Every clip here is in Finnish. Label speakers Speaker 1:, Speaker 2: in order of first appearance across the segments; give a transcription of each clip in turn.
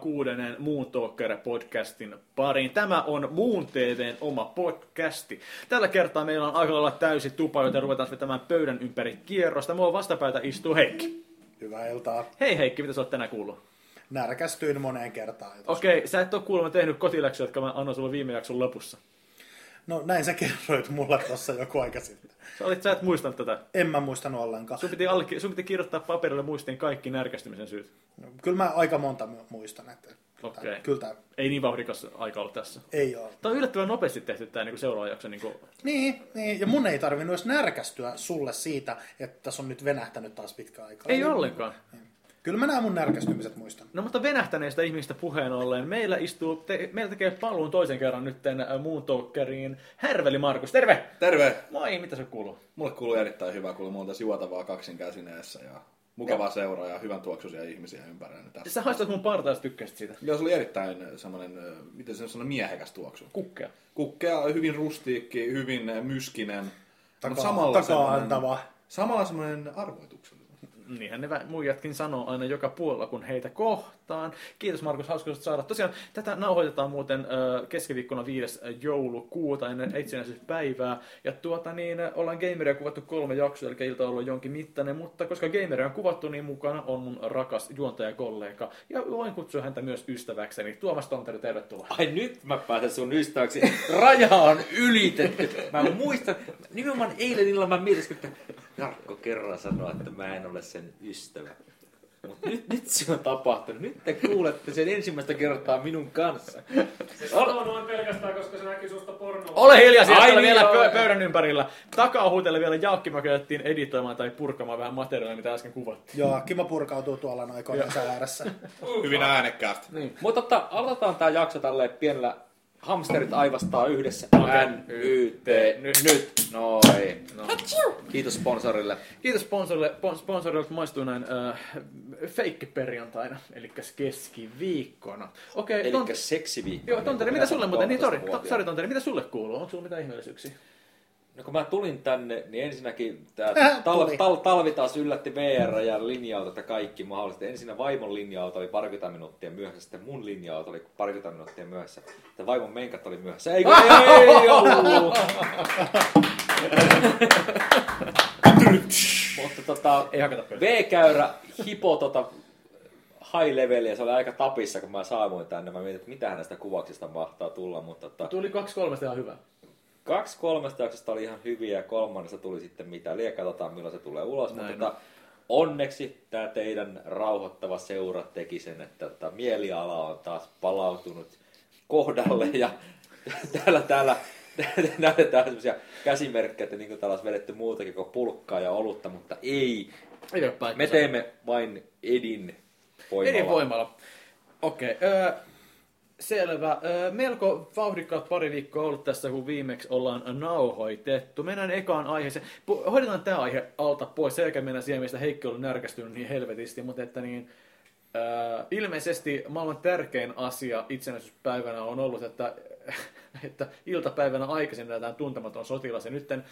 Speaker 1: kuudennen Moon Talker-podcastin pariin. Tämä on Muun TVn oma podcasti. Tällä kertaa meillä on aika olla täysi tupa, joten ruvetaan vetämään pöydän ympäri kierrosta. Mua vastapäätä istuu Heikki.
Speaker 2: Hyvää iltaa.
Speaker 1: Hei Heikki, mitä sä oot tänään kuullut?
Speaker 2: Närkästyin moneen kertaan. jo.
Speaker 1: Okei, sä et ole kuulemma tehnyt kotiläksyä, jotka mä annoin sulle viime jakson lopussa.
Speaker 2: No näin sä kerroit mulle tuossa joku aika sitten.
Speaker 1: Sä, olit, sä et muistanut tätä.
Speaker 2: En mä muistanut ollenkaan.
Speaker 1: Sun piti, alleki- sun piti kirjoittaa paperille muistiin kaikki närkästymisen syyt.
Speaker 2: No, Kyllä mä aika monta mu- muistan. Että
Speaker 1: Okei.
Speaker 2: tää- Kyllä tää
Speaker 1: Ei niin vauhdikas aika ollut tässä.
Speaker 2: ei ole.
Speaker 1: Tämä on yllättävän nopeasti tehty tämä niin seuraava jakso. Niin kuin...
Speaker 2: Niin, niin, ja mun ei tarvinnut edes närkästyä sulle siitä, että tässä on nyt venähtänyt taas pitkä aikaa.
Speaker 1: Ei ollenkaan.
Speaker 2: Kyllä mä nämä mun närkästymiset muistan.
Speaker 1: No mutta venähtäneistä ihmistä puheen ollen, meillä istuu, te, meillä tekee paluun toisen kerran nytten äh, muun talkeriin. Härveli Markus, terve!
Speaker 3: Terve!
Speaker 1: Moi, mitä se kuuluu?
Speaker 3: Mulle kuuluu erittäin hyvä, kun mulla on tässä juotavaa kaksin käsineessä ja mukavaa seuraa ja hyvän tuoksuisia ihmisiä ympärillä. Niin Tässä.
Speaker 1: Sä haistat mun partaa, jos tykkäsit siitä.
Speaker 3: Joo, se oli erittäin semmoinen, ö, miten se sanoo, miehekäs tuoksu.
Speaker 1: Kukkea.
Speaker 3: Kukkea, hyvin rustiikki, hyvin ö, myskinen.
Speaker 2: Takaa,
Speaker 3: mutta samalla
Speaker 2: takaa
Speaker 3: semmoinen-
Speaker 2: antava.
Speaker 3: Samalla semmoinen arvoituksellinen.
Speaker 1: Niinhän ne vä- muijatkin sanoo aina joka puolella, kun heitä kohtaan. Kiitos Markus, hauska sut saada. Tosiaan tätä nauhoitetaan muuten ö, keskiviikkona 5. joulukuuta ennen itsenäisyyspäivää. Ja tuota niin, ö, ollaan gameria kuvattu kolme jaksoa, eli ilta on ollut jonkin mittainen, mutta koska gameria on kuvattu, niin mukana on mun rakas juontajakollega. Ja voin kutsua häntä myös ystäväkseni. Tuomas Tonteri, tervetuloa.
Speaker 4: Ai nyt mä pääsen sun ystäväksi. Raja on ylitetty. Mä muistan, nimenomaan eilen illalla mä mietin, että Jarkko kerran sanoi, että mä en ole sen ystävä. Mut nyt, nyt se on tapahtunut. Nyt te kuulette sen ensimmäistä kertaa minun kanssa.
Speaker 5: Se sanoo noin pelkästään, koska se näki susta pornoa.
Speaker 1: Ole hiljaa siellä
Speaker 4: Ai
Speaker 1: täällä
Speaker 4: niin,
Speaker 1: vielä
Speaker 4: joo.
Speaker 1: pö- pöydän ympärillä. Takaa huutelle vielä Jaakki, mä käytettiin editoimaan tai purkamaan vähän materiaalia, mitä äsken kuvattiin.
Speaker 2: Joo, Kima purkautuu tuolla noin koneensa ääressä.
Speaker 3: Hyvin äänekkäästi.
Speaker 4: Mutta tota, aloitetaan tää jakso tälleen pienellä Hamsterit aivastaa yhdessä.
Speaker 1: Okei.
Speaker 4: N, Y, T, Eh, nyt. Noin. No. Kiitos sponsorille.
Speaker 1: Kiitos sponsorille, pon- sponsorille kun maistuu näin äh, feikkiperjantaina, eli keskiviikkona. Okei, okay,
Speaker 4: Eli
Speaker 1: Tonteri,
Speaker 4: seksiviikko.
Speaker 1: joo, Tonteri, mitä sulle muuten? Niin, tori, to,
Speaker 4: 13-vuotiaana.
Speaker 1: sorry, Tonteri, mitä sulle kuuluu? Onko sulla mitään ihmeellisyyksiä?
Speaker 4: No kun mä tulin tänne, niin ensinnäkin tää tal-
Speaker 2: Tuli.
Speaker 4: tal- talvi taas yllätti VR ja linja-autot ja kaikki mahdolliset. Ensinnä vaimon linja-auto oli parikymmentä minuuttia myöhässä, sitten mun linja-auto oli parikymmentä minuuttia myöhässä. Sitten vaimon menkat oli myöhässä. Ei, ei, ei, ei ollut. Mutta tota,
Speaker 1: Ei hakata pöytää.
Speaker 4: V-käyrä hipo tota high leveliä, se oli aika tapissa, kun mä saavuin tänne. Mä mietin, että mitä näistä kuvauksista mahtaa tulla, mutta tota,
Speaker 1: Tuli kaksi kolmesta ihan hyvä.
Speaker 4: Kaksi kolmesta jaksosta oli ihan hyviä ja kolmannesta tuli sitten mitä liian, katsotaan milloin se tulee ulos. Mutta
Speaker 1: Näin
Speaker 4: tota, onneksi tämä teidän rauhoittava seura teki sen, että tota, mieliala on taas palautunut kohdalle ja täällä, täällä näytetään semmoisia käsimerkkejä, että niin kuin täällä olisi vedetty muutakin kuin pulkkaa ja olutta, mutta ei.
Speaker 1: Ei ole paikkaa.
Speaker 4: Me teemme vain edin voimalla.
Speaker 1: Eri voimalla. niin, Okei. öö, selvä. Öö, melko vauhdikkaat pari viikkoa ollut tässä, kun viimeksi ollaan nauhoitettu. Mennään ekaan aiheeseen. Pu- hoidetaan tämä aihe alta pois. Sen jälkeen mennään siihen, mistä Heikki oli närkästynyt niin helvetisti. Mutta että niin, öö, ilmeisesti maailman tärkein asia itsenäisyyspäivänä on ollut, että että iltapäivänä aikaisin näytetään tuntematon sotilas. Ja nytten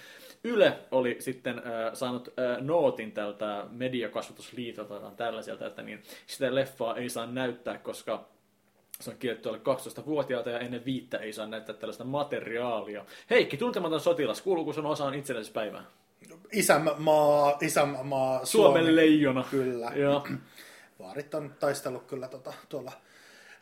Speaker 1: Yle oli sitten äh, saanut äh, nootin tältä mediakasvatusliitolta tai tällaiselta, että niin sitä leffaa ei saa näyttää, koska se on kielletty alle 12-vuotiaita ja ennen viittä ei saa näyttää tällaista materiaalia. Heikki, tuntematon sotilas, kuuluuko sun osaan itsenäisyyspäivää?
Speaker 2: Isänmaa, isänmaa,
Speaker 1: Suomen,
Speaker 2: Suomi.
Speaker 1: leijona.
Speaker 2: Kyllä.
Speaker 1: Joo.
Speaker 2: Vaarit on taistellut kyllä tota, tuolla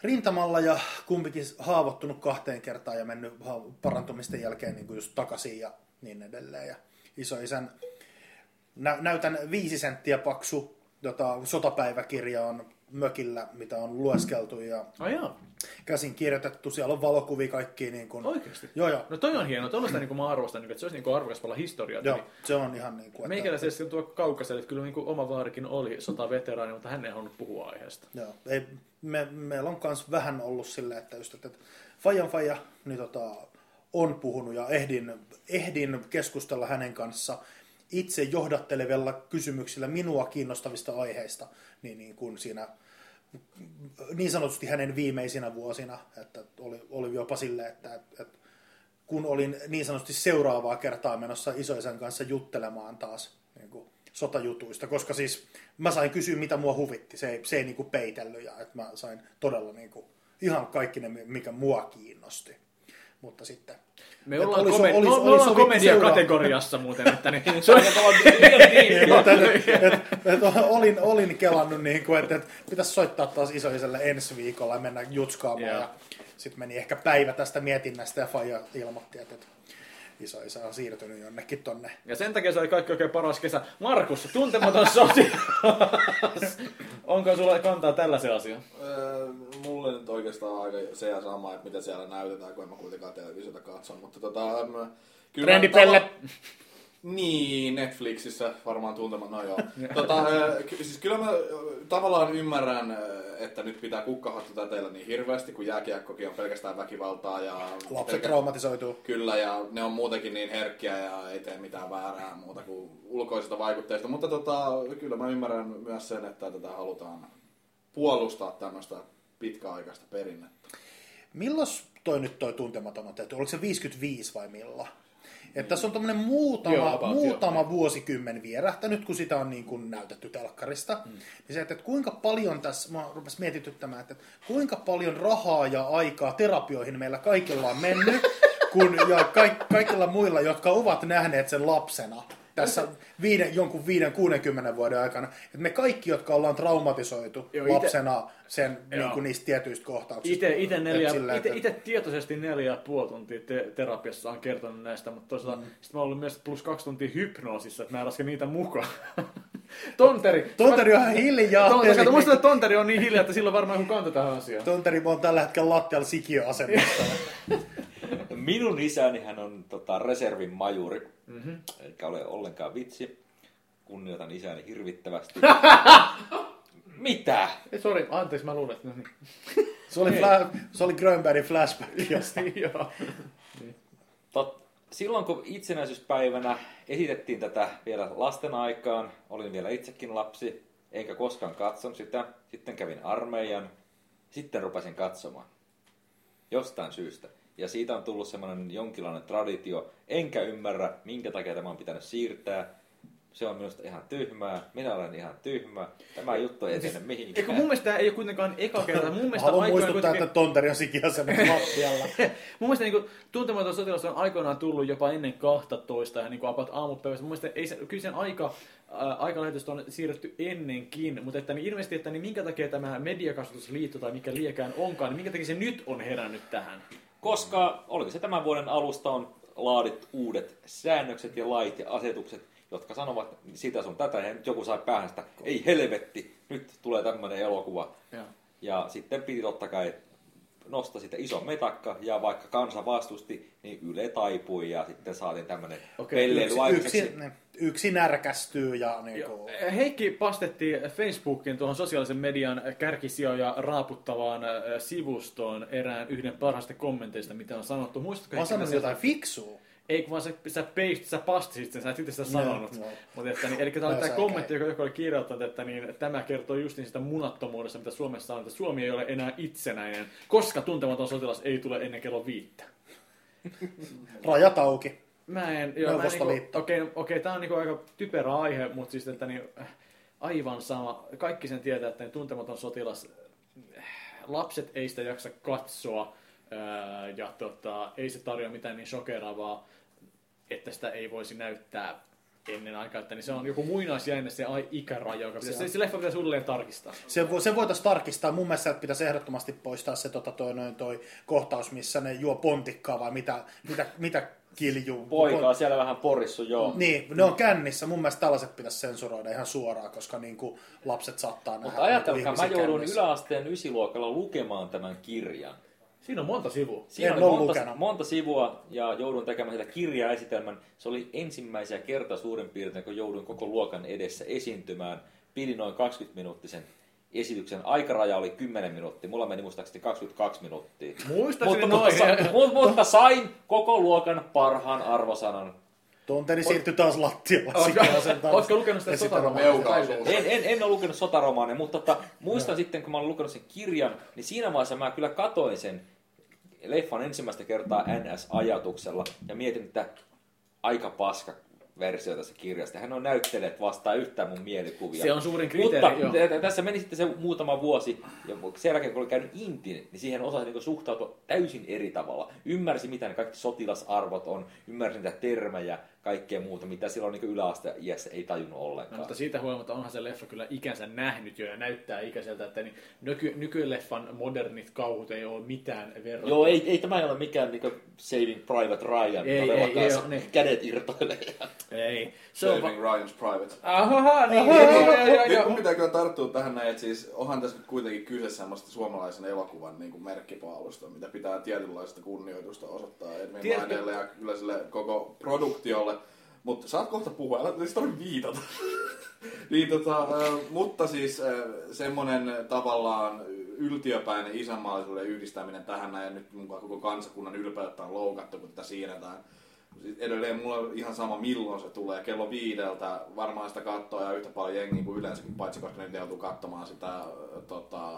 Speaker 2: rintamalla ja kumpikin haavoittunut kahteen kertaan ja mennyt haav- parantumisten jälkeen niin kuin just takaisin ja niin edelleen. Ja isoisän nä- näytän viisi senttiä paksu tota, sotapäiväkirja on mökillä, mitä on lueskeltu ja
Speaker 1: Ai joo,
Speaker 2: käsin kirjoitettu. Siellä on valokuvia kaikki. Niin kuin...
Speaker 1: oikeasti.
Speaker 2: Joo, joo.
Speaker 1: No toi on hieno, tuollaista niin mä arvostan, niin että se olisi niin arvokas olla historiaa.
Speaker 2: joo, se on ihan niin kuin...
Speaker 1: Meikäläisessä tuo kaukaselle, että kyllä niin kuin oma vaarikin oli sotaveteraani, mutta hän ei halunnut puhua aiheesta.
Speaker 2: Joo, ei, me, meillä on myös vähän ollut silleen, että just, että, että Fajan Faja niin tota, on puhunut ja ehdin, ehdin keskustella hänen kanssa itse johdattelevilla kysymyksillä minua kiinnostavista aiheista, niin, niin kuin siinä niin sanotusti hänen viimeisinä vuosina, että oli, oli jopa silleen, että, että kun olin niin sanotusti seuraavaa kertaa menossa isoisän kanssa juttelemaan taas niin kuin sotajutuista, koska siis mä sain kysyä, mitä mua huvitti. Se ei, se ei niinku peitellyt ja että mä sain todella niinku ihan kaikki ne, mikä mua kiinnosti. Mutta sitten...
Speaker 1: Me
Speaker 2: että
Speaker 1: ollaan,
Speaker 2: oli so-
Speaker 1: komed-
Speaker 2: oli-
Speaker 1: me
Speaker 2: oli
Speaker 1: ollaan
Speaker 2: sovittu seuraava-
Speaker 1: komedia-kategoriassa muuten, että niin, se on
Speaker 2: Joo, tän- et, et, olin, olin kelannut, niin kuin, että, että pitäisi soittaa taas isoiselle ensi viikolla ja mennä jutskaamaan.
Speaker 1: Joo.
Speaker 2: Ja sitten meni ehkä päivä tästä mietinnästä ja Faija ilmoitti, että, että isoisä on siirtynyt jonnekin tonne.
Speaker 1: Ja sen takia se oli kaikki oikein paras kesä. Markus, tuntematon sotilas. Onko sulla kantaa tällaisen asian?
Speaker 3: Öö, mulle nyt oikeastaan aika se ja sama, että mitä siellä näytetään, kun en mä kuitenkaan televisiota katson. Mutta tota, mä- kyllä
Speaker 1: Trendipelle.
Speaker 3: mä tava- Niin, Netflixissä varmaan tuntema, no joo. tota, öö, ky- siis kyllä mä öö, tavallaan ymmärrän, öö, että nyt pitää kukkahattu täteillä niin hirveästi, kun jääkiekkokin on pelkästään väkivaltaa ja...
Speaker 2: Lapset
Speaker 3: pelkä-
Speaker 2: traumatisoituu.
Speaker 3: Kyllä, ja ne on muutenkin niin herkkiä ja ei tee mitään väärää muuta kuin ulkoisista vaikutteista. Mutta tota, kyllä mä ymmärrän myös sen, että tätä halutaan puolustaa tämmöistä pitkäaikaista perinnettä.
Speaker 2: Millos toi nyt toi tuntematon on tehty? Oliko se 55 vai milla? Että tässä on tämmöinen muutama,
Speaker 1: Joo,
Speaker 2: Joo,
Speaker 1: about,
Speaker 2: muutama vuosikymmen vierähtänyt, kun sitä on niin kuin näytetty telkkarista. Mm. Niin se, että että kuinka paljon tässä, mä rupesin mietityttämään, että että kuinka paljon rahaa ja aikaa terapioihin meillä kaikilla on mennyt, kun, ja ka- kaikilla muilla, jotka ovat nähneet sen lapsena tässä viiden, jonkun 5-60 vuoden aikana. Että me kaikki, jotka ollaan traumatisoitu
Speaker 1: Joo,
Speaker 2: Joo,
Speaker 1: ite-
Speaker 2: lapsena sen,
Speaker 1: Joo.
Speaker 2: niin kuin niistä tietyistä kohtauksista.
Speaker 1: Itse, ite neljä,
Speaker 2: Että Siis sillä,
Speaker 1: ite,
Speaker 2: että-
Speaker 1: ite tietoisesti neljä ja puoli tuntia te- terapiassa on kertonut näistä, mutta toisaalta mm. sit mä oon ollut myös plus kaksi tuntia hypnoosissa, että mä en laske niitä mukaan. Tonteri.
Speaker 2: Tonteri on ihan hiljaa.
Speaker 1: Tonteri. Kato,
Speaker 2: Eli-
Speaker 1: muistan, että Tonteri on niin hiljaa, että sillä on varmaan joku kanta tähän asiaan.
Speaker 2: Tonteri on tällä hetkellä lattialla sikiöasennossa.
Speaker 4: Minun isäni hän on tota, reservin majuri, mm-hmm. eikä ole ollenkaan vitsi. Kunnioitan isäni hirvittävästi. Mitä?
Speaker 1: Ei, Sori, anteeksi, mä luulen, että no niin.
Speaker 2: Se oli, fla- se oli Grönbergin flashback.
Speaker 1: Joo.
Speaker 4: Tot, silloin kun itsenäisyyspäivänä esitettiin tätä vielä lasten aikaan, olin vielä itsekin lapsi, enkä koskaan katsonut sitä. Sitten kävin armeijan, sitten rupesin katsomaan. Jostain syystä. Ja siitä on tullut semmoinen jonkinlainen traditio. Enkä ymmärrä, minkä takia tämä on pitänyt siirtää. Se on minusta ihan tyhmää. Minä olen ihan tyhmä. Tämä juttu ei etene
Speaker 1: siis Eikö mun
Speaker 4: mihinkään.
Speaker 1: mielestä tää ei ole kuitenkaan eka kerta. Mun mielestä
Speaker 2: Haluan
Speaker 1: aikoina
Speaker 2: muistuttaa,
Speaker 1: kuitenkin-
Speaker 2: että Tonteri on sikiöasennossa lattialla.
Speaker 1: Mun mielestä niin tuntematon sotilas on aikoinaan tullut jopa ennen 12 ja niin kuin apat aamupäivästä. Mun mielestä ei se, kyllä sen aika, ää, aikalähetystä on siirretty ennenkin, mutta että niin ilmeisesti, että niin minkä takia tämä mediakasvatusliitto tai mikä liekään onkaan, niin minkä takia se nyt on herännyt tähän?
Speaker 4: Koska oliko se tämän vuoden alusta on laadittu uudet säännökset ja lait ja asetukset, jotka sanovat sitä sun tätä ja nyt joku sai päähän sitä, ei helvetti, nyt tulee tämmöinen elokuva.
Speaker 1: Joo.
Speaker 4: Ja sitten piti totta kai nostaa sitä iso metakka ja vaikka kansa vastusti, niin Yle taipui ja sitten saatiin tämmöinen
Speaker 1: Okei,
Speaker 4: okay, pelleily
Speaker 2: Yksi,
Speaker 4: aikaiseksi.
Speaker 2: yksi, yksi närkästyy ja niin
Speaker 1: Joo.
Speaker 2: kuin,
Speaker 1: Heikki pastetti Facebookin tuohon sosiaalisen median kärkisijoja raaputtavaan ää, sivustoon erään yhden parhaista kommenteista, mitä on sanottu. Muistatko
Speaker 2: mä
Speaker 1: Heikki,
Speaker 2: oon sanonut
Speaker 1: mitä
Speaker 2: jotain fiksua.
Speaker 1: Ei, kun vaan sä, sä paste, sä pastasit sen, sä et itse sitä sanonut.
Speaker 2: joo.
Speaker 1: Mut että, niin, eli tämä oli
Speaker 2: Mä
Speaker 1: tämä
Speaker 2: sain
Speaker 1: kommentti, joka joku oli kirjoittanut, että niin, tämä kertoo just niin sitä munattomuudesta, mitä Suomessa on, että Suomi ei ole enää itsenäinen, koska tuntematon sotilas ei tule ennen kello viittä.
Speaker 2: Rajat auki.
Speaker 1: Mä en, joo, mä en niinku,
Speaker 2: Neuvostoliitto.
Speaker 1: okei, okay, okay, tää on niinku aika typerä aihe, mutta siis että niin, äh, aivan sama, kaikki sen tietää, että niin tuntematon sotilas, äh, lapset ei sitä jaksa katsoa, ää, ja tota, ei se tarjoa mitään niin shokeraavaa, että sitä ei voisi näyttää ennen aikaa, että niin se on joku muinaisjäänne se ai- ikäraja, joka pitäisi, se, se leffa pitäisi uudelleen tarkistaa.
Speaker 2: Se, vo, se voitaisiin tarkistaa. Mun mielestä että pitäisi ehdottomasti poistaa se tota, toi, noin, toi kohtaus, missä ne juo pontikkaa vai mitä, mitä, mitä kiljuu.
Speaker 4: Poikaa siellä vähän porissu, joo.
Speaker 2: Niin, ne on kännissä. Mun mielestä tällaiset pitäisi sensuroida ihan suoraan, koska niin kuin, lapset saattaa nähdä.
Speaker 4: Mutta
Speaker 2: niin kuin
Speaker 4: ajatelkaa, mä
Speaker 2: ihmisiä
Speaker 4: joudun
Speaker 2: kännissä.
Speaker 4: yläasteen ysiluokalla lukemaan tämän kirjan.
Speaker 1: Siinä on monta sivua.
Speaker 4: Siinä
Speaker 2: En
Speaker 4: oli
Speaker 2: ole
Speaker 4: monta,
Speaker 2: lukenut.
Speaker 4: monta sivua ja joudun tekemään sitä kirjaesitelmän. Se oli ensimmäisiä kertaa suurin piirtein, kun jouduin koko luokan edessä esiintymään. Pidin noin 20-minuuttisen esityksen. Aikaraja oli 10 minuuttia. Mulla meni muistaakseni 22 minuuttia.
Speaker 1: Muistaakseni
Speaker 4: Mutta, mutta,
Speaker 1: noin.
Speaker 4: sa, mu- mutta sain koko luokan parhaan arvosanan.
Speaker 2: Tonteri siirtyi taas lattialle.
Speaker 1: Ootko-
Speaker 2: Sikäläisen
Speaker 1: Ootko lukenut sitä
Speaker 2: Ja
Speaker 1: sotaromaaneja?
Speaker 3: Meukaisuus.
Speaker 4: En, en, en ole lukenut sotaromaaneja, mutta tota, muistan sitten, kun mä olen lukenut sen kirjan, niin siinä vaiheessa mä kyllä katoin sen leffan ensimmäistä kertaa NS-ajatuksella ja mietin, että aika paska versio tässä kirjasta. Hän on näyttelijät vastaa yhtään mun mielikuvia.
Speaker 1: Se on suurin kriteeri,
Speaker 4: Mutta
Speaker 1: joo.
Speaker 4: t- t- tässä meni sitten se muutama vuosi, ja sen jälkeen kun oli käynyt Intin, niin siihen osasi niin suhtautua täysin eri tavalla. Ymmärsi, mitä ne kaikki sotilasarvot on, ymmärsi niitä termejä, kaikkea muuta, mitä silloin niin yläaste iässä ei tajunnut
Speaker 1: No,
Speaker 4: ollenkaan.
Speaker 1: mutta siitä huolimatta onhan se leffa kyllä ikänsä nähnyt jo ja näyttää ikäiseltä, että niin nyky, nykyleffan modernit kauhut ei ole mitään verran.
Speaker 4: Joo, ei, ei tämä ei ole mikään niin Saving Private Ryan,
Speaker 1: Ei, ei,
Speaker 4: todellakaan
Speaker 1: ei
Speaker 4: se
Speaker 1: ole, niin.
Speaker 4: kädet irtoilee.
Speaker 1: Ei. Se on va-
Speaker 6: Saving Ryan's Private.
Speaker 1: Ahaha, niin,
Speaker 6: Nyt-
Speaker 1: joo, joo, joo,
Speaker 6: Nyt
Speaker 1: joo.
Speaker 6: mun pitää kyllä tarttua tähän näin, että siis onhan tässä nyt kuitenkin kyse semmoista suomalaisen elokuvan niin kuin merkkipaalusta, mitä pitää tietynlaista kunnioitusta osoittaa Edwin
Speaker 1: Tiedätkö-
Speaker 6: Lainelle ja kyllä sille koko produktiolle. Mutta saat kohta puhua, älä niistä tarvitse viitata. niin, tota, äh, mutta siis äh, semmoinen tavallaan yltiöpäinen isänmaallisuuden yhdistäminen tähän näin, ja nyt mukaan koko kansakunnan ylpeyttä on loukattu, kun tätä siirretään Siis edelleen mulla on ihan sama milloin se tulee, kello viideltä. Varmaan sitä kattoo ja yhtä paljon jengiä kuin yleensäkin, paitsi koska ne joutuu katsomaan sitä äh, tota,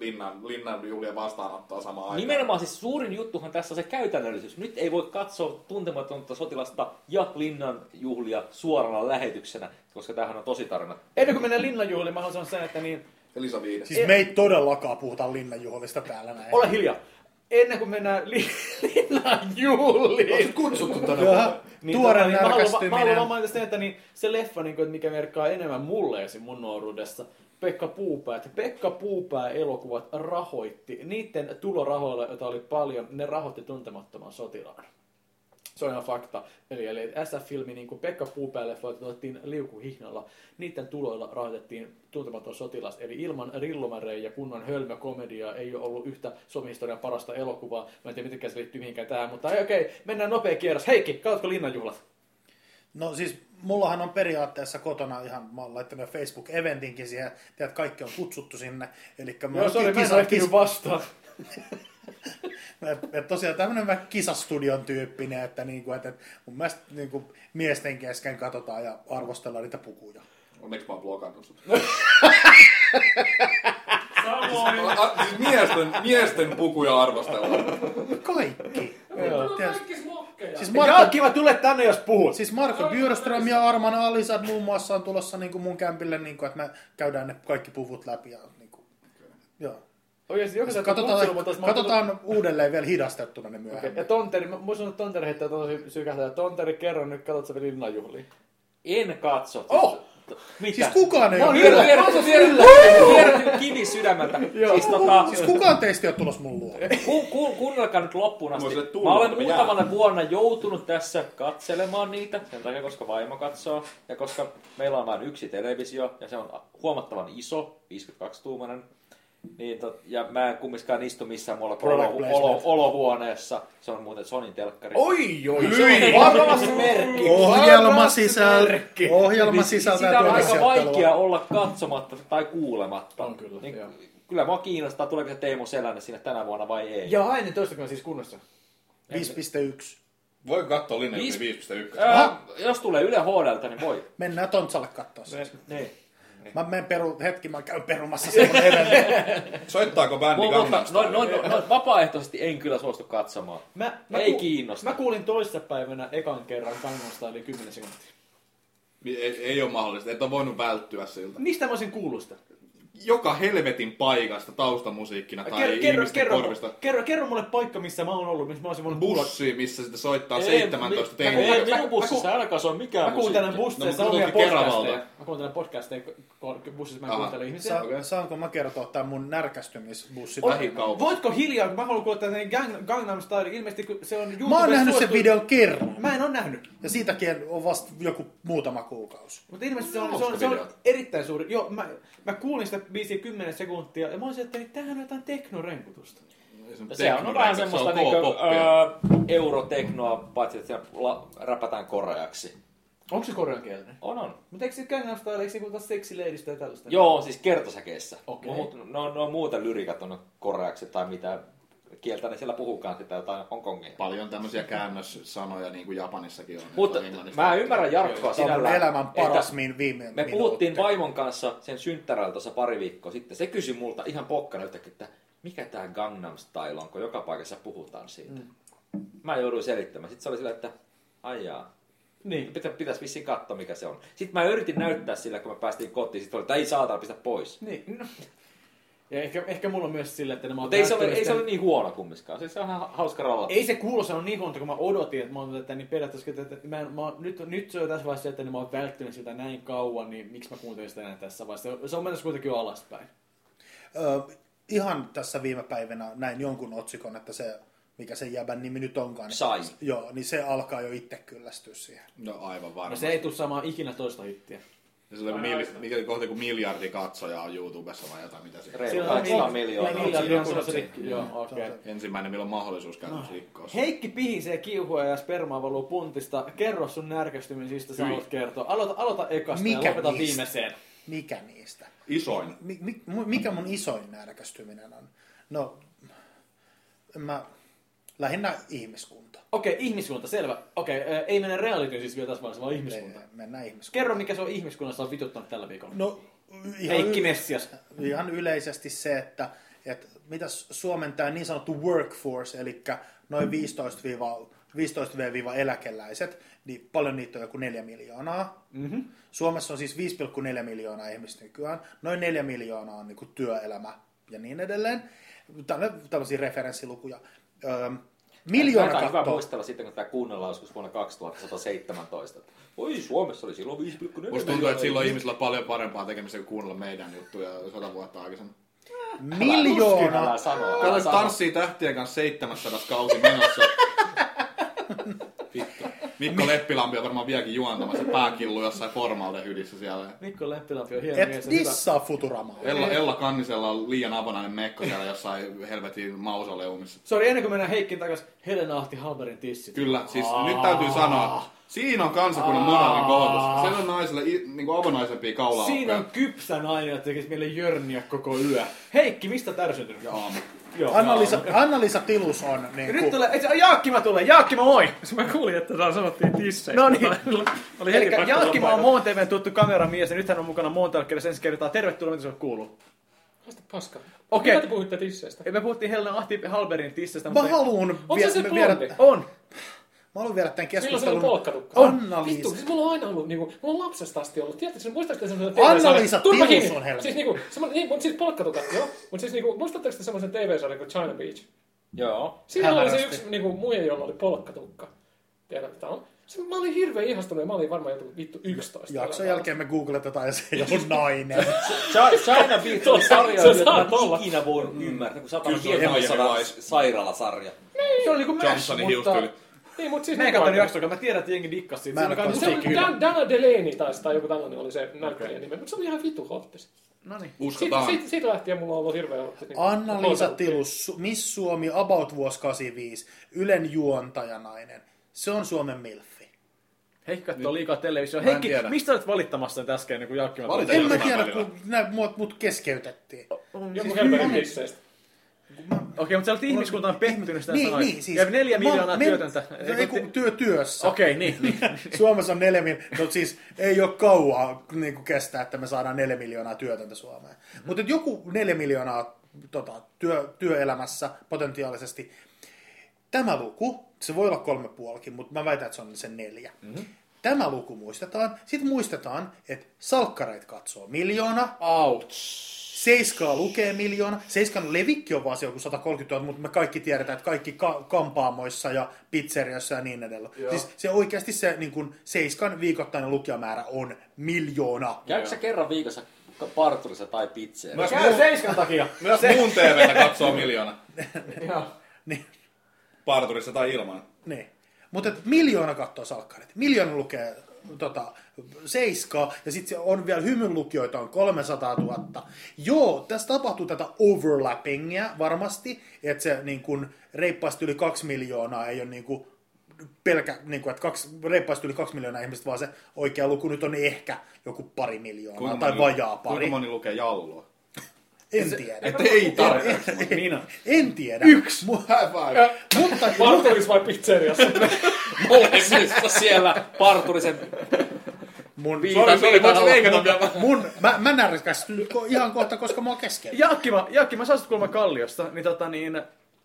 Speaker 6: linnan, linnan Julia vastaanottoa samaan aikaan.
Speaker 4: Nimenomaan siis suurin juttuhan tässä on se käytännöllisyys. Nyt ei voi katsoa tuntematonta sotilasta ja linnan juhlia suorana lähetyksenä, koska tämähän on tosi tarina.
Speaker 1: Ennen kuin mennään linnanjuhliin, mä haluan sanoa sen, että niin,
Speaker 6: Elisa Viide.
Speaker 2: Siis me ei todellakaan puhuta linnanjuhlista täällä näin.
Speaker 1: ole hiljaa. Ennen kuin mennään li-
Speaker 6: Onko sut
Speaker 1: linnanjuhliin.
Speaker 6: kutsuttu tänne?
Speaker 2: Jaha, tuore
Speaker 1: niin, mä haluan, mä haluan vaan
Speaker 2: närkästyminen.
Speaker 1: mainita sen, että niin, se leffa, niin kuin, että mikä merkkaa enemmän mulle esim. mun nuoruudessa, Pekka Puupää. Että Pekka Puupää elokuvat rahoitti. Niiden tulorahoilla, joita oli paljon, ne rahoitti tuntemattoman sotilaan. Se on ihan fakta. Eli, eli SF-filmi, niin kuin Pekka Puupäälle otettiin liukuhihnalla, niiden tuloilla rahoitettiin tuntematon sotilas. Eli ilman rillomärejä ja kunnon hölmökomediaa ei ole ollut yhtä Suomen historian parasta elokuvaa. Mä en tiedä, mitenkään se liittyy mihinkään tähän, mutta hei, okei, mennään nopea kierros. Heikki, katsotko Linnanjuhlat?
Speaker 2: No siis mullahan on periaatteessa kotona ihan, mä oon laittanut Facebook-eventinkin siihen, teidät kaikki on kutsuttu sinne. Eli mä,
Speaker 1: Joo,
Speaker 2: oon
Speaker 1: sori, mä en
Speaker 2: kisa-
Speaker 1: ole ehtinyt vastaan.
Speaker 2: Et- et tosiaan tämmöinen vähän kisastudion tyyppinen, että, niinku, että et mun mielestä niinku, miesten kesken katsotaan ja arvostellaan niitä pukuja.
Speaker 6: Onneksi mä oon blokannut sut.
Speaker 7: Samoin.
Speaker 6: A- siis miesten, miesten pukuja arvostellaan.
Speaker 2: Kaikki.
Speaker 7: Mulla on
Speaker 2: Tiedätkö?
Speaker 7: kaikki smokkeja.
Speaker 2: Siis
Speaker 1: Marko... Joo,
Speaker 2: Marko,
Speaker 1: kiva, tule tänne, jos puhut.
Speaker 2: siis Marko Björström ja Arman Alisad muun muassa on tulossa niinku mun kämpille, niinku, että me käydään ne kaikki puvut läpi. Ja, niinku, joo.
Speaker 1: Oikeesti, joku
Speaker 2: Ja sit
Speaker 1: saattaa
Speaker 2: Katsotaan,
Speaker 1: kutsua, mutta mä oon
Speaker 2: katsotaan uudelleen vielä hidastettuna ne myöhemmin.
Speaker 1: tullut- Ja Tonteri, mä muistan, että Tonteri heittää tosi sykähtää. Tonteri, kerro nyt, katsot sä Linnanjuhliin.
Speaker 4: En katso.
Speaker 1: Oh!
Speaker 4: Mitä?
Speaker 2: Siis kukaan ei
Speaker 1: Mä
Speaker 2: ole
Speaker 1: oon
Speaker 2: vielä,
Speaker 1: hirveä-
Speaker 4: Vierty- vierty- vierty kivi sydämeltä.
Speaker 1: Joo.
Speaker 4: siis tota,
Speaker 2: siis kukaan teistä ei ole tulossa mun luo.
Speaker 4: ku, ku, kuunnelkaa nyt loppuun asti.
Speaker 6: Mulla on se tunne,
Speaker 4: Mä olen
Speaker 6: että me
Speaker 4: muutamana vuonna joutunut tässä katselemaan niitä, sen takia koska vaimo katsoo, ja koska meillä on vain yksi televisio, ja se on huomattavan iso, 52-tuumainen, niin tot, ja mä en kumminkaan istu missään muualla kuin
Speaker 2: Product
Speaker 4: olo,
Speaker 2: placement.
Speaker 4: olo, olohuoneessa. Se on muuten Sonin telkkari.
Speaker 1: Oi, oi,
Speaker 2: Lyi.
Speaker 1: paras merkki.
Speaker 2: Ohjelma,
Speaker 1: paras
Speaker 2: sisäl...
Speaker 1: merkki.
Speaker 2: Ohjelma
Speaker 4: si-
Speaker 2: sisältää
Speaker 4: Siis sitä on aika
Speaker 2: työssäottelua.
Speaker 4: vaikea olla katsomatta tai kuulematta. Niin
Speaker 1: On kyllä, joo.
Speaker 4: kyllä mua kiinnostaa, tuleeko se Teemu Selänne sinne tänä vuonna vai ei.
Speaker 1: Ja aina toistakymmentä siis kunnossa.
Speaker 2: 5.1.
Speaker 6: Voiko katsoa linjan
Speaker 4: Viis-
Speaker 6: 5.1?
Speaker 4: Äh, jos tulee Yle HDltä, niin voi.
Speaker 2: Mennään Tontsalle katsoa se.
Speaker 4: Niin.
Speaker 2: Mä menen peru... hetki, mä käyn perumassa semmoinen eventti.
Speaker 6: Soittaako bändi
Speaker 4: Mutta
Speaker 6: Gangnam
Speaker 4: noin,
Speaker 6: Style?
Speaker 4: noin, noin, vapaaehtoisesti en kyllä suostu katsomaan.
Speaker 1: Mä,
Speaker 4: Ei kiinnosta.
Speaker 1: Mä kuulin toissapäivänä ekan kerran kangosta, eli 10 sekuntia.
Speaker 6: Ei, ei ole mahdollista, et ole voinut välttyä siltä.
Speaker 1: Mistä mä olisin kuullut sitä?
Speaker 6: Joka helvetin paikasta taustamusiikkina tai
Speaker 1: Kerro, kerro,
Speaker 6: ihmisten
Speaker 1: kerro,
Speaker 6: korvista.
Speaker 1: kerro, kerro mulle paikka, missä mä oon ollut, missä mä olisin voinut kuulla.
Speaker 6: bussi, missä sitä soittaa
Speaker 4: Ei,
Speaker 6: 17
Speaker 4: mi- niinku- Ei,
Speaker 1: Mä- mä-
Speaker 4: ei
Speaker 6: tengiä.
Speaker 1: mä
Speaker 4: minun
Speaker 1: kuul-
Speaker 4: bussissa, älkää se on mikään
Speaker 1: Mä kuuntelen
Speaker 4: musiikki.
Speaker 1: bussissa
Speaker 6: No,
Speaker 1: no, omia
Speaker 6: mutta kuitenkin
Speaker 1: podcasteja.
Speaker 6: Keravalta.
Speaker 1: Mä kuuntelen podcasteja ko- ko- bussissa, mä
Speaker 6: Aha.
Speaker 1: kuuntelen ihmisiä.
Speaker 2: Sa- saanko mä kertoa tämän mun närkästymisbussi?
Speaker 6: Ota- Lähikaupassa.
Speaker 1: Voitko hiljaa, mä haluan kuulla tämän Gang, Gangnam Style, ilmeisesti kun se on
Speaker 2: Mä oon
Speaker 1: YouTubessa
Speaker 2: nähnyt sen
Speaker 1: suosittu-
Speaker 2: videon kerran.
Speaker 1: Mä en ole nähnyt,
Speaker 2: Ja siitäkin on vasta joku muutama kuukausi.
Speaker 1: mutta ilmeisesti se on, se
Speaker 6: Hauska
Speaker 1: on, se on
Speaker 6: video.
Speaker 1: erittäin suuri. Joo, mä, mä kuulin sitä biisiä 10 sekuntia ja mä olisin, että tämähän on jotain teknorenkutusta.
Speaker 4: Sehän on vähän semmoista
Speaker 6: niinku...
Speaker 4: niinku, öö, euroteknoa, paitsi että siinä la- räpätään koreaksi.
Speaker 1: Onko se koreankielinen?
Speaker 4: On, on.
Speaker 1: Mutta eikö se Gangnam Style, eikö se puhuta seksileiristä ja tällaista?
Speaker 4: Joo, siis kertosäkeissä.
Speaker 1: Okei.
Speaker 4: Mut No, no muuta lyrikat on koreaksi tai mitä kieltä ne siellä puhukaan sitä jotain Hongkongia.
Speaker 6: Paljon tämmöisiä käännössanoja, niin kuin Japanissakin on.
Speaker 4: Mutta
Speaker 6: että englannista-
Speaker 4: niin, mä ymmärrän Jarkkoa
Speaker 2: Se on mun
Speaker 4: sinällään.
Speaker 2: elämän paras
Speaker 4: että
Speaker 2: min viime
Speaker 4: Me
Speaker 2: minuutti.
Speaker 4: puhuttiin vaimon kanssa sen synttärältä tuossa pari viikkoa sitten. Se kysyi multa ihan pokkana yhtäkkiä, että mikä tämä Gangnam Style on, kun joka paikassa puhutaan siitä. Mä jouduin selittämään. Sitten se oli sillä, että aijaa.
Speaker 1: Niin.
Speaker 4: Pitä, pitäisi vissiin katsoa, mikä se on. Sitten mä yritin näyttää sillä, kun me päästiin kotiin. Sitten oli, että ei saatana, pistä pois.
Speaker 1: niin. no. Ja ehkä, ehkä mulla on myös sillä, että nämä on
Speaker 4: Mutta ei se, ole,
Speaker 1: näyttänyt
Speaker 4: ei se
Speaker 1: sitä-
Speaker 4: ole niin huono kumminkaan. Siis se on ihan hauska rallata.
Speaker 1: Ei se kuulostanut niin huonolta, kun mä odotin, että mä oon tätä, niin periaatteessa, että että mä, en, mä oon, nyt, nyt se on tässä vaiheessa, se, että niin mä oon välttynyt sitä näin kauan, niin miksi mä kuuntelin sitä enää tässä vaiheessa. Se on menossa kuitenkin jo alaspäin.
Speaker 2: Ö, ihan tässä viime päivinä näin jonkun otsikon, että se, mikä sen jäbän nimi nyt onkaan. Niin,
Speaker 4: Sai.
Speaker 2: Joo, niin se alkaa jo itse kyllästyä siihen.
Speaker 3: No aivan
Speaker 1: No
Speaker 3: varmasti.
Speaker 1: se ei tule saamaan ikinä toista hittiä.
Speaker 3: Ja sillä on mil, mikä kohta kuin miljardi katsojaa on YouTubessa vai jotain, mitä se
Speaker 4: Reilu
Speaker 1: Siinä on
Speaker 4: 200
Speaker 1: mil-
Speaker 4: miljoonaa.
Speaker 2: mil-
Speaker 1: Miljardi on
Speaker 2: joku-
Speaker 1: se rikki. Joo, okei.
Speaker 2: Se on
Speaker 3: Ensimmäinen, milloin on mahdollisuus
Speaker 4: No.
Speaker 3: käytännössä rikkoa. se.
Speaker 1: Heikki pihisee kiuhua ja spermaa valuu puntista. Kerro sun närkästymisistä, sä
Speaker 3: Hyi.
Speaker 1: haluat kertoa. Aloita, aloita ekasta
Speaker 2: Mikä
Speaker 1: ja lopeta
Speaker 2: niistä?
Speaker 1: viimeiseen.
Speaker 2: Mikä niistä?
Speaker 3: Isoin.
Speaker 2: Mi- mi- mu- mikä mun isoin närkästyminen on? No, mä, lähinnä ihmiskunta.
Speaker 1: Okei, ihmiskunta, selvä. Okei, ö, ei mene realityyn siis vielä tässä vaiheessa, vaan ihmiskunta.
Speaker 2: Me- Mennään ihmiskunta.
Speaker 1: Kerro, mikä se on ihmiskunnassa on vituttanut tällä viikolla.
Speaker 2: No, ihan,
Speaker 1: Heikki
Speaker 2: y-
Speaker 1: Messias.
Speaker 2: ihan yleisesti se, että, että mitä Suomen tämä niin sanottu workforce, eli noin 15-viiva- 15-eläkeläiset, niin paljon niitä on joku 4 miljoonaa. Mm-hmm. Suomessa on siis 5,4 miljoonaa ihmistä nykyään. Noin 4 miljoonaa on niin työelämä ja niin edelleen. Tällä, tällaisia referenssilukuja. Öö, miljoona
Speaker 4: Tämä on hyvä
Speaker 2: kattoo.
Speaker 4: muistella sitten, kun tämä kuunnellaan joskus vuonna 2117. Oi, Suomessa oli silloin 5,4
Speaker 3: Musta tuntuu, että
Speaker 4: miljoonaa.
Speaker 3: silloin ihmisillä on paljon parempaa tekemistä kuin kuunnella meidän juttuja sata vuotta aikaisemmin.
Speaker 4: Älä,
Speaker 2: Miljoona.
Speaker 4: älä sano, älä
Speaker 3: Kato,
Speaker 4: sano.
Speaker 3: tanssii tähtien kanssa 700 kausi menossa. Vittu. Mikko Leppilampi on varmaan vieläkin juontamassa pääkillu jossain formaldehydissä siellä.
Speaker 1: Mikko Leppilampi on hieno mies.
Speaker 2: Et
Speaker 1: ja hyvä.
Speaker 2: dissaa Futuramaa.
Speaker 3: Ella, Ella Kannisella on liian avonainen mekko siellä jossain helvetin mausoleumissa.
Speaker 1: Sori, ennen kuin mennään Heikkiin takas, Helena Ahti Halberin tissit.
Speaker 3: Kyllä, siis nyt täytyy sanoa, siinä on kansakunnan moraalin koulutus. Sen on naisille i- niinku avonaisempia kaulaa.
Speaker 1: Siinä on kypsä nainen, joka tekisi meille jörniä koko yö. Heikki, mistä tärsyntynyt?
Speaker 3: Ja aamu.
Speaker 1: Joo.
Speaker 2: Anna-Liisa, Anna-Liisa Tilus on
Speaker 1: Ja
Speaker 2: niin
Speaker 1: Nyt tulee, ei se- Jaakkima tulee, Jaakkima moi!
Speaker 7: Mä kuulin, että täällä sanottiin tissejä.
Speaker 1: No niin.
Speaker 7: Oli heti
Speaker 1: Eli
Speaker 7: pakko
Speaker 1: Jaakkima on
Speaker 7: lopettaa.
Speaker 1: Moon TVn tuttu kameramies ja nyt hän on mukana Moon Talkerissa ensi kertaa. Tervetuloa, mitä sinulle kuuluu?
Speaker 7: Haista paskaa.
Speaker 1: Okei.
Speaker 7: Mitä te puhuitte tisseistä?
Speaker 1: Ei, Me puhuttiin Helena Ahti Halberin tissestä,
Speaker 2: Mä
Speaker 1: mutta...
Speaker 2: haluun
Speaker 7: Onko
Speaker 2: vie-
Speaker 7: se
Speaker 2: me
Speaker 7: blondi?
Speaker 2: viedä,
Speaker 1: On!
Speaker 2: mä haluan viedä tämän
Speaker 7: Milloin se on
Speaker 2: keskustelun
Speaker 7: polkkatukka? Vittu,
Speaker 2: Anna-Liisa.
Speaker 7: siis mulla on aina ollut, niinku, mulla on lapsesta asti ollut. Tiedätkö, sen- muistatteko te semmoisen
Speaker 2: Anna-Liisa
Speaker 7: TV-sarjan? Turpa
Speaker 2: Tilus
Speaker 7: kiinni.
Speaker 2: on helvetti.
Speaker 7: Siis niinku, semmoinen, niin, mutta siis polkkatukat, joo. Mutta siis niinku, muistatteko te semmoisen TV-sarjan kuin China Beach?
Speaker 4: Joo.
Speaker 7: Siinä oli se
Speaker 2: Hämärästi.
Speaker 7: yksi niinku, muija, jolla oli polkkatukka. Tiedän, mitä on. Se, mä olin hirveän ihastunut ja mä olin varmaan joku vittu 11.
Speaker 2: Jakson jälkeen me googletetaan ja se ei ole nainen.
Speaker 4: Chi- China Beat on sarja,
Speaker 7: Se
Speaker 4: jota mä
Speaker 7: saat olla.
Speaker 4: en ikinä voinut ymmärtää, kun satana
Speaker 3: Kyllä se on
Speaker 4: tietää,
Speaker 3: ihan
Speaker 4: saada
Speaker 3: erilainen.
Speaker 4: sairaalasarja.
Speaker 1: Se oli niinku MASH,
Speaker 3: Johnsonin
Speaker 1: mutta...
Speaker 3: hiustyyli.
Speaker 7: Niin, mutta siis
Speaker 1: Mä en
Speaker 7: niinku-
Speaker 1: katsonut jaksoa, mä tiedän, että jengi dikkas siitä.
Speaker 2: Mä en
Speaker 1: Siinä
Speaker 2: ole
Speaker 1: kai
Speaker 7: Se oli
Speaker 1: musiikki hyvä.
Speaker 7: Dan, Dana Delaney tai, tai joku tällainen oli se näyttelijän nimi, mutta se oli ihan vitu hottis.
Speaker 1: Noniin.
Speaker 7: Siitä,
Speaker 3: Uskotaan.
Speaker 7: siitä, siitä lähtien mulla on ollut hirveä hottis. Niin
Speaker 2: Anna-Liisa Tilus, Su- Miss Suomi, About vuosi 85, Ylen juontajanainen. Se on Suomen milfi.
Speaker 1: Heikki katsoo liikaa televisiota.
Speaker 3: Mä en
Speaker 1: Heikki,
Speaker 3: tiedä.
Speaker 1: mistä olet valittamassa nyt äsken, niin kun Jaakkima tuli?
Speaker 3: Valita
Speaker 2: En mä
Speaker 3: jotain
Speaker 2: tiedä,
Speaker 3: välillä.
Speaker 2: kun nää, mut, mut keskeytettiin.
Speaker 7: Joku
Speaker 2: Siis
Speaker 7: helvetin tisseistä.
Speaker 1: Okei, mutta sä olet ihmiskuntaan pettynyt sitä
Speaker 2: Niin,
Speaker 1: sanoit.
Speaker 2: niin, siis.
Speaker 1: Ja neljä
Speaker 2: mä-
Speaker 1: miljoonaa
Speaker 2: men-
Speaker 1: työtöntä.
Speaker 2: Ei, kun työ, työssä.
Speaker 1: Okei, niin, niin.
Speaker 2: Suomessa on neljä miljoonaa, no siis ei ole kauaa niin kuin kestää, että me saadaan neljä miljoonaa työtöntä Suomeen. Mm-hmm. Mutta joku neljä miljoonaa tota, työ, työelämässä potentiaalisesti. Tämä luku, se voi olla kolme puolikin, mutta mä väitän, että se on sen neljä. Mm-hmm. Tämä luku muistetaan. Sitten muistetaan, että salkkareit katsoo miljoona,
Speaker 1: Ouch.
Speaker 2: Seiskaa lukee miljoona. Seiskan levikki on vaan se joku 130 000, mutta me kaikki tiedetään, että kaikki ka- kampaamoissa ja pizzerioissa ja niin edelleen. Siis se oikeasti se niin kun Seiskan viikoittainen lukijamäärä on miljoona.
Speaker 4: Käykö sä kerran viikossa ka- parturissa tai pizzeriassa?
Speaker 3: Myös,
Speaker 1: Käy
Speaker 3: muun,
Speaker 1: seiskan takia.
Speaker 3: myös muun TVtä katsoo miljoona.
Speaker 2: Niin,
Speaker 3: Parturissa tai ilman.
Speaker 2: niin. Mutta et miljoona katsoo salkkarit. Miljoona lukee tota, Seiskaa ja sitten on vielä hymyn lukijoita on 300 000. Joo, tässä tapahtuu tätä overlappingia varmasti, että se niin kun, reippaasti yli 2 miljoonaa ei ole niin kun, pelkä, niin kuin, että kaksi, reippaasti yli kaksi miljoonaa ihmistä, vaan se oikea luku nyt on ehkä joku pari miljoonaa
Speaker 3: Kuinka
Speaker 2: tai
Speaker 3: moni-
Speaker 2: vajaa pari.
Speaker 3: Kuinka moni lukee jalloa?
Speaker 2: En tiedä.
Speaker 3: Ei tarpeeksi.
Speaker 1: Minä.
Speaker 2: En tiedä. Yksi.
Speaker 3: High five.
Speaker 2: mutta,
Speaker 7: Parturis vai pizzeriassa?
Speaker 4: Molemmissa siellä parturisen
Speaker 2: mun,
Speaker 4: Sori, sori, voitko leikata vielä?
Speaker 2: mun, mä, mä närkästyn ko- ihan kohta, koska mä oon keskellä.
Speaker 1: Jaakkima, Jaakkima, sä asut kuulemma Kalliosta, niin tota niin,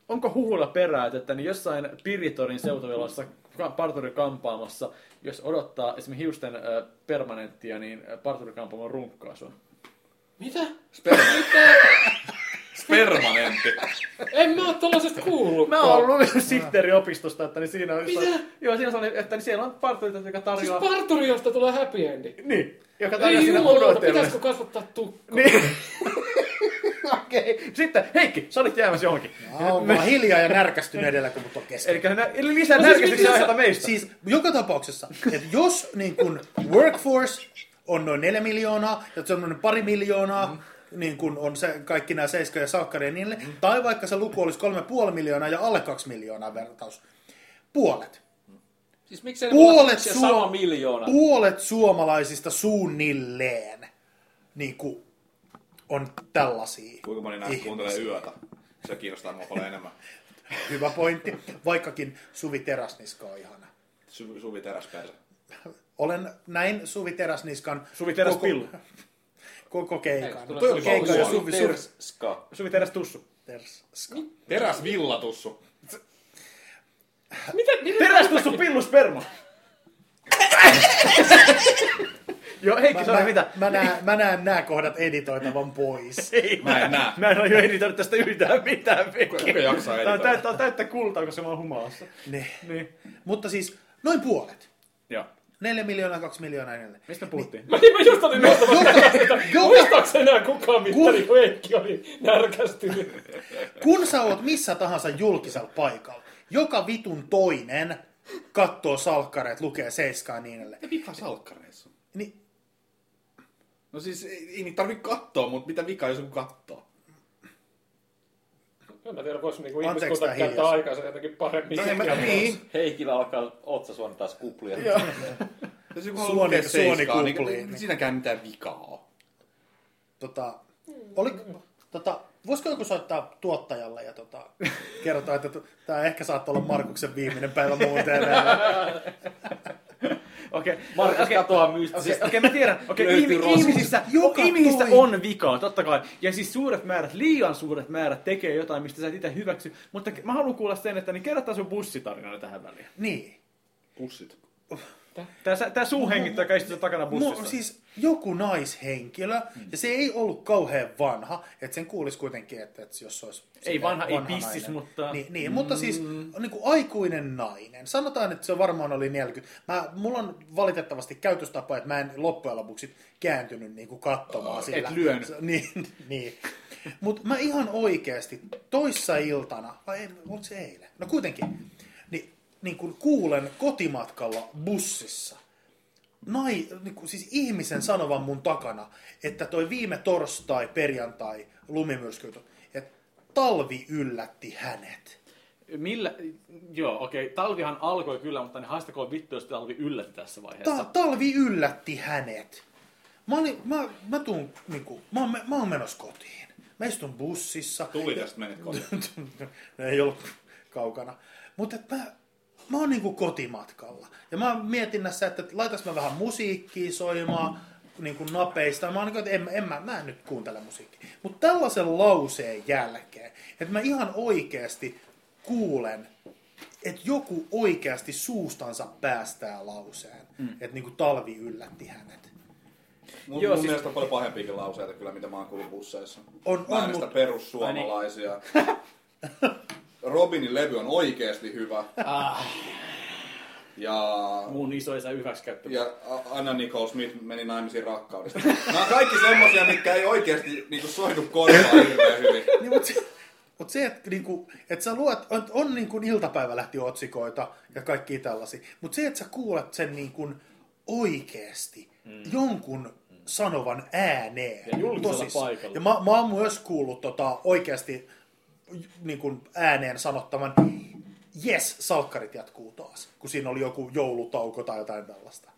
Speaker 1: onko huhulla perää, että niin jossain Piritorin seutuvilassa ka- parturikampaamassa, jos odottaa esimerkiksi hiusten ö, permanenttia, niin ö, parturikampaamo runkkaa sua.
Speaker 7: Mitä?
Speaker 3: Spermanentti.
Speaker 7: En mä oo tollasesta kuullut.
Speaker 1: Mä oon ollut sihteeriopistosta, että niin siinä on,
Speaker 7: Mitä?
Speaker 1: joo, siinä on, että niin siellä on parturit, joka
Speaker 7: Siis
Speaker 1: tarjoaa,
Speaker 7: parturi, josta tulee happy endi.
Speaker 1: niin, joka tarjoaa
Speaker 7: Ei
Speaker 1: siinä
Speaker 7: jumalauta,
Speaker 1: odotellessa.
Speaker 7: pitäisikö kasvattaa tukka?
Speaker 1: Niin. Okei. Sitten, Heikki, sä olit jäämässä johonkin.
Speaker 2: Mä oon vaan hiljaa ja närkästyn edellä, kun mut on kesken.
Speaker 1: Eli nä- eli lisää
Speaker 7: No
Speaker 1: no,
Speaker 7: siis
Speaker 1: närkästyksiä
Speaker 7: mitä sä-
Speaker 1: aiheuttaa meistä.
Speaker 2: Siis joka tapauksessa, että jos niin kun workforce on noin 4 miljoonaa, ja semmoinen pari miljoonaa, mm. niin kun on se, kaikki nämä seiska ja saakkari ja niille, mm. tai vaikka se luku olisi 3,5 miljoonaa ja alle 2 miljoonaa vertaus, puolet.
Speaker 4: Siis miksei ne voi olla
Speaker 2: Puolet,
Speaker 4: yksi ja sama miljoona?
Speaker 2: puolet suomalaisista suunnilleen niin kun on tällaisia.
Speaker 3: Kuinka moni näistä
Speaker 2: ihmisiä.
Speaker 3: kuuntelee yötä? Se kiinnostaa mua paljon enemmän.
Speaker 2: Hyvä pointti, vaikkakin Suvi Teräsniska on ihana.
Speaker 3: Su- Suvi teräspäisä.
Speaker 2: Olen näin Suvi Teräsniskan
Speaker 1: Suvi Teräs Pillu.
Speaker 2: koko keikan.
Speaker 4: Tulee
Speaker 2: Toi oli
Speaker 4: suvi-
Speaker 2: keikka ja
Speaker 4: suvi-
Speaker 2: Suvi Sur-
Speaker 4: Terska.
Speaker 1: Suvi Teräs Tussu.
Speaker 2: Terska.
Speaker 3: Teräsvillatussu.
Speaker 7: Mitä? Mitä?
Speaker 1: Teräs Tussu Pillusperma. Joo, Heikki,
Speaker 2: Mä,
Speaker 1: sori, mitä?
Speaker 2: mä, näen,
Speaker 1: Niin.
Speaker 2: mä näen nämä kohdat editoitavan pois.
Speaker 1: Ei,
Speaker 3: Mä en näe.
Speaker 1: Mä en ole jo editoinut tästä yhtään mitään. Veke.
Speaker 3: Kuka jaksaa
Speaker 1: Tää on,
Speaker 3: editoida?
Speaker 1: täyttä, tää on täyttä kultaa, koska mä oon humalassa.
Speaker 2: Ne.
Speaker 1: Niin.
Speaker 2: Mutta siis noin puolet.
Speaker 1: Joo.
Speaker 2: 4 miljoonaa, 2 miljoonaa näille.
Speaker 1: Mistä me puhuttiin?
Speaker 7: Mä, niin, mä just olin nostamassa tästä.
Speaker 2: joka-
Speaker 7: Muistaaks enää kukaan mittari, kun Heikki oli närkästynyt?
Speaker 2: Kun sä oot missä tahansa julkisella paikalla, joka vitun toinen kattoo salkkareet, lukee seiskaa ja niin edelleen.
Speaker 3: Vika salkkareissa.
Speaker 2: Niin
Speaker 3: No siis ei, ei niitä tarvi kattoa, mutta mitä vikaa jos joku kattoo?
Speaker 7: En mä tiedä, vois niinku
Speaker 2: Anteeksi,
Speaker 7: ihmiskunta
Speaker 2: tää
Speaker 7: käyttää
Speaker 2: hiljaisuus.
Speaker 7: aikaansa jotenkin paremmin.
Speaker 2: No en mä-
Speaker 7: Kerros.
Speaker 2: niin.
Speaker 4: Heikillä alkaa otsasuoni taas kuplia.
Speaker 3: Jos joku
Speaker 2: Suoni-
Speaker 3: haluaa lukea seiskaa,
Speaker 2: suonikupliin.
Speaker 3: niin ei siinäkään mitään vikaa ole.
Speaker 2: tota, oli, tota, voisiko joku soittaa tuottajalle ja tota, kertoa, että tämä ehkä saattaa olla Markuksen viimeinen päivä muuten.
Speaker 1: Niin. Okei.
Speaker 4: Markus
Speaker 1: Okei.
Speaker 4: katoaa
Speaker 1: Okei,
Speaker 4: mystisesti.
Speaker 1: okei, mä tiedän. Okei,
Speaker 4: Löytyy
Speaker 1: ihmi-
Speaker 4: roskus.
Speaker 1: ihmisissä,
Speaker 2: Joka
Speaker 1: ihmisissä
Speaker 2: toi.
Speaker 1: on vikaa, totta kai. Ja siis suuret määrät, liian suuret määrät tekee jotain, mistä sä et itse hyväksy. Mutta mä haluan kuulla sen, että niin kerrotaan sun bussitarina tähän väliin.
Speaker 2: niin.
Speaker 3: Pussit.
Speaker 1: Tää, sä- tää suuhengittäjä, joka istuu takana bussissa.
Speaker 2: Mu- siis joku naishenkilö, mm. ja se ei ollut kauhean vanha, että sen kuulisi kuitenkin, että, että jos se olisi...
Speaker 1: Ei vanha, ei
Speaker 2: vanhanainen.
Speaker 1: pissis, mutta-
Speaker 2: Niin, niin mm. mutta siis niin kuin aikuinen nainen. Sanotaan, että se varmaan oli 40. Mä, mulla on valitettavasti käytöstapa, että mä en loppujen lopuksi kääntynyt niin kuin katsomaan sillä.
Speaker 1: et lyönyt.
Speaker 2: Se- Niin, niin. Mutta mä ihan oikeasti toissa iltana, vai ei, oliko se eilen? No kuitenkin. Niin, niin kun kuulen kotimatkalla bussissa nai, niin kuin, siis ihmisen sanovan mun takana, että toi viime torstai, perjantai, lumimyrskyt, että talvi yllätti hänet.
Speaker 1: Millä, joo, okei, talvihan alkoi kyllä, mutta niin haistakoon vittu, jos talvi yllätti tässä vaiheessa.
Speaker 2: Ta- talvi yllätti hänet. Mä, olin, mä, mä, tuun, niin kuin, mä, oon, me- mä oon menossa kotiin. Mä istun bussissa.
Speaker 3: Tuli tästä menit kotiin.
Speaker 2: ne ei ollut kaukana. Mutta mä, mä oon niinku kotimatkalla. Ja mä oon mietinnässä, että laitas mä vähän musiikkia soimaan niinku napeista. Mä oon niinku, että en, mä- en mä, mä en nyt kuuntele musiikkia. Mutta tällaisen lauseen jälkeen, että mä ihan oikeasti kuulen, että joku oikeasti suustansa päästää lauseen. Mm. Että niinku talvi yllätti hänet.
Speaker 3: Mun,
Speaker 1: Joo,
Speaker 3: Joo, mun
Speaker 1: siis-
Speaker 3: siis... mielestä on paljon pahempiakin lauseita kyllä, mitä mä oon kuullut busseissa.
Speaker 2: On,
Speaker 3: mä
Speaker 2: on,
Speaker 3: äänestän
Speaker 2: mut- niin.
Speaker 3: perussuomalaisia. Robinin levy on oikeesti hyvä.
Speaker 2: Ah.
Speaker 3: Ja,
Speaker 1: Mun isoisä hyväksikäyttö.
Speaker 3: ja A- Anna Nicole Smith meni naimisiin rakkaudesta. Nämä on kaikki semmosia, mitkä ei oikeesti niinku soidu korvaan hirveän hyvin.
Speaker 2: niin, mutta se, mut se että niinku, et sä luet, on, on niinku iltapäivälehti-otsikoita ja kaikki tällaisia, mutta se, että sä kuulet sen niinku oikeesti mm. jonkun sanovan ääneen.
Speaker 1: Ja julkisella
Speaker 2: tosissaan.
Speaker 1: paikalla.
Speaker 2: Ja mä, mä oon myös kuullut tota, oikeasti niinku ääneen sanottavan, yes, salkkarit jatkuu taas, kun siinä oli joku joulutauko tai jotain tällaista.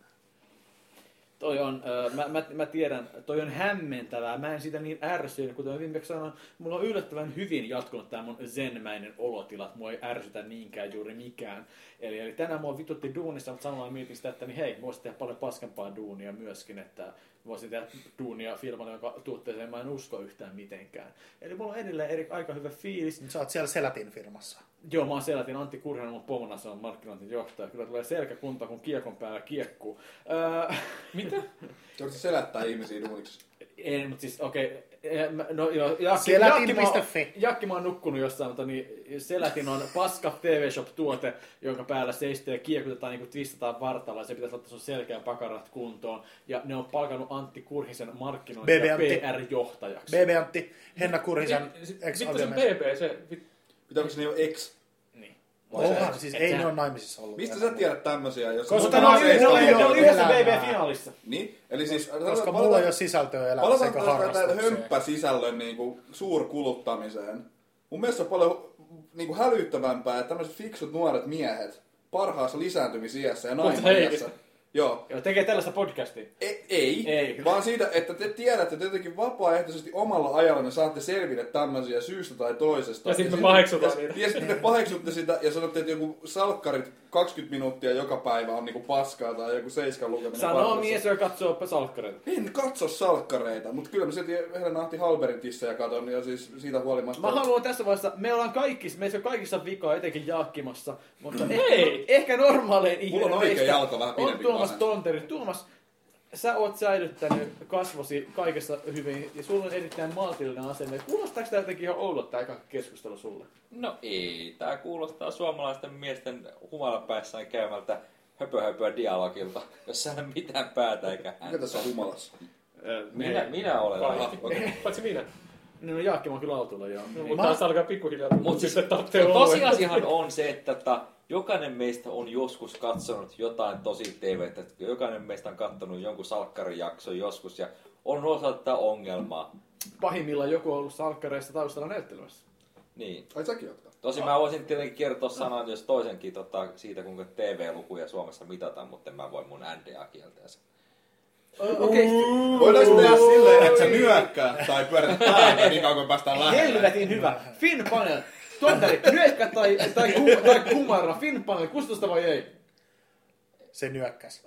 Speaker 1: Toi on, öö, mä, mä, mä, tiedän, toi on hämmentävää. Mä en siitä niin ärsynyt, kuten mä viimeksi sanoin. Mulla on yllättävän hyvin jatkunut tää mun zenmäinen olotila, että mua ei ärsytä niinkään juuri mikään. Eli, eli tänään mua vitutti duunissa, mutta samalla mietin sitä, että niin hei, mä voisin tehdä paljon paskempaa duunia myöskin, että voisin tehdä duunia firmalle, jonka tuotteeseen mä en usko yhtään mitenkään. Eli mulla on edelleen eri, aika hyvä fiilis.
Speaker 2: Niin Sä oot siellä Selatin firmassa.
Speaker 1: Joo, mä oon selätin Antti Kurhan, mun pomona se on markkinointin johtaja. Kyllä tulee selkäkunta, kun kiekon päällä kiekkuu. Öö,
Speaker 7: Mitä?
Speaker 6: Joudutko selättää ihmisiä duuniksi?
Speaker 1: en, mutta siis okei. eh, mä- No, joo, Jakki,
Speaker 2: Selätin.fi.
Speaker 1: Jakki, mä
Speaker 2: E.
Speaker 1: oon- Jakki, mä oon nukkunut jossain, mutta niin Selätin on paska TV Shop-tuote, jonka päällä seistää ja kiekutetaan niin kuin twistataan vartalla. Ja se pitäisi laittaa sun selkeä pakarat kuntoon. Ja ne on palkannut Antti Kurhisen markkinointi- ja
Speaker 2: BB-Antti.
Speaker 1: PR-johtajaksi.
Speaker 2: BB Antti, Henna Kurhisen ex
Speaker 7: Niin, Vittu se BB, se... vit-
Speaker 6: Pitääkö se niinku ex?
Speaker 1: Niin.
Speaker 2: Onhan, siis ei
Speaker 1: Et
Speaker 2: ne
Speaker 1: sä-
Speaker 2: ole naimisissa ollut.
Speaker 6: Mistä
Speaker 2: vielä.
Speaker 6: sä tiedät tämmösiä? Jos
Speaker 2: Koska
Speaker 1: Ne
Speaker 2: ne
Speaker 1: oli-
Speaker 2: oli-
Speaker 1: ne oli- ne oli yhdessä
Speaker 2: elämää.
Speaker 1: BB-finaalissa.
Speaker 6: Niin, eli siis...
Speaker 2: Koska
Speaker 6: palataan-
Speaker 2: mulla ei ole sisältöä elämässä
Speaker 6: Palataan
Speaker 2: eikä
Speaker 6: taas tähän
Speaker 2: harrastukseen.
Speaker 6: hömppäsisällön niin kuin, suurkuluttamiseen. Mun mielestä on paljon niin kuin, hälyttävämpää, että tämmöiset fiksut nuoret miehet parhaassa lisääntymisiässä ja naimisiässä.
Speaker 1: hei.
Speaker 6: Joo.
Speaker 1: Joo, tekee tällaista podcastia.
Speaker 6: E- ei,
Speaker 1: Ei.
Speaker 6: vaan siitä, että te tiedätte että jotenkin vapaaehtoisesti omalla ajalla ne saatte selvitä tämmöisiä syystä tai toisesta.
Speaker 7: Ja sit me
Speaker 6: sit-
Speaker 7: paheksutaan
Speaker 6: ja,
Speaker 7: niitä.
Speaker 6: Ja sitten te paheksutte sitä ja sanotte, että joku salkkarit 20 minuuttia joka päivä on niinku paskaa tai joku seiskan lukeminen.
Speaker 1: Sanoo
Speaker 6: parhassa.
Speaker 1: mies, joka katsoo salkkareita.
Speaker 6: En katso salkkareita, mutta kyllä mä silti Helena Ahti Halberin tissejä katon ja siis siitä huolimatta.
Speaker 1: Mä haluan tässä vaiheessa, me ollaan kaikissa, meissä on kaikissa vikaa, etenkin Jaakkimassa, mutta
Speaker 7: Ei!
Speaker 1: ei, ehkä normaalein ihminen
Speaker 6: Mulla on oikea
Speaker 1: meistä
Speaker 6: jalka vähän
Speaker 1: on
Speaker 6: pidempi
Speaker 1: Tuomas
Speaker 6: kuin
Speaker 1: Tonteri. Tuomas, sä oot säilyttänyt kasvosi kaikessa hyvin ja sulla on erittäin maltillinen asenne. Kuulostaako tää jotenkin ihan oudolta tää kaikki keskustelu sulle?
Speaker 4: No ei, tämä kuulostaa suomalaisten miesten humalapäissään käymältä höpöhöpöä dialogilta, jossa ei ole mitään päätä eikä
Speaker 6: Mikä
Speaker 4: ääntä.
Speaker 6: tässä on humalassa?
Speaker 1: Niin.
Speaker 4: Minä, minä olen
Speaker 6: Ah,
Speaker 4: laiska.
Speaker 6: okei.
Speaker 7: Paitsi minä.
Speaker 1: No, no Jaakki on kyllä autolla joo.
Speaker 7: No,
Speaker 1: Niin.
Speaker 7: mutta taas alkaa pikkuhiljaa
Speaker 4: Mut
Speaker 7: tuntua
Speaker 4: siis,
Speaker 7: siis, että tapte
Speaker 4: tosiasiahan on se, että tota, jokainen meistä on joskus katsonut jotain tosi TVtä. Jokainen meistä on katsonut jonkun salkkarijakson joskus ja on osa tätä ongelmaa.
Speaker 1: Pahimmillaan joku on ollut salkkareissa taustalla näyttelemässä.
Speaker 4: Niin.
Speaker 6: Ai säkin ottaa.
Speaker 4: Tosin mä voisin tietenkin kertoa sanan, jos toisenkin tota, siitä, kuinka TV-lukuja Suomessa mitataan, mutta en mä voi mun NDA-kieltänsä.
Speaker 1: Okei,
Speaker 6: Voidaanko tehdä silleen, että sä nyökkää tai pyörät päälle niin kauan kuin päästään lähelle?
Speaker 1: Helvetin hyvä. Finpanel. Tonteri, nyökkä tai, tai, kum, tai kumarra. Finpanel, kustosta vai ei?
Speaker 2: Se nyökkäs.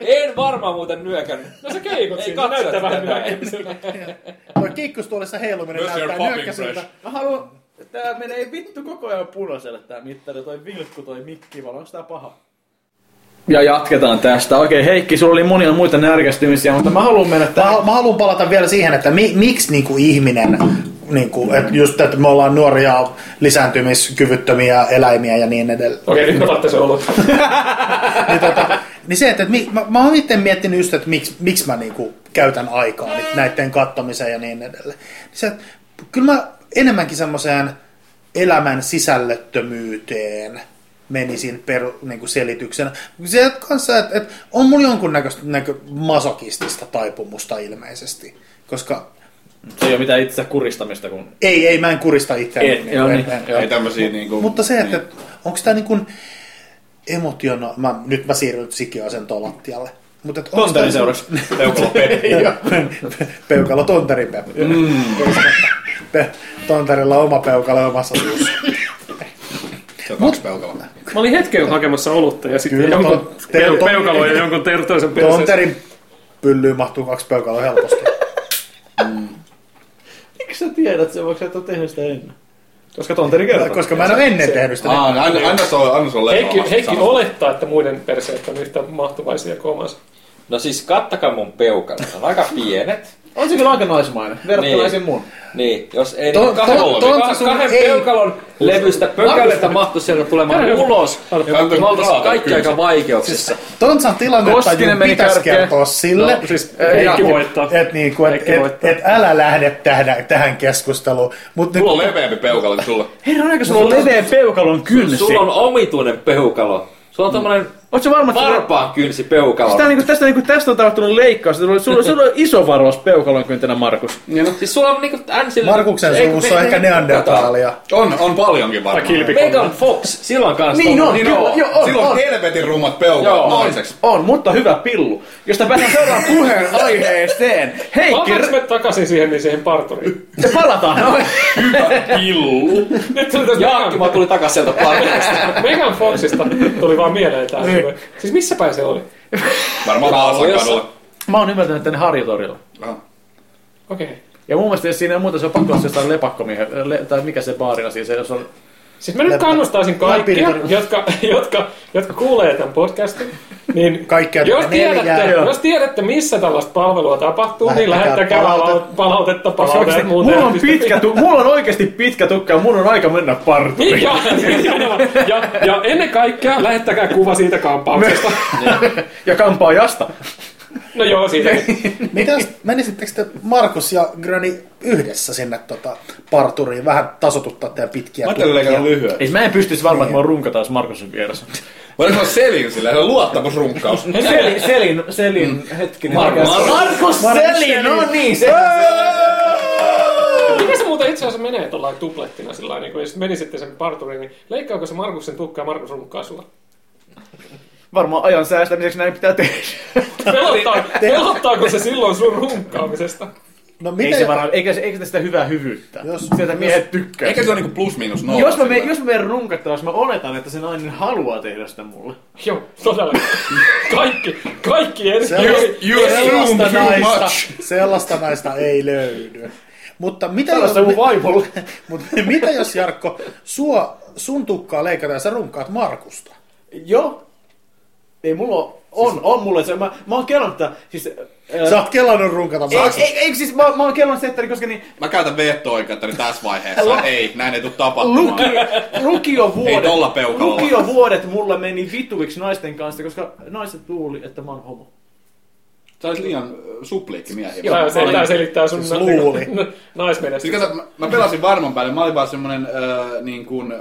Speaker 4: En varmaan muuten nyökän.
Speaker 7: No se keikot
Speaker 4: Ei
Speaker 7: siinä
Speaker 4: katso
Speaker 7: näyttää vähän
Speaker 4: tätä.
Speaker 7: myöhemmin.
Speaker 2: Toi kiikkustuolissa heiluminen
Speaker 6: Where's your
Speaker 2: näyttää
Speaker 6: popping
Speaker 2: nyökkäsiltä.
Speaker 1: Mä haluan... Tää menee vittu koko ajan punaiselle tää mittari, toi vilkku, toi mikki, vaan onks tää paha? Ja jatketaan tästä. Okei, Heikki, sulla oli monia muita närkästymisiä, mutta mä haluan mennä
Speaker 2: Mä, halu- mä haluan palata vielä siihen, että mi, miksi niinku ihminen, niinku, että just että me ollaan nuoria lisääntymiskyvyttömiä eläimiä ja niin edelleen.
Speaker 7: Okei, nyt mä tarvitsen se olla.
Speaker 2: niin, tota, niin se, että, että mi, mä, mä oon itse miettinyt just, että miksi, miksi mä niinku käytän aikaa nyt näiden kattomiseen ja niin edelleen. Niin se, että kyllä mä enemmänkin semmoiseen elämän sisällöttömyyteen menisin per, niinku selityksenä. Se että kanssa, että, että on mulla jonkunnäköistä näkö, masokistista taipumusta ilmeisesti, koska
Speaker 1: Se ei oo mitään itse kuristamista, kun...
Speaker 2: ei, ei, mä en kurista itseäni. niinku,
Speaker 1: Et, joo, niin, joo. Ei
Speaker 6: tämmösiä niinku...
Speaker 2: Mutta se, että onko tämä niin kuin emotiona... Mä, nyt mä siirryn sikiöasentoon lattialle. Mutta et onks tää- niinku- Joo, peukalo tonterin pe- pe- Tonterilla oma peukalo omassa suussa.
Speaker 6: Se on kaksi peukalla.
Speaker 7: Mä olin hetken hakemassa olutta ja sitten
Speaker 2: Kyllä,
Speaker 7: jonkun
Speaker 2: ton- te-
Speaker 7: peu-
Speaker 2: ton-
Speaker 7: peukaloa ja jonkun ter- toisen perseessä.
Speaker 2: Tonterin pyllyyn mahtuu kaksi peukaloa helposti.
Speaker 1: Miksi sä tiedät sen, vaikka sä et oo tehnyt sitä ennen? Koska Tonteri kertoo.
Speaker 2: Koska mä en ole ennen tehnyt sitä.
Speaker 6: Aa, anna, anna se on, anna se on
Speaker 7: Heikki, Heikki olettaa, että muiden perseet on yhtä mahtuvaisia kuin omansa.
Speaker 4: No siis kattakaa mun peukalot, ne on aika pienet.
Speaker 1: On se kyllä aika naismainen, verrattuna
Speaker 4: Niin.
Speaker 1: niin. sen mun.
Speaker 4: Niin, jos ei
Speaker 2: Ton-
Speaker 4: niin kahden,
Speaker 2: ton-
Speaker 4: ton,
Speaker 2: ton- sun-
Speaker 4: kahden
Speaker 2: ei.
Speaker 4: peukalon levystä pökälettä mahtu sieltä tulemaan
Speaker 7: Kärry.
Speaker 4: ulos.
Speaker 6: Kantoi
Speaker 4: Me oltaisiin
Speaker 6: raatoa
Speaker 4: kaikki aika vaikeuksissa.
Speaker 2: Tontsan
Speaker 1: Koskinen
Speaker 2: tilannetta
Speaker 1: meni
Speaker 2: pitäisi
Speaker 1: kärkeen.
Speaker 2: kertoa sille,
Speaker 7: No, siis,
Speaker 2: että-
Speaker 7: Heikki voittaa.
Speaker 2: että
Speaker 1: niin-
Speaker 2: niinku, et,
Speaker 7: Heikki
Speaker 2: et,
Speaker 7: voittaa.
Speaker 2: et älä lähde tähän, tähän keskusteluun. Mut
Speaker 4: Siis
Speaker 2: nyt,
Speaker 6: Mulla on leveämpi peukalo kuin sulla.
Speaker 1: Herran aika, sulla on leveä peukalon kynsi.
Speaker 4: Sulla on omituinen peukalo. Sulla on tommonen
Speaker 1: Ootko varma, että sulla-
Speaker 4: varpaan kynsi peukalo.
Speaker 1: Tää on niinku, tästä, niinku, tästä on tapahtunut leikkaus. Sulla, sulla, sulla on iso varovaus peukalon kyntenä, Markus.
Speaker 4: Siis sulla on niinku änsil...
Speaker 2: Markuksen
Speaker 4: Ei, kun
Speaker 2: suvussa
Speaker 4: me-
Speaker 2: on ehkä
Speaker 4: me-
Speaker 2: neandertaalia.
Speaker 6: On, on paljonkin
Speaker 7: Tai
Speaker 6: varmaan.
Speaker 7: kilpikonna.
Speaker 4: Megan Fox, sillä on kans
Speaker 1: Niin
Speaker 4: tommonen.
Speaker 1: on,
Speaker 6: Niin
Speaker 1: kyllä,
Speaker 6: on.
Speaker 1: joo, on,
Speaker 6: Silloin
Speaker 1: on.
Speaker 6: helvetin rummat peukalat
Speaker 4: Joo, on.
Speaker 6: naiseksi.
Speaker 1: On, mutta hyvä pillu. Josta päästään seuraavaan puheen aiheeseen. Heikki,
Speaker 7: Palataanko me takaisin siihen, niin siihen parturiin?
Speaker 1: r- palataan. No,
Speaker 7: Nyt tuli tästä
Speaker 4: Jaakki, mä
Speaker 7: Megan,
Speaker 4: tulin takas sieltä parvesta.
Speaker 7: Megan Foxista tuli vaan mieleen tää.
Speaker 1: Niin.
Speaker 7: vai? Siis missä päin se oli?
Speaker 6: Varmaan Vaasan kadulla.
Speaker 1: Mä oon ymmärtänyt tänne Harjutorilla.
Speaker 6: Aha.
Speaker 7: Okei. Okay.
Speaker 1: Ja mun mielestä jos siinä on muuta, se on pakko olla se jostain lepakkomiehen, le, tai mikä se baarina siis, se, jos on...
Speaker 7: Siis mä nyt
Speaker 2: Lämpö-
Speaker 7: kannustaisin kaikkia,
Speaker 2: lämpiin-
Speaker 7: jotka, jotka, jotka kuulee tämän podcastin, niin
Speaker 2: Kaikkea
Speaker 7: jos,
Speaker 2: tätä neljää.
Speaker 7: tiedätte,
Speaker 1: Joo.
Speaker 7: jos tiedätte, missä tällaista palvelua tapahtuu, niin
Speaker 2: Lähettäkää
Speaker 7: lähettäkää palautetta, palautetta, palautetta ja muuta.
Speaker 1: mulla on pitkä, tu- mulla on oikeesti pitkä tukka ja mun on aika mennä
Speaker 7: Niin,
Speaker 1: parturiin.
Speaker 7: ja, nimenomaan. ja, ja, ennen kaikkea lähettäkää kuva siitä kampauksesta.
Speaker 1: ja kampaajasta.
Speaker 7: No joo, siitä.
Speaker 2: Mitäs, menisittekö te Markus ja Grani yhdessä sinne tota, parturiin vähän tasotuttaa teidän pitkiä
Speaker 6: Mä ajattelin
Speaker 2: tukkia?
Speaker 6: leikata lyhyen.
Speaker 1: Ei, mä en pystyisi varmaan, että mä runka taas Markusin vieressä.
Speaker 6: Voidaanko olla selin sillä? Se on luottamusrunkkaus.
Speaker 1: Selin, selin, selin, hetkinen.
Speaker 6: Markus-
Speaker 1: Mm. Markus, Markus Selin, no niin, se.
Speaker 7: Miten se muuten itse asiassa menee tuollain tuplettina sillä niin kun jos menisitte sen parturiin, niin leikkaako se Markuksen tukka ja Markus runkkaa sulla?
Speaker 1: Varmaan ajan säästämiseksi näin pitää tehdä.
Speaker 7: Pelottaa, pelottaako se silloin sun runkkaamisesta?
Speaker 2: No
Speaker 1: Ei
Speaker 2: miten,
Speaker 1: se varmaan, eikä, se- eikä sitä sitä hyvää hyvyyttä.
Speaker 2: Jos-
Speaker 1: Sieltä miehet tykkää. No.
Speaker 6: Eikä se ole niinku plus miinus nolla.
Speaker 1: Jos mä, menen,
Speaker 6: sillä.
Speaker 1: jos mä menen runkattavaksi, mä oletan, että se nainen haluaa tehdä sitä mulle.
Speaker 7: Joo, todella. Kaikki, kaikki ensi.
Speaker 2: Se on-
Speaker 7: Joo,
Speaker 6: You assume
Speaker 2: Sellaista
Speaker 6: too
Speaker 2: naista.
Speaker 6: much.
Speaker 2: sellaista naista ei löydy. Mutta mitä,
Speaker 1: Tällaista mun vaimolle.
Speaker 2: mutta mitä jos Jarkko, sua, sun tukkaa leikataan ja sä runkaat Markusta?
Speaker 1: Joo. Ei mulla oo- on, on mulle se. Mä, mä oon kerran, että siis... Ää,
Speaker 2: Sä oot kelannut runkata
Speaker 1: ei,
Speaker 2: Markusta.
Speaker 1: ei, ei, siis mä, mä oon kerran se, että koska niin
Speaker 6: Mä käytän veto-oikeutta niin tässä vaiheessa. Ei, näin ei tule tapahtumaan.
Speaker 1: luki, lukiovuodet,
Speaker 6: Ei tolla peukalolla.
Speaker 1: lukiovuodet mulla meni vituviksi naisten kanssa, koska naiset luuli, että mä oon homo.
Speaker 6: Sä olis liian äh, supliikki miehiä.
Speaker 7: Tää, se, tää
Speaker 6: Siis
Speaker 7: selittää sun
Speaker 2: Siis luuli.
Speaker 7: naismenestystä.
Speaker 6: kato, mä- mä pelasin varman päälle. Mä olin vaan semmonen äh, niin kuin,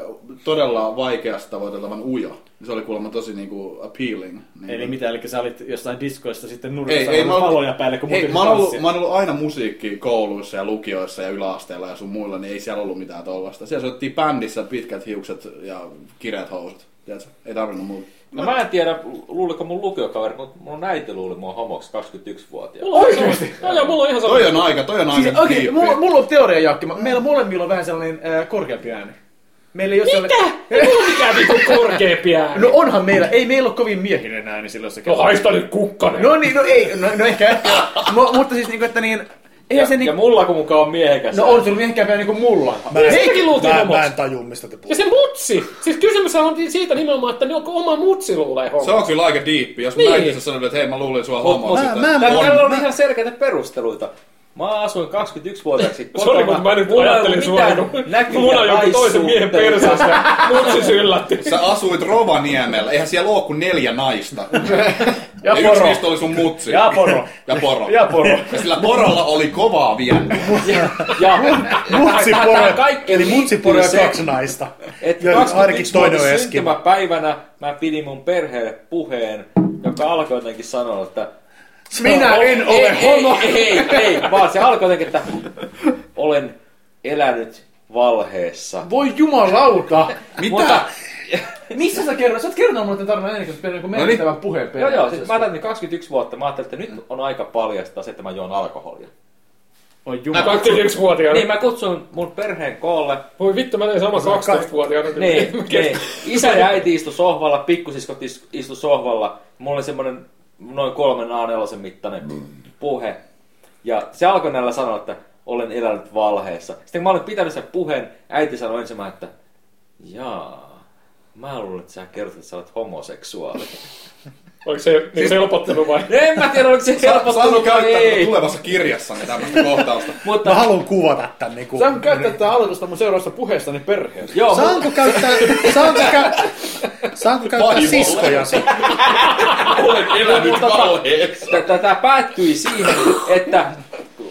Speaker 6: todella vaikeasti tavoiteltavan ujo. Se oli kuulemma tosi niin kuin, appealing. Niin
Speaker 1: Eli
Speaker 6: kuin-
Speaker 1: mitä, eli sä olit jossain diskoissa sitten
Speaker 6: Ei,
Speaker 1: nurkassa
Speaker 6: ei, mä,
Speaker 1: paloja päälle, kun
Speaker 6: hei,
Speaker 1: muut
Speaker 6: mä, oon ollut,
Speaker 1: tanssia.
Speaker 6: mä oon ollut aina musiikki kouluissa ja lukioissa ja yläasteella ja sun muilla, niin ei siellä ollut mitään tollasta. Siellä soittiin bändissä pitkät hiukset ja kireät housut. Tiedätkö? Ei tarvinnut muuta.
Speaker 4: No mä en tiedä, luuliko mun lukiokaveri, mutta mun äiti luuli mua homoksi 21-vuotiaana.
Speaker 7: Oikeesti? Joo, joo, mulla on ihan sama.
Speaker 6: Toi on aika, toi on aika
Speaker 1: Siis, okei,
Speaker 6: diippi.
Speaker 1: mulla, mulla on teoria, Jaakki. Mä- Meillä molemmilla on vähän sellainen ää, korkeampi ääni. Meillä ei ole
Speaker 7: Mitä? Ei mulla mikään vitu korkeampi ääni.
Speaker 1: No onhan meillä, ei meillä ole kovin miehinen ääni silloin se
Speaker 7: No
Speaker 1: kello.
Speaker 7: haista nyt kukkanen.
Speaker 1: No niin, no ei, no, no ehkä, ehkä. no, mutta siis niinku, että niin, eihän se
Speaker 4: Ja
Speaker 1: niinku,
Speaker 4: mulla kun mukaan on miehekäs.
Speaker 1: no on sulla miehkäpää niinku mulla.
Speaker 7: Heikin luultiin
Speaker 2: mä, mä
Speaker 7: homoksi.
Speaker 2: en tajua, mistä te
Speaker 7: Ja
Speaker 2: puhutte.
Speaker 7: se mutsi. Siis kysymys on siitä nimenomaan, että ne onko oma mutsi luulee
Speaker 6: Se
Speaker 7: homoksi.
Speaker 6: on kyllä aika diippi, jos niin.
Speaker 7: Niin.
Speaker 6: mä äitissä sanon, että hei mä luulin sua homoa.
Speaker 4: mut-
Speaker 6: sitten-
Speaker 2: mä- mä-
Speaker 4: Tää-
Speaker 6: on.
Speaker 4: Täällä on ihan selkeitä perusteluita. Mä asuin 21-vuotiaaksi kotona.
Speaker 7: Sori, mutta mä nyt
Speaker 4: Mulla ei
Speaker 7: ajattelin
Speaker 4: ollut
Speaker 7: sua.
Speaker 4: mitään näkyviä
Speaker 7: Mun on joku toisen miehen
Speaker 4: laisuutta.
Speaker 7: persässä. Mutsi yllätti.
Speaker 6: Sä asuit Rovaniemellä, eihän siellä oo kuin neljä naista.
Speaker 1: Ja
Speaker 6: yksi
Speaker 1: poro.
Speaker 6: niistä oli sun mutsi.
Speaker 1: Ja poro.
Speaker 6: Ja poro.
Speaker 1: Ja poro.
Speaker 6: Ja sillä porolla oli kovaa vienniä.
Speaker 4: Ja
Speaker 2: Mutsiporo,
Speaker 4: tähän kaikkeen
Speaker 2: eli mutsiporo ja
Speaker 4: liittyy se,
Speaker 2: kaksi naista.
Speaker 4: että
Speaker 2: Joo, ainakin toinen on
Speaker 4: 21-vuotias
Speaker 2: eski.
Speaker 4: syntymäpäivänä mä pidin mun perheelle puheen, joka alkoi jotenkin sanoa, että
Speaker 2: Minä en ole homo.
Speaker 4: Ei, ei, ei, vaan se alkoi jotenkin, että olen elänyt valheessa.
Speaker 1: Voi jumalauta!
Speaker 4: Mutta,
Speaker 1: Missä sä kerroit? Sä oot kertonut mulle tämän tarinan ennen kuin sä pidät niinku
Speaker 6: No niin.
Speaker 1: merkittävän puheen
Speaker 4: joo joo, siis mä
Speaker 1: periaatteessa.
Speaker 4: täytin 21 vuotta, mä ajattelin, että nyt on aika paljastaa se, että mä juon alkoholia.
Speaker 1: Oi
Speaker 7: 21-vuotiaana.
Speaker 4: Niin mä kutsun mun perheen koolle.
Speaker 7: Voi vittu, mä tein sama
Speaker 2: Siis
Speaker 7: 12-vuotiaana. kyllä.
Speaker 4: Niin, niin. Isä ja äiti istu sohvalla, pikkusiskot is- istu sohvalla. Mulla oli semmonen noin kolmen A4 mittainen puhe. Ja se alkoi näillä sanoa, että olen elänyt valheessa. Sitten kun mä olin pitänyt sen puheen, äiti sanoi ensimmäinen, että jaa, mä luulen, että sä kerrot, että sä olet homoseksuaali.
Speaker 7: Oliko se
Speaker 6: Siis-
Speaker 7: niin helpottanut vai?
Speaker 4: en mä tiedä, oliko se
Speaker 6: Saanko
Speaker 4: helpottunut vai
Speaker 6: käyttää tätä
Speaker 4: ei.
Speaker 6: tulevassa kirjassanne tämmöistä kohtausta?
Speaker 2: Mä
Speaker 4: Mutta,
Speaker 2: haluan kuvata tän niinku.
Speaker 1: Saanko käyttää tätä aloitusta mun seuraavassa niin puheessani perheen?
Speaker 4: joo, mut-
Speaker 2: Saanko käyttää, saanko, kä- saanko käyttää
Speaker 6: Vaimolle.
Speaker 2: siskoja sitten?
Speaker 6: Olet elänyt
Speaker 4: Mutta-
Speaker 6: valheessa.
Speaker 4: Tämä päättyi siihen, että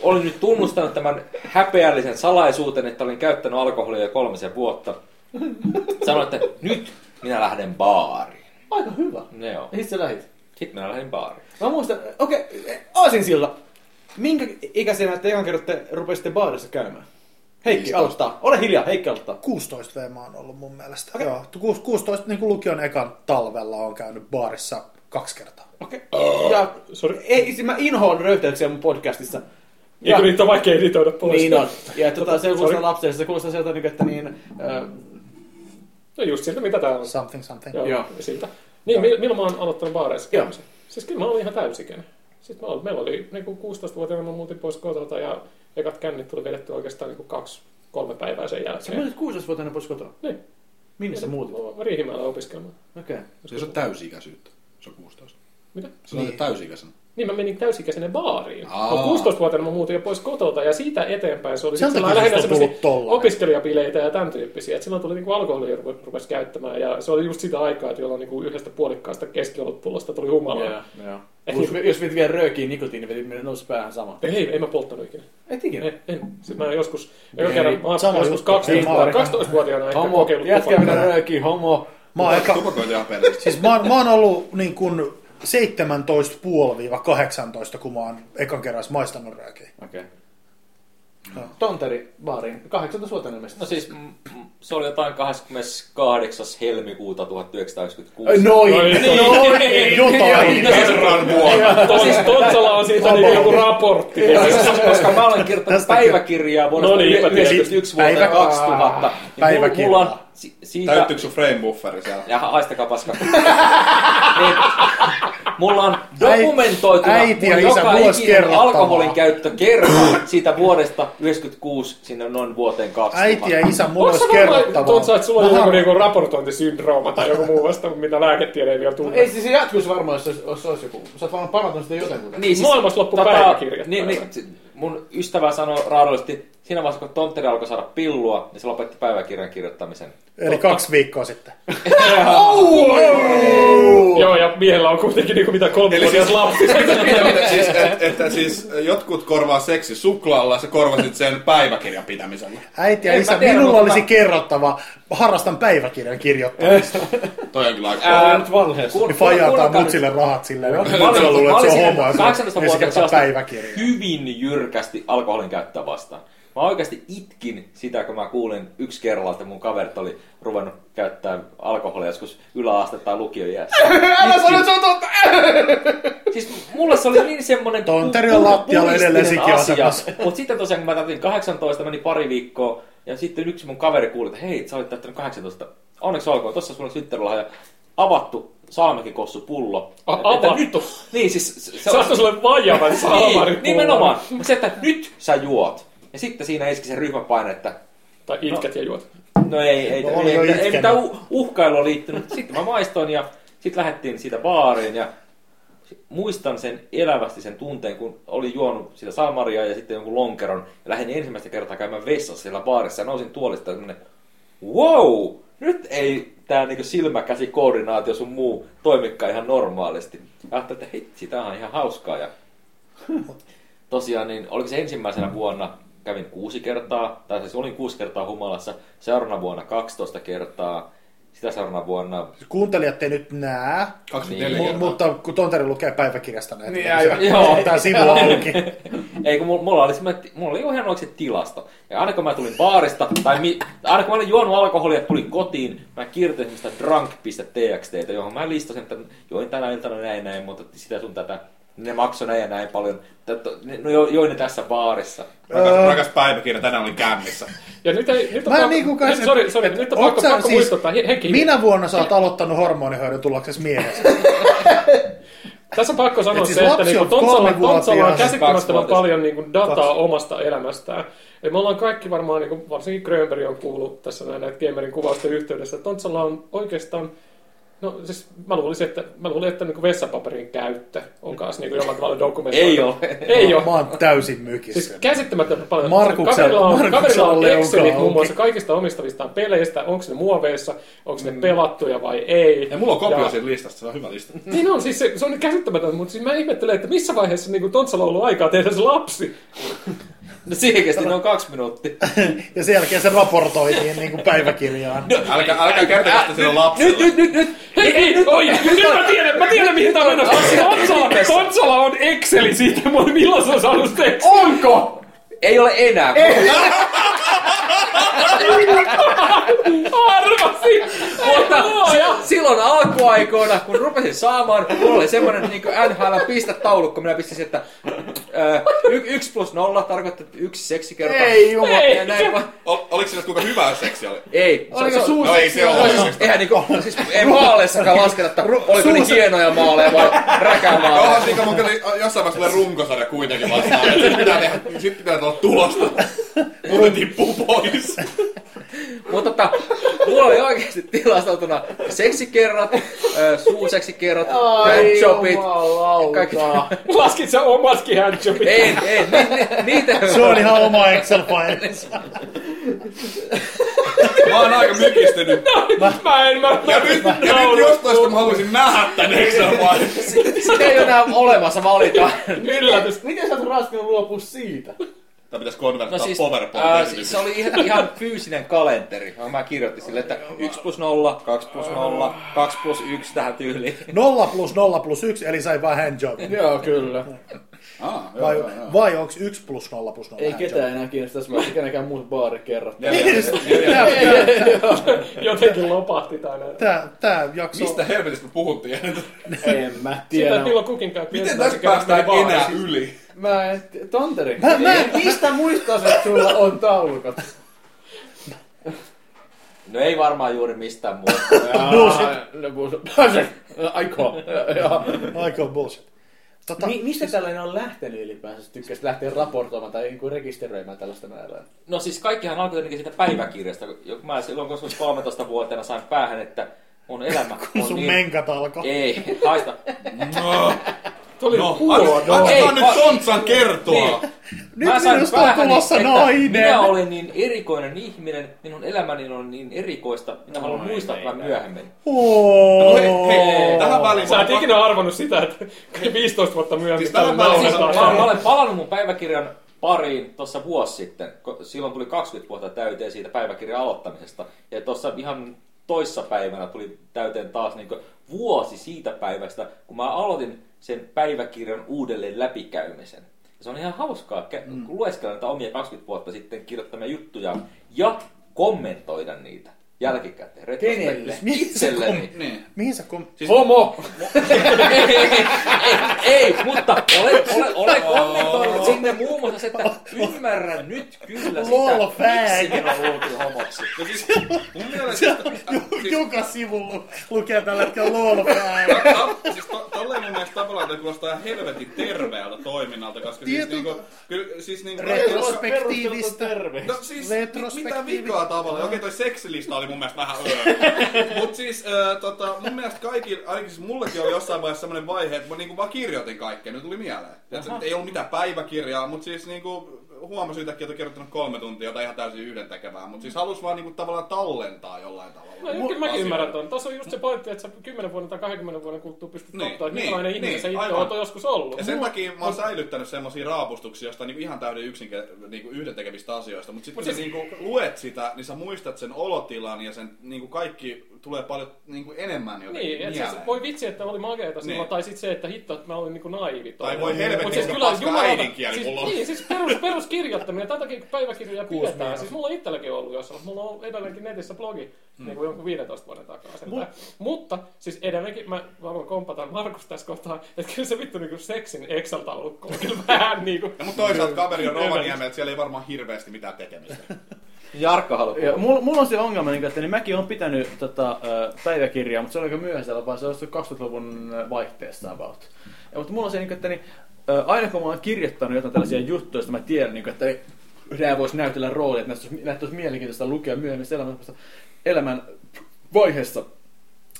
Speaker 4: olin nyt tunnustanut tämän häpeällisen salaisuuden, että olin käyttänyt alkoholia jo kolmisen vuotta. Sanoin, että nyt minä lähden baariin.
Speaker 1: Aika hyvä.
Speaker 4: No joo.
Speaker 1: Mihin sä lähit?
Speaker 4: Sitten minä lähdin baariin.
Speaker 1: Mä muistan, okei, okay, Aasin sillä. Minkä ikäisenä te ekan kerran te rupesitte baarissa käymään? Heikki aloittaa. Ole hiljaa, Heikki aloittaa.
Speaker 2: 16 V mä oon ollut mun mielestä. Okay. Joo, ku- 16 niin kuin lukion ekan talvella on käynyt baarissa kaksi kertaa.
Speaker 1: Okei. Okay. Ja
Speaker 7: Sori.
Speaker 1: ei, siis mä inhoon röyhtäyksiä mun podcastissa.
Speaker 7: Eikö niitä on vaikea editoida pois?
Speaker 1: Niin on. Ja tota, se
Speaker 7: Sori.
Speaker 1: kuulostaa lapsellista, se kuulostaa sieltä, niinku, että niin... Äh,
Speaker 7: No just siltä, mitä tää on.
Speaker 2: Something, something.
Speaker 7: Joo,
Speaker 1: Joo.
Speaker 7: siltä. Niin, mil- milloin mä oon aloittanut baareissa käymisen? Siis kyllä mä olin ihan täysikäinen. Sitten mä olin, meillä oli niin 16-vuotiaana mä muutin pois kotoa ja ekat kännit tuli vedetty oikeastaan niin kuin kaksi, kolme päivää sen
Speaker 1: Sä
Speaker 7: jälkeen.
Speaker 1: muutit 16-vuotiaana pois kotoa?
Speaker 7: Niin.
Speaker 1: Minne sä muutit?
Speaker 7: Mä oon Riihimäellä opiskelemaan.
Speaker 1: Okei. Okay.
Speaker 6: Se on täysi-ikäisyyttä. Se on 16.
Speaker 7: Mitä?
Speaker 6: Se on niin. täysi-ikäisenä.
Speaker 7: Niin mä menin täysikäisenä baariin.
Speaker 6: Aa.
Speaker 7: Mä 16-vuotena mä muutin jo pois kotolta ja siitä eteenpäin se oli
Speaker 2: Sen
Speaker 7: sit sellainen
Speaker 2: takia
Speaker 7: lähinnä
Speaker 2: susta on tullut
Speaker 7: semmoisia
Speaker 2: tollanen.
Speaker 7: opiskelijabileitä ja tämän tyyppisiä. Et silloin tuli niinku alkoholia rupe- rupesi käyttämään ja se oli just sitä aikaa, että jolloin niinku yhdestä puolikkaasta keskiolutpullosta tuli humalaa.
Speaker 1: Joo,
Speaker 7: Yeah.
Speaker 1: joo.
Speaker 7: Ei.
Speaker 1: Jos, jos vit vielä röökiin nikotiini, niin veti- nousi päähän sama.
Speaker 7: Ei, en mä polttanut ikinä.
Speaker 1: Et ikinä.
Speaker 7: En, en. Siis mä joskus, joka kerran, mä oon
Speaker 2: sama
Speaker 7: joskus
Speaker 2: juttu. Ei, mä
Speaker 7: 12,
Speaker 2: olen-
Speaker 7: 12-vuotiaana ehkä
Speaker 1: Homo,
Speaker 7: kokeillut
Speaker 1: jätkä
Speaker 7: tupakkaa.
Speaker 1: vielä röökiin, homo.
Speaker 2: Mä oon eka,
Speaker 6: Tupakointi ihan perheestä.
Speaker 2: Siis mä, oon- mä oon ollut niin kun 17,5-18, kun mä oon ekan kerran maistanut röökiä.
Speaker 1: Okei. Okay. Tonteri baariin, 18-vuotiaana ilmeisesti.
Speaker 4: No siis mm, mm, se oli jotain 28. helmikuuta 1996.
Speaker 1: Ai,
Speaker 2: no,
Speaker 1: Noin,
Speaker 7: Noin,
Speaker 1: noin,
Speaker 4: niin.
Speaker 2: Jotain!
Speaker 6: Kerran vuonna.
Speaker 7: No siis Tontsalla on siitä niin joku raportti.
Speaker 4: Koska- niin. koska mä olen kirjoittanut
Speaker 2: Tästä-
Speaker 4: päiväkirjaa vuodesta
Speaker 7: No niin, mä tiedän.
Speaker 4: 1991 vuoteen
Speaker 2: Päivä-
Speaker 4: 2000. niin mulla-
Speaker 2: Päiväkirja.
Speaker 4: mulla on si- siitä,
Speaker 6: Täyttyykö sun frame bufferi siellä?
Speaker 4: ja haistakaa paska. niin, mulla on
Speaker 2: Äi-
Speaker 4: dokumentoituna
Speaker 2: äiti ja
Speaker 4: mun
Speaker 2: isä
Speaker 4: joka
Speaker 2: vuosi
Speaker 4: ikinen
Speaker 2: kerrottavaa.
Speaker 4: alkoholin käyttö kerran siitä vuodesta 96 sinne noin vuoteen 2000.
Speaker 2: Äiti ja isä, mulla
Speaker 7: Onko
Speaker 2: olisi
Speaker 7: sä varmaan, Tontsa,
Speaker 2: kerrottavaa.
Speaker 7: että sulla on
Speaker 2: Mä
Speaker 7: joku
Speaker 2: haluan-
Speaker 7: niinku raportointisyndrooma tai joku muu vasta, mitä lääketiede ei vielä tunne?
Speaker 1: Ei siis se jatkuisi varmaan, jos, olisi- jos olisi joku. Sä oot varmaan parantanut sitä jotenkin.
Speaker 4: Niin,
Speaker 7: Maailmanloppu päiväkirjat
Speaker 4: Niin,
Speaker 7: päivä.
Speaker 4: niin, si- mun ystävä sanoi raadollisesti, siinä vaiheessa kun Tontteri alkoi saada pillua, niin se lopetti päiväkirjan kirjoittamisen.
Speaker 2: Eli kaksi viikkoa sitten.
Speaker 7: Joo, ja miehellä on kuitenkin niinku mitä kolme
Speaker 6: Eli
Speaker 7: vuotias
Speaker 6: siis-
Speaker 7: lapsi.
Speaker 6: Että siis, et, että siis jotkut korvaa seksi suklaalla, sä korvasit sen päiväkirjan pitämisellä.
Speaker 2: Äiti ja
Speaker 4: En
Speaker 2: isä,
Speaker 4: mä tiedä,
Speaker 2: minulla
Speaker 4: mutta
Speaker 2: olisi
Speaker 4: mä-
Speaker 2: kerrottavaa. Harrastan päiväkirjan kirjoittamista.
Speaker 6: Toi on kyllä aika
Speaker 4: Ää,
Speaker 6: kova.
Speaker 1: Nyt valheessa.
Speaker 4: Kun-
Speaker 2: Niin faija antaa
Speaker 4: kuunnelkaa
Speaker 2: mut sille rahat silleen.
Speaker 4: nyt.
Speaker 2: Mä
Speaker 4: Mä olin-
Speaker 2: luulen,
Speaker 4: mä
Speaker 2: että
Speaker 4: olin
Speaker 2: se on
Speaker 4: siinä
Speaker 2: homma.
Speaker 4: 18-vuotias
Speaker 2: kertaa
Speaker 4: sellaista
Speaker 2: päiväkirja.
Speaker 4: hyvin jyrkästi alkoholin käyttöä vastaan. Mä oikeasti itkin sitä, kun mä kuulin yksi kerralla, että mun kaverit oli ruvennut käyttää alkoholia joskus yläaste tai lukiojäässä.
Speaker 1: Älä sano, että se on totta!
Speaker 4: Siis mulle se oli niin semmoinen
Speaker 2: Tonteri on lattialla edelleen sikiasemas.
Speaker 4: Mutta sitten tosiaan kun mä täytin 18, meni pari viikkoa, ja sitten yksi mun kaveri kuuli, että hei, sä olit täyttänyt 18. Onneksi olkoon, tossa sun sytterillä ja avattu ssalmekin kossu pullo.
Speaker 7: A-
Speaker 4: Että- että
Speaker 7: avattu.
Speaker 4: nyt- Niin siis se- se on
Speaker 7: Saatko sulle vajavan salmarin
Speaker 4: niin, nimenomaan. Mutta se, että nyt sä juot. Ja sitten siinä iski se ryhmäpaine, että
Speaker 7: Tai itket ja juot.
Speaker 4: no ei, ei, ei,
Speaker 2: Mä olin
Speaker 4: ei,
Speaker 2: jo
Speaker 4: ei, ei
Speaker 2: itkenyt.
Speaker 4: mitään u- uhkailua liittynyt. Sitten mä maistoin ja sitten lähdettiin siitä baariin ja muistan sen elävästi sen tunteen, kun oli juonut sitä salmaria ja sitten jonkun lonkeron. Ja lähdin ensimmäistä kertaa käymään vessassa siellä baarissa ja nousin tuolista ja semmonen, wow, nyt ei tämä niinku silmäkäsi koordinaatio sun muu toimikaan ihan normaalisti. Ja ajattelin, että hitsi, tämä on ihan hauskaa. Ja tosiaan, niin oliko se
Speaker 2: Mm.
Speaker 4: ensimmäisenä vuonna kävin kuusi kertaa, tai siis olin kuusi kertaa humalassa, seuraavana vuonna 12 kertaa, sitä seuraavana vuonna...
Speaker 2: Kuuntelijat ei nyt näe,
Speaker 6: 24
Speaker 4: Niin.
Speaker 2: mu-
Speaker 6: kertaa.
Speaker 2: mutta kun Tonteri lukee päiväkirjasta näitä.
Speaker 1: Niin,
Speaker 2: asioita.
Speaker 4: Joo.
Speaker 2: Tää sivu auki.
Speaker 4: Ei, kun mulla, mulla oli, semmoinen- mulla oli ihan oikein tilasto. Ja aina kun mä tulin baarista, tai mi, aina kun mä olin juonut alkoholia ja tulin kotiin, mä kirjoitin sitä drunk.txt, johon mä listasin, että join tänä iltana näin ja näin, mutta sitä sun tätä, ne maksoi näin ja näin paljon. Tätä, no jo- join ne tässä baarissa.
Speaker 6: Rakas, rakas päiväkirja, tänään oli kämmissä.
Speaker 7: Ja nyt, ei, nyt on
Speaker 2: Mä en
Speaker 7: pakko,
Speaker 2: niinku kai
Speaker 7: nyt, sorry, sorry,
Speaker 2: et
Speaker 7: nyt on
Speaker 2: oot
Speaker 7: pakko,
Speaker 2: sä siis
Speaker 7: pakko muistuttaa, he- henki.
Speaker 2: Minä vuonna sä oot aloittanut hormonihoidon tuloksessa miehessä.
Speaker 7: Tässä on pakko sanoa
Speaker 2: Et
Speaker 7: siis
Speaker 2: siis
Speaker 7: se, että
Speaker 2: lapsi
Speaker 7: niinku
Speaker 2: on
Speaker 7: Tontsalla,
Speaker 2: kolmevuotias,
Speaker 7: Tontsalla on käsittämättömän
Speaker 4: kaksivuotias.
Speaker 7: paljon niinku dataa
Speaker 2: Kaksi.
Speaker 7: omasta elämästään. Et me ollaan kaikki varmaan, niinku, varsinkin Grönberg on kuullut tässä näin näitä gamerin kuvausten yhteydessä, että Tontsalla on oikeastaan No siis mä luulisin, että, mä luulin, että niinku vessapaperin käyttö on kanssa niinku jollain tavalla dokumentoitu.
Speaker 4: Ei ole.
Speaker 7: Ei ole.
Speaker 2: Mä oon täysin
Speaker 7: Siis
Speaker 2: mykissä.
Speaker 7: käsittämättömän paljon.
Speaker 2: Markuksella-
Speaker 7: kaverilla on,
Speaker 2: Markuksella
Speaker 7: kaverilla on
Speaker 2: leuka
Speaker 7: Excelit muun
Speaker 2: auki.
Speaker 7: muassa kaikista omistavistaan peleistä, onko ne muoveissa, onko ne pelattuja vai ei.
Speaker 6: Mm. Ja mulla on kopio
Speaker 7: Ja-
Speaker 6: siitä listasta, se on hyvä lista.
Speaker 7: Niin on, siis se, se on käsittämätöntä, mutta siis mä ihmettelen, että missä vaiheessa niin Tontsalla on ollut aikaa tehdä se lapsi.
Speaker 4: No siihen kesti noin kaksi minuuttia.
Speaker 2: Ja sen jälkeen se raportoitiin niin kuin päiväkirjaan.
Speaker 7: No.
Speaker 6: Älkää, älkää kertokaa sitä sille lapselle.
Speaker 4: Nyt, nyt, nyt, nyt.
Speaker 7: Hei, hei, oi, nyt mä tiedän, mä tiedän mihin tää on menossa. Tontsala, Tontsala on Exceli siitä, mä olin- milloin se on saanut sitä Exceli.
Speaker 1: Onko?
Speaker 4: Ei ole enää. Ei.
Speaker 7: Arvasin!
Speaker 4: Mutta
Speaker 7: Mutta ja
Speaker 4: si- silloin niinku alkuaikoina, kun rupesin saamaan, mulla oli semmoinen niin NHL-pistetaulukko, minä pistin, että Öö, y- yksi plus nolla tarkoittaa, että yksi seksi kertaa.
Speaker 1: Ei jumala.
Speaker 4: Ja näin vaan.
Speaker 6: Ol, oliko siinä kuinka hyvää seksiä oli?
Speaker 4: Ei.
Speaker 1: Oliko
Speaker 4: se-
Speaker 1: suu
Speaker 6: No ei se ole.
Speaker 4: Siis, eihän niinku, siis ei maaleissakaan lasketa, että oliko ne hienoja maaleja vai
Speaker 6: No
Speaker 4: räkämaaleja.
Speaker 6: onhan siinä mun kyllä jossain vaiheessa tulee runkosarja kuitenkin vastaan. että Sit pitää tehdä, sit pitää tulla tulosta. Muuten tippuu pois.
Speaker 4: Mutta tota, mulla oli oikeasti tilastoituna seksikerrat, ö, suuseksikerrat, handjobit, kaikki.
Speaker 7: Laskit sä omatkin handjobit?
Speaker 4: Ei, ei, ni, ni, niitä.
Speaker 2: Se on ihan oma
Speaker 7: Siis-
Speaker 2: Excel-file.
Speaker 6: Mä oon aika mykistynyt.
Speaker 7: Mä en, mä,
Speaker 6: Ja
Speaker 7: mä,
Speaker 6: nyt, ja nyt jostain sitä mä haluaisin nähdä tän Excel vain.
Speaker 4: Sitä ei ole enää olemassa, valitaan.
Speaker 7: yllätys.
Speaker 1: Miten sä oot raskinut luopua siitä?
Speaker 6: Tää pitäisi konvertaa
Speaker 4: No siis, ää, siis
Speaker 6: PowerPoint-esitykseksi.
Speaker 4: se oli ihan, ihan fyysinen kalenteri. Mä kirjoitin sille, että 1 plus 0, 2 plus 0, 2 plus 1 tähän tyyliin.
Speaker 2: 0 plus 0 plus 1, eli sai vaan handjobin.
Speaker 1: Joo, kyllä.
Speaker 6: Ah, joo,
Speaker 2: Vai,
Speaker 6: joo, joo.
Speaker 2: vai onko 1 plus 0 plus 0
Speaker 1: Ei ketään enää kiinnosta, jos mä oon kenenkään muut baari kerran.
Speaker 7: Jotenkin lopahti tai näin.
Speaker 2: Tää, tää jakso...
Speaker 6: Mistä helvetistä me puhuttiin?
Speaker 1: En mä
Speaker 7: Sitä
Speaker 1: tiedä.
Speaker 7: milloin kukin käytti.
Speaker 6: Miten tästä
Speaker 7: ensimmäisen kerran
Speaker 6: päästään
Speaker 7: baariin.
Speaker 6: enää yli?
Speaker 1: Mä en... Tonteri.
Speaker 2: Mä- mä en-
Speaker 1: Mistä muistaisi, että sulla on taulukot?
Speaker 4: No ei varmaan juuri mistään muuta.
Speaker 2: Bullshit.
Speaker 1: No bullshit. Aiko. Joo.
Speaker 2: Aika on bullshit. Tota,
Speaker 1: Mi- mistä tällainen on lähtenyt ylipäänsä? Tykkäsit lähteä raportoimaan tai niinku rekisteröimään tällaista määrää?
Speaker 4: No siis kaikkihan alkoi tietenkin siitä päiväkirjasta. kun Mä silloin joskus 13-vuotiaana sain päähän, että on elämä.
Speaker 2: kun
Speaker 4: on
Speaker 2: sun
Speaker 4: niin-
Speaker 2: menkat alkaa.
Speaker 4: Ei, haista.
Speaker 6: No,
Speaker 7: Tuli
Speaker 6: no,
Speaker 7: huono.
Speaker 4: Ei,
Speaker 6: annetaan nyt
Speaker 4: pa-
Speaker 6: Sontsan kertoa.
Speaker 4: Niin.
Speaker 2: Nyt
Speaker 4: Mä sain
Speaker 2: minusta on
Speaker 4: päähän, niin
Speaker 2: tulossa
Speaker 4: että
Speaker 2: nainen.
Speaker 4: Minä olen niin erikoinen ihminen, minun elämäni on niin erikoista, mitä haluan muistaa tämän myöhemmin.
Speaker 2: Oo.
Speaker 6: Hei,
Speaker 4: No
Speaker 6: hei, Tähän väliin
Speaker 7: Sä et
Speaker 6: mä-
Speaker 7: ikinä arvannut sitä, että 15 vuotta myöhemmin.
Speaker 6: Siis tällä
Speaker 7: täällä
Speaker 6: välillä-
Speaker 4: Mä,
Speaker 7: nauretaan.
Speaker 6: Joo.
Speaker 4: mä olen palannut mun päiväkirjan pariin tuossa vuosi sitten. ko- Silloin tuli 20 vuotta täyteen siitä päiväkirjan aloittamisesta. Ja tuossa ihan toissa päivänä tuli täyteen taas niin vuosi siitä päivästä, kun mä aloitin sen päiväkirjan uudelleen läpikäymisen. Ja se on ihan hauskaa, kä- kun lueskella näitä omia 20 vuotta sitten kirjoittamia juttuja ja kommentoida niitä jälkikäteen.
Speaker 1: Kenelle?
Speaker 4: retrospektiivisesti Itselleni. Siis-
Speaker 6: Niin.
Speaker 2: Mihin sä kom...
Speaker 1: Siis Homo!
Speaker 4: ei, ei, ei, mutta ole, ole, ole kommentoinut sinne muun muassa se, että ymmärrän nyt kyllä
Speaker 2: Lol,
Speaker 4: sitä,
Speaker 2: fag.
Speaker 4: miksi minä luultiin homoksi.
Speaker 6: No siis, mun mielestä...
Speaker 2: Ju-
Speaker 6: siis-
Speaker 2: Joka sivulla lukee tällä hetkellä luolopää.
Speaker 6: Ta- siis to, tolleen mun mielestä tapalaita kuulostaa ihan helvetin terveeltä toiminnalta, koska siis
Speaker 2: Tietyn-
Speaker 6: niinku, kyllä, siis niinku,
Speaker 2: Retrospektiivistä.
Speaker 6: No siis, mi- mitä
Speaker 2: Retrospektiivi.
Speaker 6: vikaa tavallaan? Okei, toi seksilista oli mun mielestä vähän öö. Mut siis, ö, tota, mun mielestä kaikki, ainakin siis mullekin oli jossain vaiheessa semmoinen vaihe, että mä niinku vaan kirjoitin kaikkea, nyt tuli mieleen. Et, et ei ollut mitään päiväkirjaa, mut siis niinku huomasin yhtäkkiä, että on kirjoittanut kolme tuntia jotain ihan täysin yhdentekevää, mut siis halus vaan niinku tavallaan tallentaa jollain tavalla.
Speaker 7: No, kyllä mäkin ymmärrän tuon. Tuossa on just se pointti, että sä 10 vuoden tai 20 vuoden kuluttua pystyt
Speaker 6: Niin,
Speaker 7: niin, ottaa, että
Speaker 6: niin,
Speaker 7: minkälainen ihminen
Speaker 6: niin,
Speaker 7: sä itse
Speaker 6: aivan.
Speaker 7: oot joskus ollut.
Speaker 6: Ja sen takia mä oon säilyttänyt semmosia raapustuksia jostain niinku ihan täyden yksinke- niinku yhdentekevistä asioista, mutta sitten kun sä niinku luet sitä, niin sä muistat sen olotilan ja sen niinku kaikki tulee paljon niinku enemmän jotenkin
Speaker 7: Niin, että siis
Speaker 6: mieleen.
Speaker 7: voi vitsi, että oli mageeta silloin,
Speaker 6: Niin.
Speaker 7: tai sitten se, että hitto, että mä olin niinku naivi.
Speaker 6: Tai voi helvetti,
Speaker 7: Mut
Speaker 6: kun on paska äidinkieli
Speaker 7: siis,
Speaker 6: mulla on.
Speaker 7: Niin, siis perus, peruskirjoittaminen, tämän takia kun päiväkirjoja pidetään, siis mulla on itselläkin ollut jossain, mutta mulla on edelleenkin netissä blogi,
Speaker 6: Hmm.
Speaker 7: niin kuin jonkun 15 vuoden takaa. sen tää. Mutta siis edelleenkin, mä haluan kompata Markus tässä kohtaa, että kyllä se vittu niinku seksin Excel-taulukko on kyllä vähän niinku...
Speaker 6: Ja mut toisaalta kaveri on Rovaniemellä, että siellä ei varmaan hirveästi mitään tekemistä.
Speaker 4: Jarkko haluaa
Speaker 1: Ja mulla, mulla on se ongelma, niin että niin mäkin olen pitänyt tota, ö, päiväkirjaa, mutta se oli aika myöhäisellä, vaan se on 20-luvun vaihteessa about. Ja, mutta mulla on se, niin että niin, ö, aina kun mä oon kirjoittanut jotain tällaisia juttuja, joista mä tiedän, niin että niin, nämä voisi näytellä roolia, että näistä olisi- näistä olisi mielenkiintoista lukea myöhemmin elämän, elämän vaiheessa,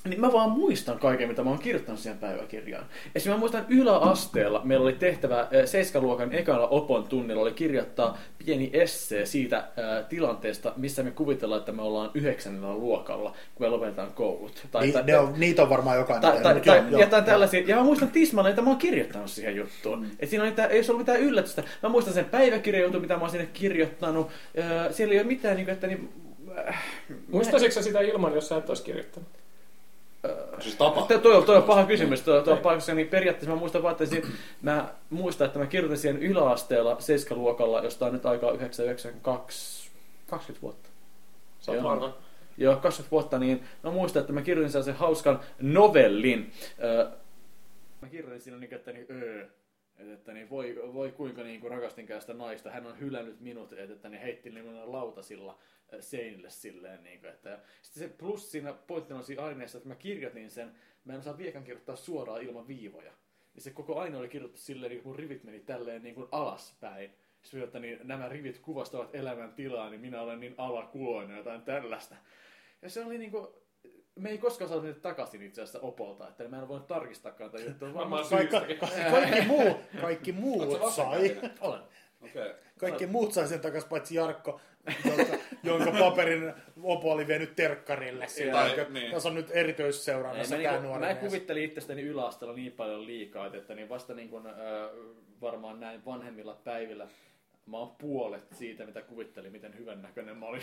Speaker 1: niin mä vaan muistan kaiken, mitä mä oon kirjoittanut siihen päiväkirjaan. Esimerkiksi mä muistan yläasteella meillä oli tehtävä eh, seiskaluokan ekalla opon tunnilla oli kirjoittaa pieni essee siitä eh, tilanteesta, missä me kuvitellaan, että me ollaan yhdeksännellä luokalla, kun me lopetetaan koulut.
Speaker 2: Ni, Niin, ne on, niitä on varmaan jokainen
Speaker 1: Tai, tai,
Speaker 2: tehnyt,
Speaker 1: tai,
Speaker 2: mut joo,
Speaker 1: ja, tai
Speaker 2: joo.
Speaker 1: tällaisia. ja mä muistan tismalleen, että mä oon kirjoittanut siihen juttuun. Mm. Et siinä oli tää, ei olisi ollut mitään yllätystä. Mä muistan sen päiväkirjan jutun, mitä mä oon sinne kirjoittanut. Öö, siellä ei ole mitään, niin kuin, että niin, äh,
Speaker 7: Muistaisitko sä sitä ilman, jos sä et olisi kirjoittanut?
Speaker 6: Siis tapa.
Speaker 1: Tuo, toi, on- toi on paha kysymys. Tuo, tuo on paha, koska niin periaatteessa mä muistan vaan, että siinä- mä muistan, että mä kirjoitin siihen yläasteella seiskaluokalla, josta on nyt aikaa 992, 20 vuotta.
Speaker 7: Sä oot
Speaker 1: Joo.
Speaker 7: vanha.
Speaker 1: Joo, 20 vuotta, niin mä muistan, että mä kirjoitin sellaisen hauskan novellin. Öö, mä kirjoitin siinä niin, että niin, öö, Et, että niin voi, voi kuinka niin kuin rakastinkaan sitä naista, hän on hylännyt minut, et, että niin heitti niin lautasilla äh, seinille silleen. Niin kuin, että. Sitten se plus siinä pointtina on siinä aineessa, että mä kirjoitin sen, mä en osaa vieläkään kirjoittaa suoraan ilman viivoja. Ja se koko aine oli kirjoitettu silleen, niin kuin mun rivit meni tälleen niin kuin alaspäin. Sitten että niin, nämä rivit kuvastavat elämän tilaa, niin minä olen niin alakuloinen, jotain tällaista. Ja se oli niin kuin, me ei koskaan saatu niitä takaisin itse asiassa opolta, että mä en voi tarkistaakaan tätä juttua.
Speaker 7: Varmaan
Speaker 2: Kaikki,
Speaker 7: syystäkin.
Speaker 2: kaikki muu, kaikki
Speaker 3: Oot sä
Speaker 2: muut sai.
Speaker 3: vasenkätinen?
Speaker 1: Olen.
Speaker 3: Okei. Okay.
Speaker 2: Kaikki muut sai sen takaisin, paitsi Jarkko, jonka, jonka paperin opo oli vienyt terkkarille. Sillä,
Speaker 6: Tai-
Speaker 2: tai,
Speaker 6: niin.
Speaker 2: niin. Tässä on nyt erityisseurannassa
Speaker 1: Ei,
Speaker 2: tämä
Speaker 1: niinku-
Speaker 2: nuori
Speaker 1: mä
Speaker 2: mies.
Speaker 1: kuvittelin itsestäni yläasteella niin paljon liikaa, että- että niin vasta niin kuin, äh, varmaan näin vanhemmilla päivillä mä oon puolet siitä, mitä kuvittelin, miten hyvän näköinen mä olin.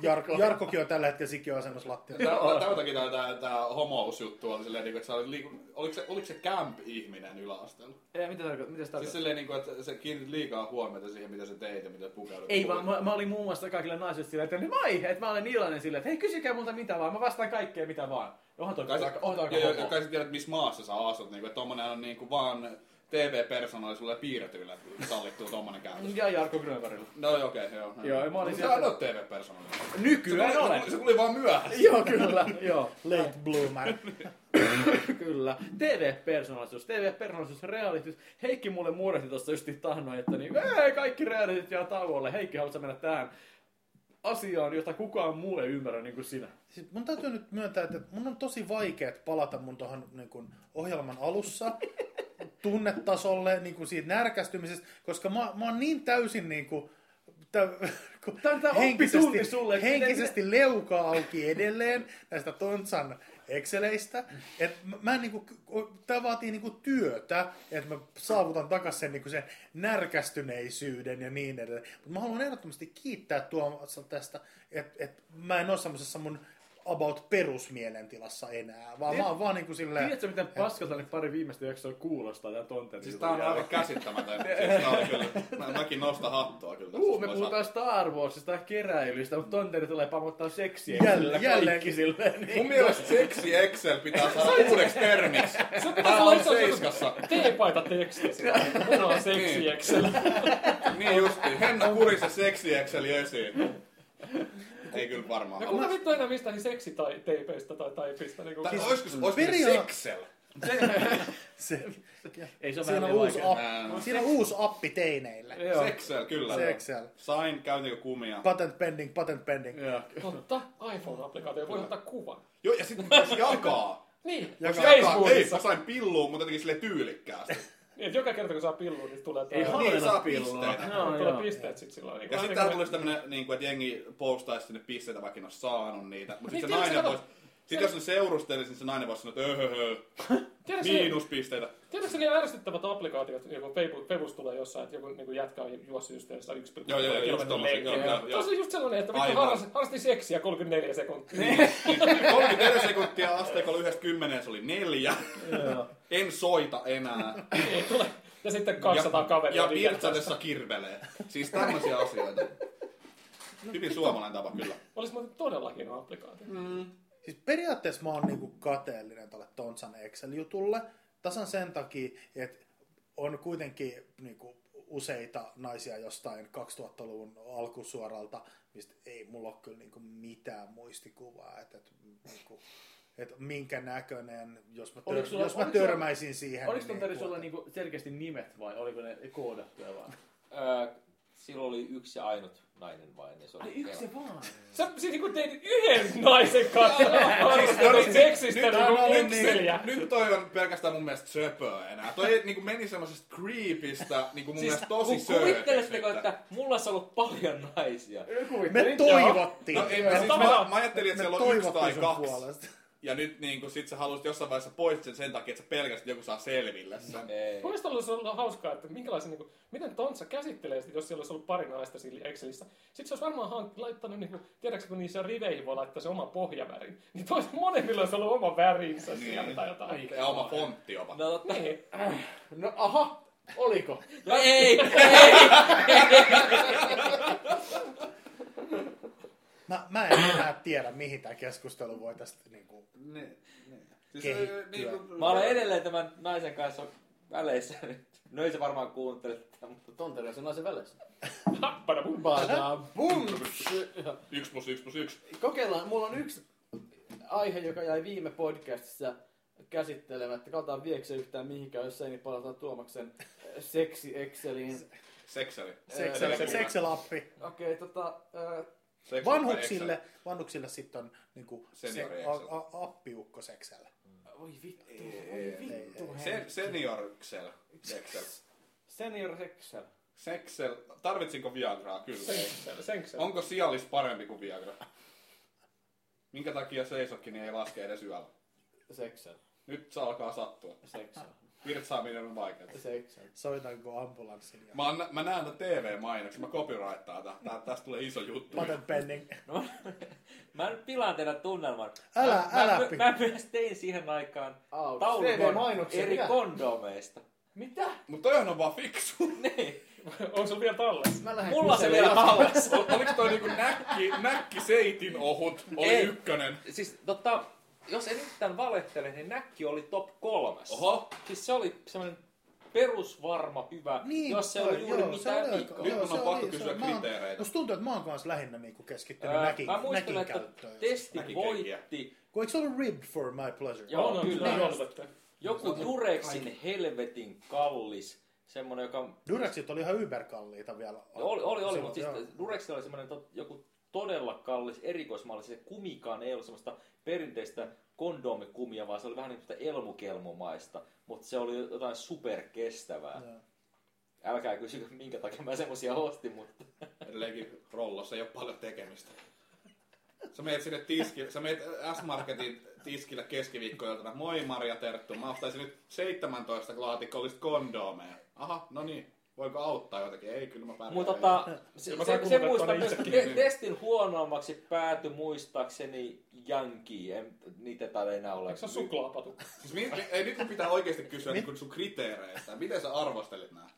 Speaker 2: Jarkko, Jarkkokin on tällä hetkellä sikiöasennus lattialla.
Speaker 6: Tämän takia tää, tää, tää homousjuttu oli silleen, niinku, että sä olit liiku... oliko se, oliko se camp-ihminen yläasteella?
Speaker 1: Ei, mitä tarko- mitä se tarkoittaa?
Speaker 6: Siis silleen, niinku, että sä kiinnitit liikaa huomiota siihen, mitä sä teit ja mitä pukeudut.
Speaker 1: Ei vaan, mä, mä olin muun muassa kaikille naisille silleen, että moi, että mä olen iloinen silleen, että hei kysykää multa mitä vaan, mä vastaan kaikkea mitä vaan. Onhan toi,
Speaker 6: Kai sä,
Speaker 1: onhan toi aika
Speaker 6: ja, ja,
Speaker 1: homo.
Speaker 6: kai sä tiedät, missä maassa sä asut, niinku, että tommonen on niinku vaan TV-persoonallisuudelle piirretyillä sallittu tommonen käytös.
Speaker 1: Ja Jarkko Grönbergilla.
Speaker 6: No joo, okei, okay, joo.
Speaker 1: Joo, ja mä olin
Speaker 6: Sä
Speaker 1: sieltä-
Speaker 6: en oo TV-persoonallisuus.
Speaker 1: Nykyään
Speaker 6: Se tuli-
Speaker 1: olen.
Speaker 6: Se tuli vaan myöhässä.
Speaker 1: Joo, kyllä, joo.
Speaker 2: Late bloomer.
Speaker 1: Kyllä. TV-persoonallisuus, TV-persoonallisuus, realityys. Heikki mulle muurehti tuossa just tahnoin, että niin, ei, kaikki realityt jää tauolle. Heikki, haluatko sä mennä tähän asiaan, jota kukaan muu ei ymmärrä niin kuin sinä?
Speaker 2: Siis mun täytyy nyt myöntää, että mun on tosi vaikeet palata mun tuohon niin kun, ohjelman alussa tunnetasolle niin kun siitä närkästymisestä, koska mä, mä oon niin täysin niin kun, tä, kun
Speaker 1: Tää on tää oppitunti sulle, että
Speaker 2: henkisesti leuka auki edelleen näistä Tontsan exceleistä. Et mä, mä en, niin kun, tää vaatii niin kun, työtä, että mä saavutan takaisin sen, niin kun, sen närkästyneisyyden ja niin edelleen. Mutta mä haluan ehdottomasti kiittää Tuomatsa tästä, että et mä en ole semmoisessa mun about perusmielentilassa enää, vaan mä oon vaan niin kuin silleen...
Speaker 1: Tiedätkö, miten paskalta ne pari viimeistä jaksoa kuulostaa tämän tonteen?
Speaker 6: Siis tää on aivan käsittämätön. Siis tää oli kyllä, mä, mäkin nostan hattua kyllä.
Speaker 1: Uu,
Speaker 6: Tässä
Speaker 1: me
Speaker 6: voi
Speaker 1: puhutaan Star Warsista ja keräilystä, mutta tonteri tulee pamottaa seksiä.
Speaker 2: Jälle-
Speaker 1: Sillä
Speaker 2: jälleen-
Speaker 1: kaikki silleen.
Speaker 6: sanoa.
Speaker 1: Niin.
Speaker 6: Mun mielestä seksi Excel pitää saada uudeksi termiksi. Tää on seiskassa.
Speaker 7: T-paita tekstissä. Minä on seksi
Speaker 6: Niin.
Speaker 7: Excel.
Speaker 6: Niin justi. Henna kurissa seksi Excel esiin. Ei kyllä varmaan.
Speaker 1: No
Speaker 7: Ja kun mä vittu enää mistä niin seksi tai teipeistä tai taipista. Niin kuin,
Speaker 6: Tai oisko
Speaker 1: Siis
Speaker 6: se oisko se
Speaker 2: Peria-
Speaker 6: seksel?
Speaker 2: Se,
Speaker 1: Ei se on
Speaker 2: siinä,
Speaker 1: vähän
Speaker 2: on
Speaker 1: niin
Speaker 2: uusi
Speaker 1: vaikea.
Speaker 2: app,
Speaker 6: Nää.
Speaker 2: siinä on uusi appi teineille.
Speaker 1: Joo.
Speaker 6: Seksel, kyllä.
Speaker 2: Sexel.
Speaker 6: Sain, käytinkö kumia?
Speaker 2: Patent pending, patent pending.
Speaker 1: Joo.
Speaker 7: totta, iPhone-applikaatio voi ottaa kuvan.
Speaker 6: Joo, ja sitten voisi jakaa.
Speaker 7: Niin,
Speaker 6: Vois jakaa. Ei,
Speaker 7: Facebookissa.
Speaker 6: mä sain pilluun, mutta jotenkin sille tyylikkäästi.
Speaker 7: Niin, että joka kerta kun saa pillun, niin tulee
Speaker 1: Ei
Speaker 7: tää-
Speaker 1: hallita
Speaker 6: saa
Speaker 1: pilloa.
Speaker 6: pisteitä.
Speaker 1: Joo,
Speaker 7: tulee
Speaker 1: joo.
Speaker 7: pisteet sit sillä
Speaker 6: Ja
Speaker 7: niin lailla.
Speaker 6: sitten tähän tulisi tämmönen, niin kuin, että jengi postaisi sinne pisteitä, vaikka ne olisi saanut niitä. Mutta sitten se
Speaker 7: tiedätkö,
Speaker 6: nainen
Speaker 7: Niin, kato-
Speaker 6: voisi... Sitten jos ne seurustelisi, niin se nainen voisi sanoa, että öhöhö, miinuspisteitä.
Speaker 7: Tiedätkö ne ärsyttävät applikaatiot, joku Febu- Febus tulee jossain, että joku niinku jätkä on juossut just jossain yksi
Speaker 6: Joo, joo, joo, just tommosia. Joo,
Speaker 7: lenkkiä.
Speaker 6: joo, joo.
Speaker 7: Tuossa on just sellainen, että vittu
Speaker 6: Aivan.
Speaker 7: harrasti, harrasti seksiä 34 sekuntia.
Speaker 6: Niin, 34 sekuntia asteikolla yhdestä kymmeneen se oli neljä. En soita enää.
Speaker 7: Niin, Ei tule. Ja sitten 200 kaveria. No
Speaker 6: Ja
Speaker 7: tykättää
Speaker 6: virtsatessa
Speaker 7: sitä.
Speaker 6: kirvelee. Siis tämmöisiä asioita. Hyvin suomalainen tapa, kyllä.
Speaker 7: Olisi muuten todella hieno applikaatio.
Speaker 2: Siis periaatteessa mä oon niinku kateellinen tälle Tonsan Excel-jutulle. Tasan sen takia, että on kuitenkin niinku useita naisia jostain 2000-luvun alkusuoralta, mistä ei mulla ole kyllä niinku mitään muistikuvaa, että et, niinku, et minkä näköinen, jos mä,
Speaker 1: Oliko
Speaker 2: tör,
Speaker 1: sulla-
Speaker 2: jos mä
Speaker 1: oliko sulla-
Speaker 2: törmäisin siihen.
Speaker 1: Oliko tonteri
Speaker 2: niinku,
Speaker 1: sulla
Speaker 2: et-
Speaker 1: niinku selkeästi nimet vai oliko ne koodattuja vaan?
Speaker 4: Öö, silloin oli yksi ja ainut nainen vain. Ja se oli Kela.
Speaker 1: vaan.
Speaker 7: Sä siis niinku teit yhden naisen kanssa. Harrasti seksistä niinku
Speaker 6: Siis No niin, nyt, niin-
Speaker 7: ykseliä.
Speaker 6: nyt, nyt toi on pelkästään mun mielestä söpöä enää. Toi niin kuin meni semmoisesta creepistä, niin kuin mun mielestä tosi
Speaker 4: kun Siis kuvitteletteko,
Speaker 6: söösyyttä.
Speaker 4: että mulla olisi ollut paljon naisia?
Speaker 2: Me toivottiin.
Speaker 6: No ei, mä, siis, mä,
Speaker 7: tavallaan-
Speaker 6: mä ajattelin, että siellä on yksi tai
Speaker 2: sun
Speaker 6: kaksi.
Speaker 2: puolesta.
Speaker 6: Ja nyt niin kuin, sit sä halusit jossain vaiheessa poistaa sen sen takia, että sä pelkästään että joku saa selville sen.
Speaker 4: Ei.
Speaker 7: Mun mielestä olisi ollut hauskaa, että minkälaisen, niin kuin, miten Tontsa käsittelee sitä, jos siellä olisi ollut pari naista sillä Excelissä. Sitten se olisi varmaan hank- laittanut, niin kuin, tiedätkö, kun niissä riveihin voi laittaa se oma pohjaväri. Niin tois molemmilla olisi ollut oma värinsä niin. siellä tai jotain.
Speaker 6: Ja oma fontti jopa.
Speaker 4: No totta.
Speaker 7: Niin.
Speaker 1: No aha, oliko?
Speaker 4: No ei!
Speaker 2: Mä, mä en enää tiedä, mihin tämä keskustelu voi tästä... Niin kuin...
Speaker 6: Niin, niin. Siis,
Speaker 2: Kehittyä.
Speaker 6: niin kuin,
Speaker 4: Mä olen edelleen tämän naisen kanssa väleissä nyt. No ei se varmaan kuuntele tätä, mutta
Speaker 8: Tonteria sanoo se välissä.
Speaker 7: Happana mun
Speaker 8: Badaa, bum!
Speaker 6: Yksi plus yksi plus yksi.
Speaker 8: Kokeillaan, mulla on yksi aihe, joka jäi viime podcastissa käsittelemättä. Katsotaan viekö se yhtään mihinkään, jos ei, niin palataan Tuomaksen seksi Exceliin.
Speaker 6: Sekseli.
Speaker 2: Seksel, sekselappi.
Speaker 8: Okei, okay, tota... Äh,
Speaker 6: Sekseli.
Speaker 2: Vanhuksille, vanhuksille sitten on niinku se,
Speaker 6: Seniori
Speaker 2: a,
Speaker 6: Excel.
Speaker 2: a, appiukko seksellä.
Speaker 8: voi vittu, voi vittu.
Speaker 6: Se, seniorksel. Seksel.
Speaker 8: Senior Excel.
Speaker 6: Seksel. Tarvitsinko Viagraa? Kyllä.
Speaker 7: Senksel.
Speaker 6: Onko sijallis parempi kuin Viagra? Minkä takia seisokki niin ei laske edes yöllä?
Speaker 8: Seksel.
Speaker 6: Nyt se alkaa sattua.
Speaker 8: Seksel.
Speaker 6: Virtsaaminen on vaikeaa.
Speaker 8: Seksel.
Speaker 2: Soitanko niinku ambulanssin ja
Speaker 6: Mä, oon, nä- mä näen tän TV-mainoksen, mä copyrighttaan tää. tää. Tästä tulee iso juttu.
Speaker 2: patent pending.
Speaker 4: No, mä nyt pilaan teidän tunnelman.
Speaker 2: Älä,
Speaker 4: mä,
Speaker 2: älä
Speaker 4: Mä,
Speaker 2: pi-
Speaker 4: mä, myös tein siihen aikaan
Speaker 8: Au,
Speaker 4: taulukon
Speaker 8: TV-mainoksia
Speaker 4: eri
Speaker 8: vielä.
Speaker 4: kondomeista.
Speaker 8: Mitä?
Speaker 6: Mut toihan on vaan fiksu.
Speaker 4: Niin.
Speaker 7: Onko sulla vielä tallessa?
Speaker 8: Mä lähden
Speaker 4: Mulla se vielä tallessa.
Speaker 6: Ol- Oliks toi niinku näkki, näkki seitin ohut? Oli
Speaker 4: Ei.
Speaker 6: ykkönen.
Speaker 4: Siis tota, jos en yhtään valehtele, niin näkki oli top kolmessa.
Speaker 6: Oho.
Speaker 4: Siis se oli semmoinen perusvarma hyvä,
Speaker 2: Niin,
Speaker 4: jos ei ollut
Speaker 2: toi,
Speaker 4: juuri
Speaker 2: joo, se
Speaker 4: mitään niin
Speaker 2: oli
Speaker 4: vikaa.
Speaker 2: aika-
Speaker 6: Nyt
Speaker 2: joo,
Speaker 6: mun on
Speaker 2: se
Speaker 6: pakko
Speaker 2: oli- se-
Speaker 6: kysyä
Speaker 2: mä oon-
Speaker 6: kriteereitä.
Speaker 2: Musta tuntuu, että mä oon kanssa lähinnä niinku keskittynyt
Speaker 4: Ää,
Speaker 2: näkin,
Speaker 4: mä muistan,
Speaker 2: näkin
Speaker 4: että
Speaker 2: käyttöön.
Speaker 4: testi
Speaker 6: Näkin kenkiä.
Speaker 4: voitti
Speaker 2: Kun eikö se ollut ribbed for my pleasure?
Speaker 4: Joo,
Speaker 7: on,
Speaker 4: kyllä.
Speaker 7: kyllä. Kyllä.
Speaker 4: joku Jureksin helvetin kallis, semmoinen, joka
Speaker 2: Durexit oli ihan yberkalliita vielä.
Speaker 4: oli, oli, oli
Speaker 2: silloin,
Speaker 4: mutta siis
Speaker 2: joo.
Speaker 4: Durexilla oli semmoinen tot, joku todella kallis erikoismalli, se kumikaan ei ollut semmoista perinteistä kondomikumia, vaan se oli vähän niin kuin elmukelmomaista, mutta se oli jotain superkestävää.
Speaker 2: Joo.
Speaker 4: Älkää kysykö, minkä takia mä semmoisia ostin, mutta
Speaker 6: Edelleenkin rollossa ei ole paljon tekemistä. Sä meet sinne tiskille, sä meet S-Marketin tiskille keskiviikkoiltana. Moi Maria Terttu, mä ostaisin nyt 17 laatikkollista kondoomeja. Aha, no niin. Voiko auttaa jotakin? Ei, kyllä mä pärjään.
Speaker 4: Mutta tota, se,
Speaker 7: Mä sain
Speaker 4: se, se
Speaker 7: kuunnella
Speaker 4: muistan
Speaker 7: tuonne
Speaker 4: myös,
Speaker 7: itsekin.
Speaker 4: te, testin huonoimmaksi pääty muistaakseni Yankee, en, niitä täällä ei enää ole.
Speaker 7: Eikö se ole suklaapatukka?
Speaker 6: Siis mi, mi, ei, nyt kun pitää oikeasti kysyä niin sun kriteereistä. Miten sä arvostelit nää?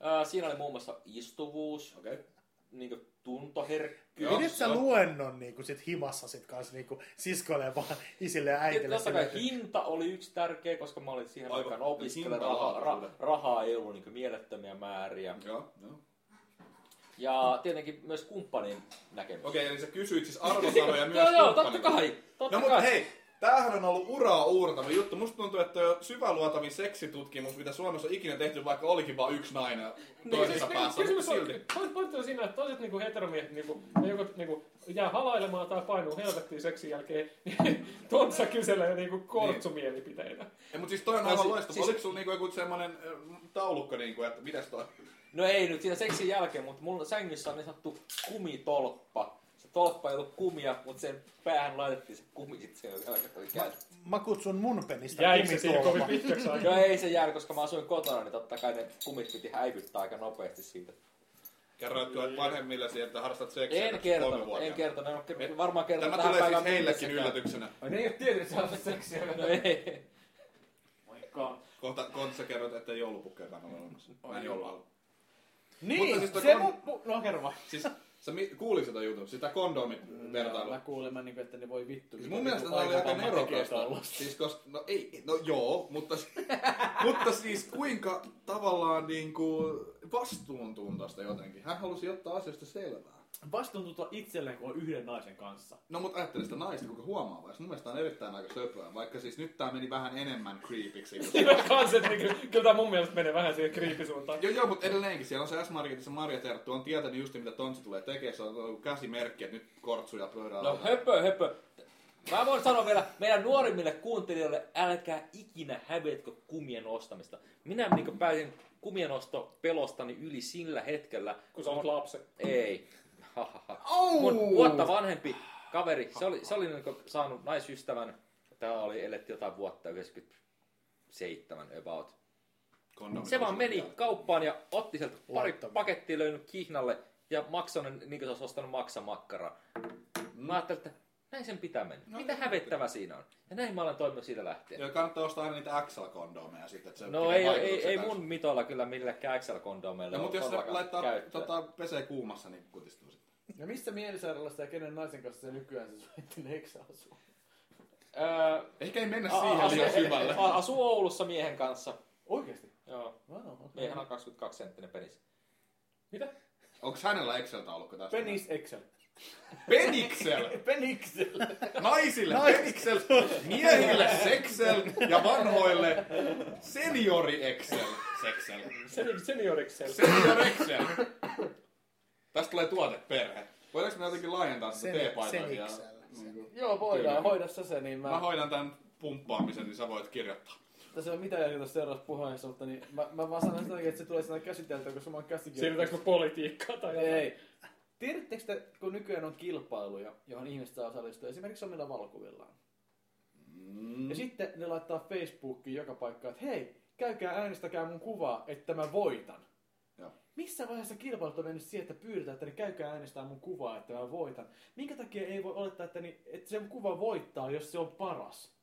Speaker 4: Ää, siinä oli muun muassa istuvuus,
Speaker 6: Okei. Okay.
Speaker 4: niin tuntoherkkyys.
Speaker 6: Joo,
Speaker 2: Pidit
Speaker 6: se
Speaker 2: sä
Speaker 6: on-
Speaker 2: luennon niinku sit himassa sit kans niinku siskoille vaan isille ja
Speaker 4: Ja
Speaker 2: äitille.
Speaker 4: Totta kai
Speaker 2: silleen,
Speaker 4: hinta oli yksi tärkeä, koska mä olin siihen
Speaker 6: Aivan.
Speaker 4: aikaan opiskelija,
Speaker 6: Hinta
Speaker 4: raha, ra,
Speaker 6: laatuisuuden.
Speaker 4: rahaa ei ollut niin mielettömiä määriä.
Speaker 6: Joo, joo.
Speaker 4: Ja tietenkin myös kumppanin näkemys.
Speaker 6: Okei, eli sä kysyit siis arvosanoja myös
Speaker 4: joo, joo, totta
Speaker 6: kumppanilta.
Speaker 4: kai. Totta
Speaker 6: No mutta
Speaker 4: kai.
Speaker 6: hei, tämähän on ollut uraa uurtava juttu. Musta tuntuu, että jo syväluotavin seksitutkimus, mitä Suomessa on ikinä tehty, vaikka olikin vain yksi nainen
Speaker 4: siis
Speaker 6: toisessa
Speaker 7: niin,
Speaker 6: päässä. Niin,
Speaker 7: Kysymys on,
Speaker 6: silti.
Speaker 7: point- pointti on siinä, että toiset niinku heteromiehet niinku, ne joko niinku, jää halailemaan tai painuu helvettiin seksin jälkeen, niin Tonsa kyselee niinku kortsumielipiteitä.
Speaker 6: Ei, mutta siis toi on
Speaker 4: No,
Speaker 6: aivan
Speaker 4: siis-
Speaker 6: loistava.
Speaker 4: siis-
Speaker 6: Oliko sulla niinku joku semmonen ö, taulukko, niinku, että mitäs toi?
Speaker 4: No ei nyt siinä seksin jälkeen, mutta mulla sängyssä on niin sanottu kumitolppa. Se tolppa ei ollut kumia, mutta sen päähän laitettiin se kumi sitten sen jälkeen, kun oli käytetty.
Speaker 2: Mä kutsun mun penistä
Speaker 7: Jäikö se siinä kovin
Speaker 2: kumitolma.
Speaker 7: pitkäksi aikaa?
Speaker 4: No ei se jää, koska mä asuin kotona, niin totta kai ne kumit piti häivyttää aika nopeasti siitä.
Speaker 6: Kerroitko että vanhemmillesi, että harrastat seksiä
Speaker 4: En
Speaker 6: tässä
Speaker 4: kertonut, en
Speaker 6: kolmivuotiaana?
Speaker 4: kertonut, en ole ker- varmaan kertonut
Speaker 6: Tämä
Speaker 4: tähän
Speaker 6: tulee siis
Speaker 4: päivään
Speaker 6: heillekin
Speaker 4: mennessäkään.
Speaker 6: yllätyksenä.
Speaker 8: Ai ne ei oo tiennyt, että sä oot seksiä.
Speaker 6: Oh
Speaker 4: No ei.
Speaker 6: Kohta, kohta sä kerrot, että ei joulupukkeakaan ole olemassa. Mä en joulua ollut.
Speaker 8: Niin,
Speaker 6: Mutta siis toi
Speaker 8: se
Speaker 6: kon-
Speaker 8: mun... mu- No kerro vaan.
Speaker 6: Siis sä mi- kuulit sitä jutun, Siis sitä kondomin vertailua.
Speaker 8: Mä kuulemma, niinku, että ne voi vittu.
Speaker 6: Siis
Speaker 8: mitä
Speaker 6: mun mielestä
Speaker 8: niinku
Speaker 6: tämä oli aika
Speaker 8: aikavamma tekee
Speaker 6: nerokasta.
Speaker 8: tollaista.
Speaker 6: Siis koska, no ei, no joo, mutta, mutta siis kuinka tavallaan niin kuin vastuuntuntoista jotenkin. Hän halusi ottaa asiasta selvää.
Speaker 1: Vastuuntunto itselleen, kun on yhden naisen kanssa.
Speaker 6: No mutta ajattelin sitä naista, kuinka huomaavaa. Siis Mun mielestä tää on erittäin aika söpöä, vaikka siis nyt tää meni vähän enemmän creepiksi. kun se-
Speaker 7: Siinä kans, että niinku, kyllä tää mun mielestä menee vähän siihen kriipisuuntaan.
Speaker 6: Joo, joo, mutta edelleenkin siellä on se S-Marketissa Marja Terttu on tietänyt just mitä Tontsi tulee tekemään. Se on käsimerkki, että nyt kortsuja pöydällä.
Speaker 4: No höpö, höpö. Mä voin sanoa vielä meidän nuorimmille kuuntelijoille, älkää ikinä hävetkö kumien ostamista. Minä niin pääsin kumien osto pelostani yli sillä hetkellä.
Speaker 7: Kun sä oot lapsen.
Speaker 4: Ei. Hahaha. Mun vuotta vanhempi kaveri, se oli, se oli niin saanut naisystävän. Tää oli eletty jotain vuotta, 97 about.
Speaker 6: Kondomit
Speaker 4: Se vaan
Speaker 6: on
Speaker 4: meni
Speaker 6: siellä.
Speaker 4: kauppaan ja otti sieltä pari
Speaker 2: Laittomia.
Speaker 4: pakettia löynyt kihnalle ja maksoi ne niin kuin se olisi ostanut maksamakkara. Mä ajattelin, että näin sen pitää mennä.
Speaker 6: Mm. No,
Speaker 4: Mitä
Speaker 6: niin.
Speaker 4: hävettävää siinä on? Ja näin mä olen toiminut siitä lähtien.
Speaker 6: Joo, kannattaa ostaa aina niitä XL-kondomeja sitten, että se
Speaker 4: No
Speaker 6: tekee
Speaker 4: ei, ei,
Speaker 6: vaikutuksen
Speaker 4: ei
Speaker 6: täysin.
Speaker 4: mun mitoilla kyllä millekään XL-kondomeilla
Speaker 6: No,
Speaker 4: ole
Speaker 6: mutta jos se
Speaker 4: todellakaan
Speaker 6: laittaa,
Speaker 4: käyttöä.
Speaker 6: tota, pesee kuumassa, niin kutistuu sitten.
Speaker 8: Ja missä mielisairaalassa ja kenen naisen kanssa se nykyään se suhteinen eksä asuu?
Speaker 4: Öö,
Speaker 6: Ehkä ei mennä
Speaker 4: a-
Speaker 6: siihen
Speaker 4: asu-
Speaker 6: liian syvälle.
Speaker 4: a- Asuu Oulussa miehen kanssa.
Speaker 8: Oikeesti?
Speaker 4: Joo.
Speaker 9: Wow, okay.
Speaker 4: Miehän on 22 senttinen penis.
Speaker 9: Mitä?
Speaker 6: Onko hänellä Excel-taulukko tästä?
Speaker 9: Penis Excel.
Speaker 6: Peniksel!
Speaker 9: Peniksel.
Speaker 6: Naisille Peniksel, miehille Sexel ja vanhoille seniori Excel. Sexel.
Speaker 7: Sen, senioriksel.
Speaker 6: Senior Excel. Tästä tulee tuoteperhe. Voidaanko me jotenkin laajentaa sitä teepaitaa vielä? Mm.
Speaker 2: Seniksel.
Speaker 1: Joo, voidaan.
Speaker 6: Kyllä.
Speaker 1: Hoida sä se, niin mä...
Speaker 6: Mä hoidan tämän pumppaamisen, niin sä voit kirjoittaa.
Speaker 1: Tässä ei ole mitään järkeä tässä seuraavassa puheessa, mutta niin mä, mä vaan sanon sitä, että se tulee sinä käsiteltyä, koska mä oon käsikirjoittanut.
Speaker 7: Siirrytäänkö me politiikkaan tai jotain?
Speaker 1: Ei. Tiedättekö te, kun nykyään on kilpailuja, johon ihmiset saa osallistua, esimerkiksi omilla valokuvillaan? Mm. Ja sitten ne laittaa Facebookiin joka paikkaan, että hei, käykää äänestäkää mun kuvaa, että mä voitan.
Speaker 6: Joo.
Speaker 1: Missä vaiheessa kilpailut on mennyt siihen, että pyydetään, että ne käykää äänestää mun kuvaa, että mä voitan? Minkä takia ei voi olettaa, että, ni, että se kuva voittaa, jos se on paras?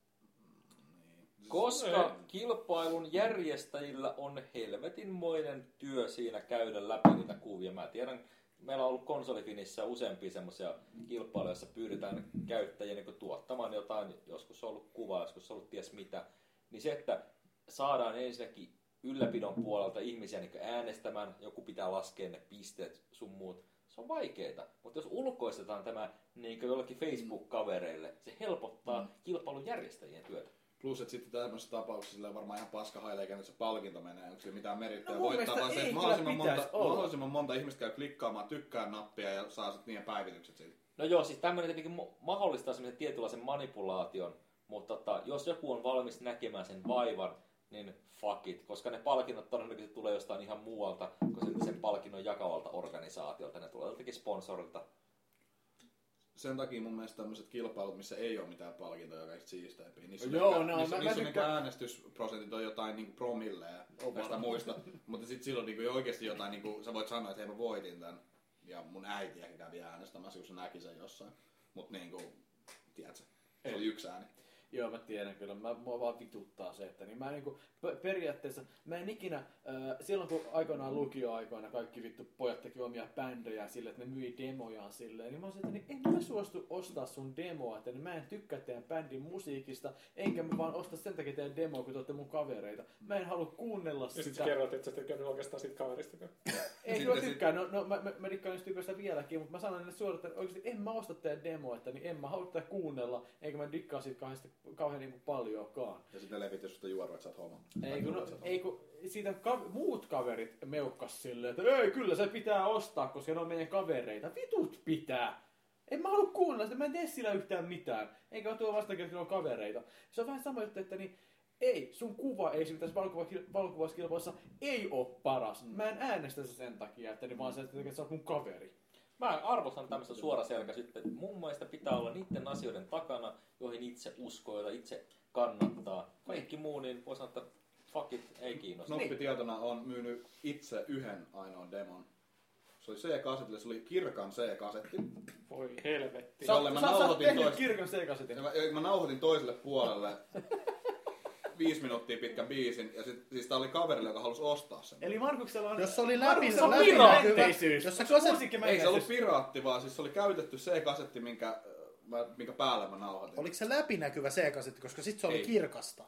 Speaker 4: Koska kilpailun järjestäjillä on helvetinmoinen työ siinä käydä läpi niitä kuvia. Mä tiedän, meillä on ollut konsolifinissä useampia semmoisia kilpailuja, joissa pyydetään käyttäjiä niin tuottamaan jotain, joskus on ollut kuva, joskus on ollut ties mitä. Niin se, että saadaan ensinnäkin ylläpidon puolelta ihmisiä niin äänestämään, joku pitää laskea ne pisteet sun muut, se on vaikeeta. Mutta jos ulkoistetaan tämä niin jollekin Facebook-kavereille, se helpottaa mm. kilpailun järjestäjien työtä.
Speaker 6: Plus, että sitten tämmöisessä tapauksessa sillä on varmaan ihan paska haileikä, että se palkinto menee. Onko sillä mitään merittiä
Speaker 1: No mun
Speaker 6: voittaa,
Speaker 1: mielestä
Speaker 6: vaan se,
Speaker 1: ei
Speaker 6: että
Speaker 1: kyllä
Speaker 6: mahdollisimman
Speaker 1: pitäisi
Speaker 6: monta,
Speaker 1: olla.
Speaker 6: mahdollisimman monta ihmistä käy klikkaamaan, tykkää nappia ja saa sitten niiden päivitykset siitä.
Speaker 4: No joo, siis tämmöinen tietenkin mo- mahdollistaa semmoisen tietynlaisen manipulaation, mutta tota, jos joku on valmis näkemään sen vaivan, niin fuck it, koska ne palkinnot todennäköisesti tulee jostain ihan muualta kuin sen, sen palkinnon jakavalta organisaatiolta, ne tulee joltakin sponsorilta.
Speaker 6: Sen takia mun mielestä tämmöiset kilpailut, missä ei ole mitään palkintoja, joka on siisteempiä, niissä on
Speaker 1: Joo,
Speaker 6: niinkään-
Speaker 1: no,
Speaker 6: niissä,
Speaker 1: mä- mä
Speaker 6: niissä on
Speaker 1: tykkään-
Speaker 6: niinkään äänestysprosentit on jotain niinku promilleja näistä muista, mutta sitten silloin niinku ei oikeasti jotain, niinku, sä voit sanoa, että hei mä voitin tämän, ja mun äiti ehkä kävi äänestämässä, kun se näki sen jossain, mutta niinku, tiedätkö, se oli yksi ääni.
Speaker 1: Joo, mä tiedän kyllä. Mä, mua vaan vituttaa se, että niin mä niinku, p- periaatteessa, mä en ikinä, äh, silloin kun aikoinaan lukioaikoina kaikki vittu pojat teki omia bändejä sille, että ne myi demojaan silleen, niin mä olisin, että niin en mä suostu ostaa sun demoa, että niin mä en tykkää teidän bändin musiikista, enkä mä vaan osta sen takia teidän demoa, kun te olette mun kavereita. Mä en halua kuunnella
Speaker 7: Ja sitten
Speaker 1: sitä.
Speaker 7: sä kerroit, että sä et käynyt oikeastaan siitä kaverista.
Speaker 1: Ei
Speaker 6: Sitten
Speaker 1: kyllä tykkää, no, no mä, mä, mä dikkaan niistä tyypeistä vieläkin, mutta mä sanon niille suoraan, että oikeasti en mä osta teidän demoa, että niin en mä halua tätä kuunnella, eikä mä dikkaa siitä kauheasti, kauhean niin paljonkaan.
Speaker 6: Ja sitten ne levitti susta juoru, että sä oot homo.
Speaker 1: Ei
Speaker 6: Tai
Speaker 1: kun,
Speaker 6: juoru,
Speaker 1: no,
Speaker 6: että sä oot
Speaker 1: ei kun siitä ka- muut kaverit meukkas silleen, että ei kyllä se pitää ostaa, koska ne on meidän kavereita. Vitut pitää! En mä halua kuunnella sitä, mä en tee sillä yhtään mitään. Eikä ole tuo vastakin, että ne on kavereita. Se on vähän sama juttu, että niin, ei, sun kuva ei siinä tässä valokuvakil- valokuvauskilpailussa ei oo paras. Mä en äänestä sitä sen takia, että niin vaan sen takia, että sä oot mun kaveri.
Speaker 6: Niin,
Speaker 4: Mä arvostan tämmöistä suoraselkäisyyttä. Mun mielestä pitää olla niiden asioiden takana, joihin itse uskoo, joita itse kannattaa. Kaikki muu, niin voi sanoa, että fuck it, ei
Speaker 6: No,
Speaker 4: kiinnosta.
Speaker 1: niin.
Speaker 6: Knoppitietona on myynyt itse yhden ainoan demon. Se oli C-kasetille, se oli kirkan C-kasetti.
Speaker 7: Voi helvetti.
Speaker 6: Jolle mä
Speaker 1: sä, sä oot
Speaker 6: nauhoitin
Speaker 1: tehnyt
Speaker 6: toista.
Speaker 1: kirkon
Speaker 6: Ja
Speaker 1: sekasetin.
Speaker 6: mä, ja mä nauhoitin toiselle puolelle viisi minuuttia pitkän biisin. Ja sit, siis tää oli kaverille, joka halusi ostaa sen.
Speaker 1: Eli Markuksella on...
Speaker 2: Jos se oli läpi,
Speaker 1: Markuksella on
Speaker 2: läpi
Speaker 1: piraatteisyys.
Speaker 2: Jos sä
Speaker 1: Onks
Speaker 2: kaset,
Speaker 6: Ei se
Speaker 1: musiikkimänkäisyys?
Speaker 6: ollut piraatti, vaan siis se oli käytetty C-kasetti, minkä, äh, mä, minkä päälle mä nauhoitin.
Speaker 2: oliko se läpinäkyvä C-kasetti, koska sit se oli
Speaker 6: Ei.
Speaker 2: kirkasta.